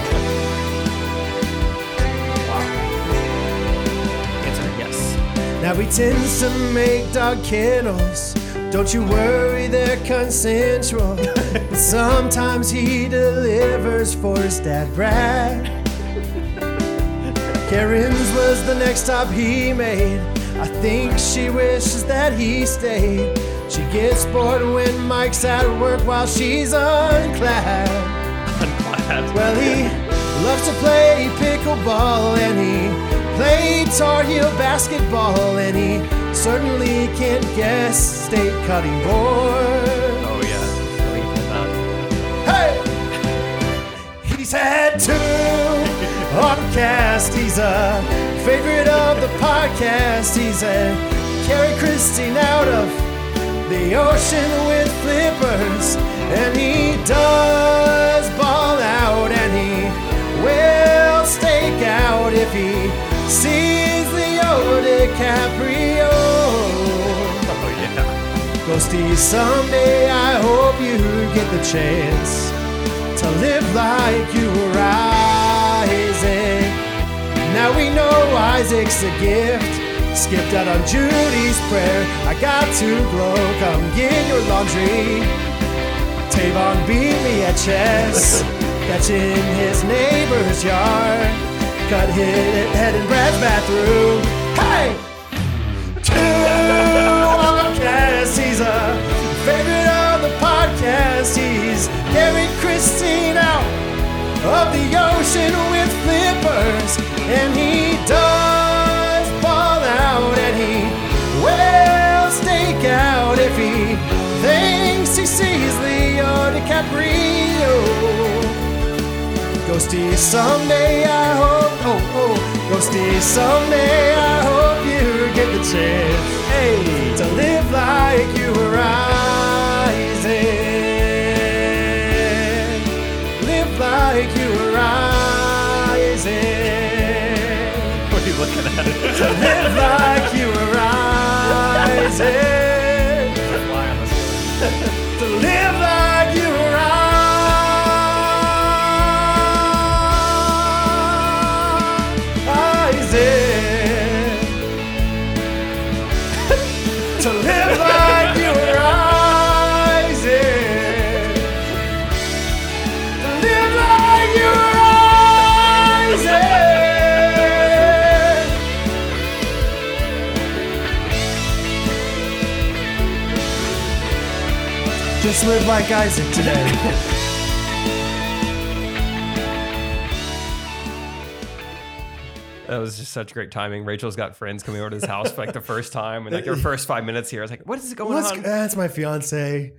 A: Answer yes.
B: Now he tends to make dog kennels. Don't you worry, they're consensual. But Sometimes he delivers for his dad, Brad. Karen's was the next stop he made. I think she wishes that he stayed. She gets bored when Mike's at work while she's unclad. Well, he loves to play pickleball and he played Tar Heel basketball and he certainly can't guess state cutting board.
A: Oh yeah. I mean, uh,
B: Hey! He's had two podcasts. He's a favorite of the podcast. He's a Carrie Christine out of the ocean with flippers. And he does ball out and he will stake out if he sees Leo DiCaprio.
A: oh yeah.
B: Ghosty, someday I hope you get the chance to live like you were Isaac. Now we know Isaac's a gift. Skipped out on Judy's prayer. I got to glow. Come get your laundry. Tavon beat me at chess. That's in his neighbor's yard. Got hit at head in Brad's bathroom. Hey! two podcasts. He's a favorite of the podcast. He's carried Christine out of the ocean with flippers, and he does ball out, and he will stake out if he thinks he sees Leo DiCaprio. Ghosty, someday I hope, oh, oh, Ghosty, someday I hope you get the a chance hey. to live like you were rising. Live like you were rising.
E: What are you looking at?
B: Live like you were rising.
E: Fly on the ceiling.
B: To live like you were rising. To live like you were rising. To live like you were rising. Just live like Isaac today.
A: That was just such great timing. Rachel's got friends coming over to his house for like the first time, and like their first five minutes here, I was like, what is going
B: Let's,
A: on?
B: that's my fiance.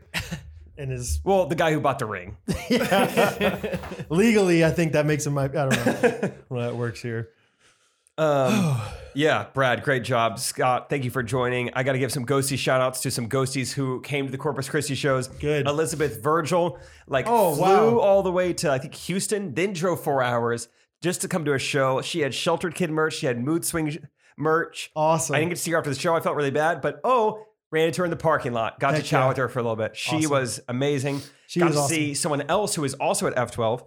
B: And his
A: Well, the guy who bought the ring.
B: legally, I think that makes him my. I don't know how that works here.
A: Um, yeah, Brad, great job. Scott, thank you for joining. I got to give some ghosty shout outs to some ghosties who came to the Corpus Christi shows.
B: Good.
A: Elizabeth Virgil, like,
B: Oh,
A: flew
B: wow.
A: all the way to, I think, Houston, then drove four hours just to come to a show. She had Sheltered Kid merch, she had Mood Swing sh- merch.
B: Awesome.
A: I didn't get to see her after the show. I felt really bad, but oh, ran into her in the parking lot. Got
B: Heck
A: to chat
B: yeah.
A: with her for a little bit. She
B: Awesome.
A: was amazing.
B: She
A: got
B: was
A: to
B: awesome.
A: see someone else who is also at F12,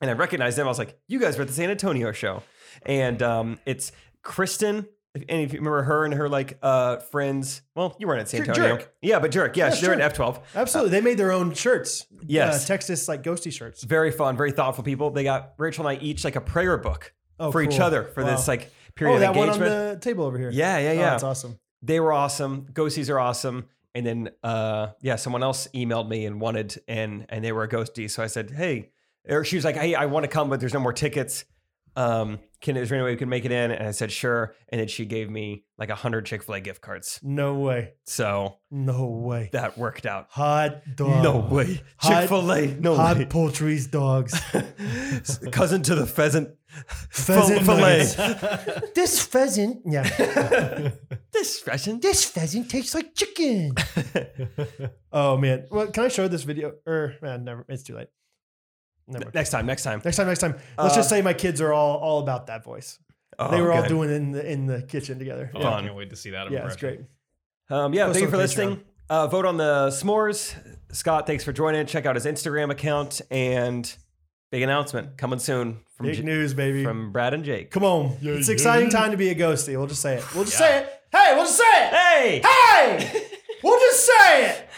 A: and I recognized them. I was like, "You guys were at the San Antonio show," and um, it's Kristen. If any of you remember her and her like uh, friends, well, you weren't at San
B: Jer-
A: Antonio,
B: Jerk.
A: yeah, but Jerk, yeah,
B: Yeah,
A: they're
B: sure.
A: at F12.
B: Absolutely. they made their own shirts.
A: Yes.
B: Uh, Texas, like ghosty shirts.
A: Very fun, very thoughtful people. They got Rachel and I each like a prayer book
B: Oh,
A: for each
B: cool.
A: other for this
B: Wow.
A: like period
B: oh, that
A: of
B: one on
A: engagement.
B: the table over here.
A: yeah, yeah,
B: Oh,
A: yeah
B: that's awesome.
A: they were awesome. Ghosties are awesome. And then uh yeah, someone else emailed me and wanted and and they were a ghostie. So I said, Hey, or she was like, Hey, I want to come, but there's no more tickets. Um, can is there any way we can make it in? And I said, sure. And then she gave me like a hundred Chick-fil-A gift cards.
B: No way.
A: So
B: No way.
A: that worked out.
B: Hot dog.
A: no way.
B: Hot-
A: Chick-fil-A. No
B: Hot
A: way.
B: poultry's dogs.
A: Cousin to the pheasant.
B: Pheasant
A: fillet.
B: nuggets. this pheasant, yeah.
A: This pheasant.
B: This pheasant tastes like chicken. oh man. Well, can I show this video? Or man, never. It's too late. Never.
A: Next time, next time.
B: Next time, next time. Let's just say my kids are all all about that voice.
A: Oh,
B: they were all
A: good.
B: doing it in the in the kitchen together.
E: Oh, I
A: Fun.
E: can't wait to see that.
B: yeah, it's
E: impression.
B: great.
A: Um, yeah,
B: Post
A: thank you
B: on
A: for
B: Patreon.
A: listening. Uh, vote on the s'mores. Scott, thanks for joining. Check out his Instagram account and big announcement coming soon from
B: Big
A: J-
B: news, baby.
A: from Brad and Jake.
B: Come on. it's
E: yeah,
B: exciting
E: yeah.
B: time to be a ghostie. We'll just say it. We'll just
E: Yeah.
B: say it. Hey, we'll just say it.
A: Hey,
B: Hey! we'll just say it.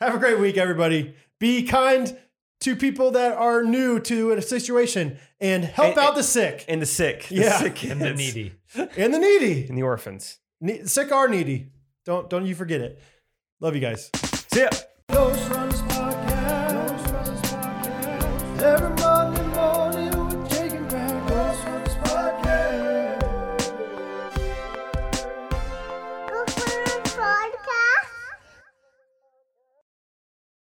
B: Have a great week, everybody. Be kind to people that are new to a situation and help
A: And-
B: out
A: and-
B: the sick
A: and the sick, the
B: Yeah.
A: sick
E: And the
A: kids.
E: needy.
B: and the needy.
A: and the orphans.
B: Ne- sick are needy. Don't don't you forget it. Love you guys.
A: See ya.
B: Ghost Runners Podcast. Ghost Runners Podcast. Everybody.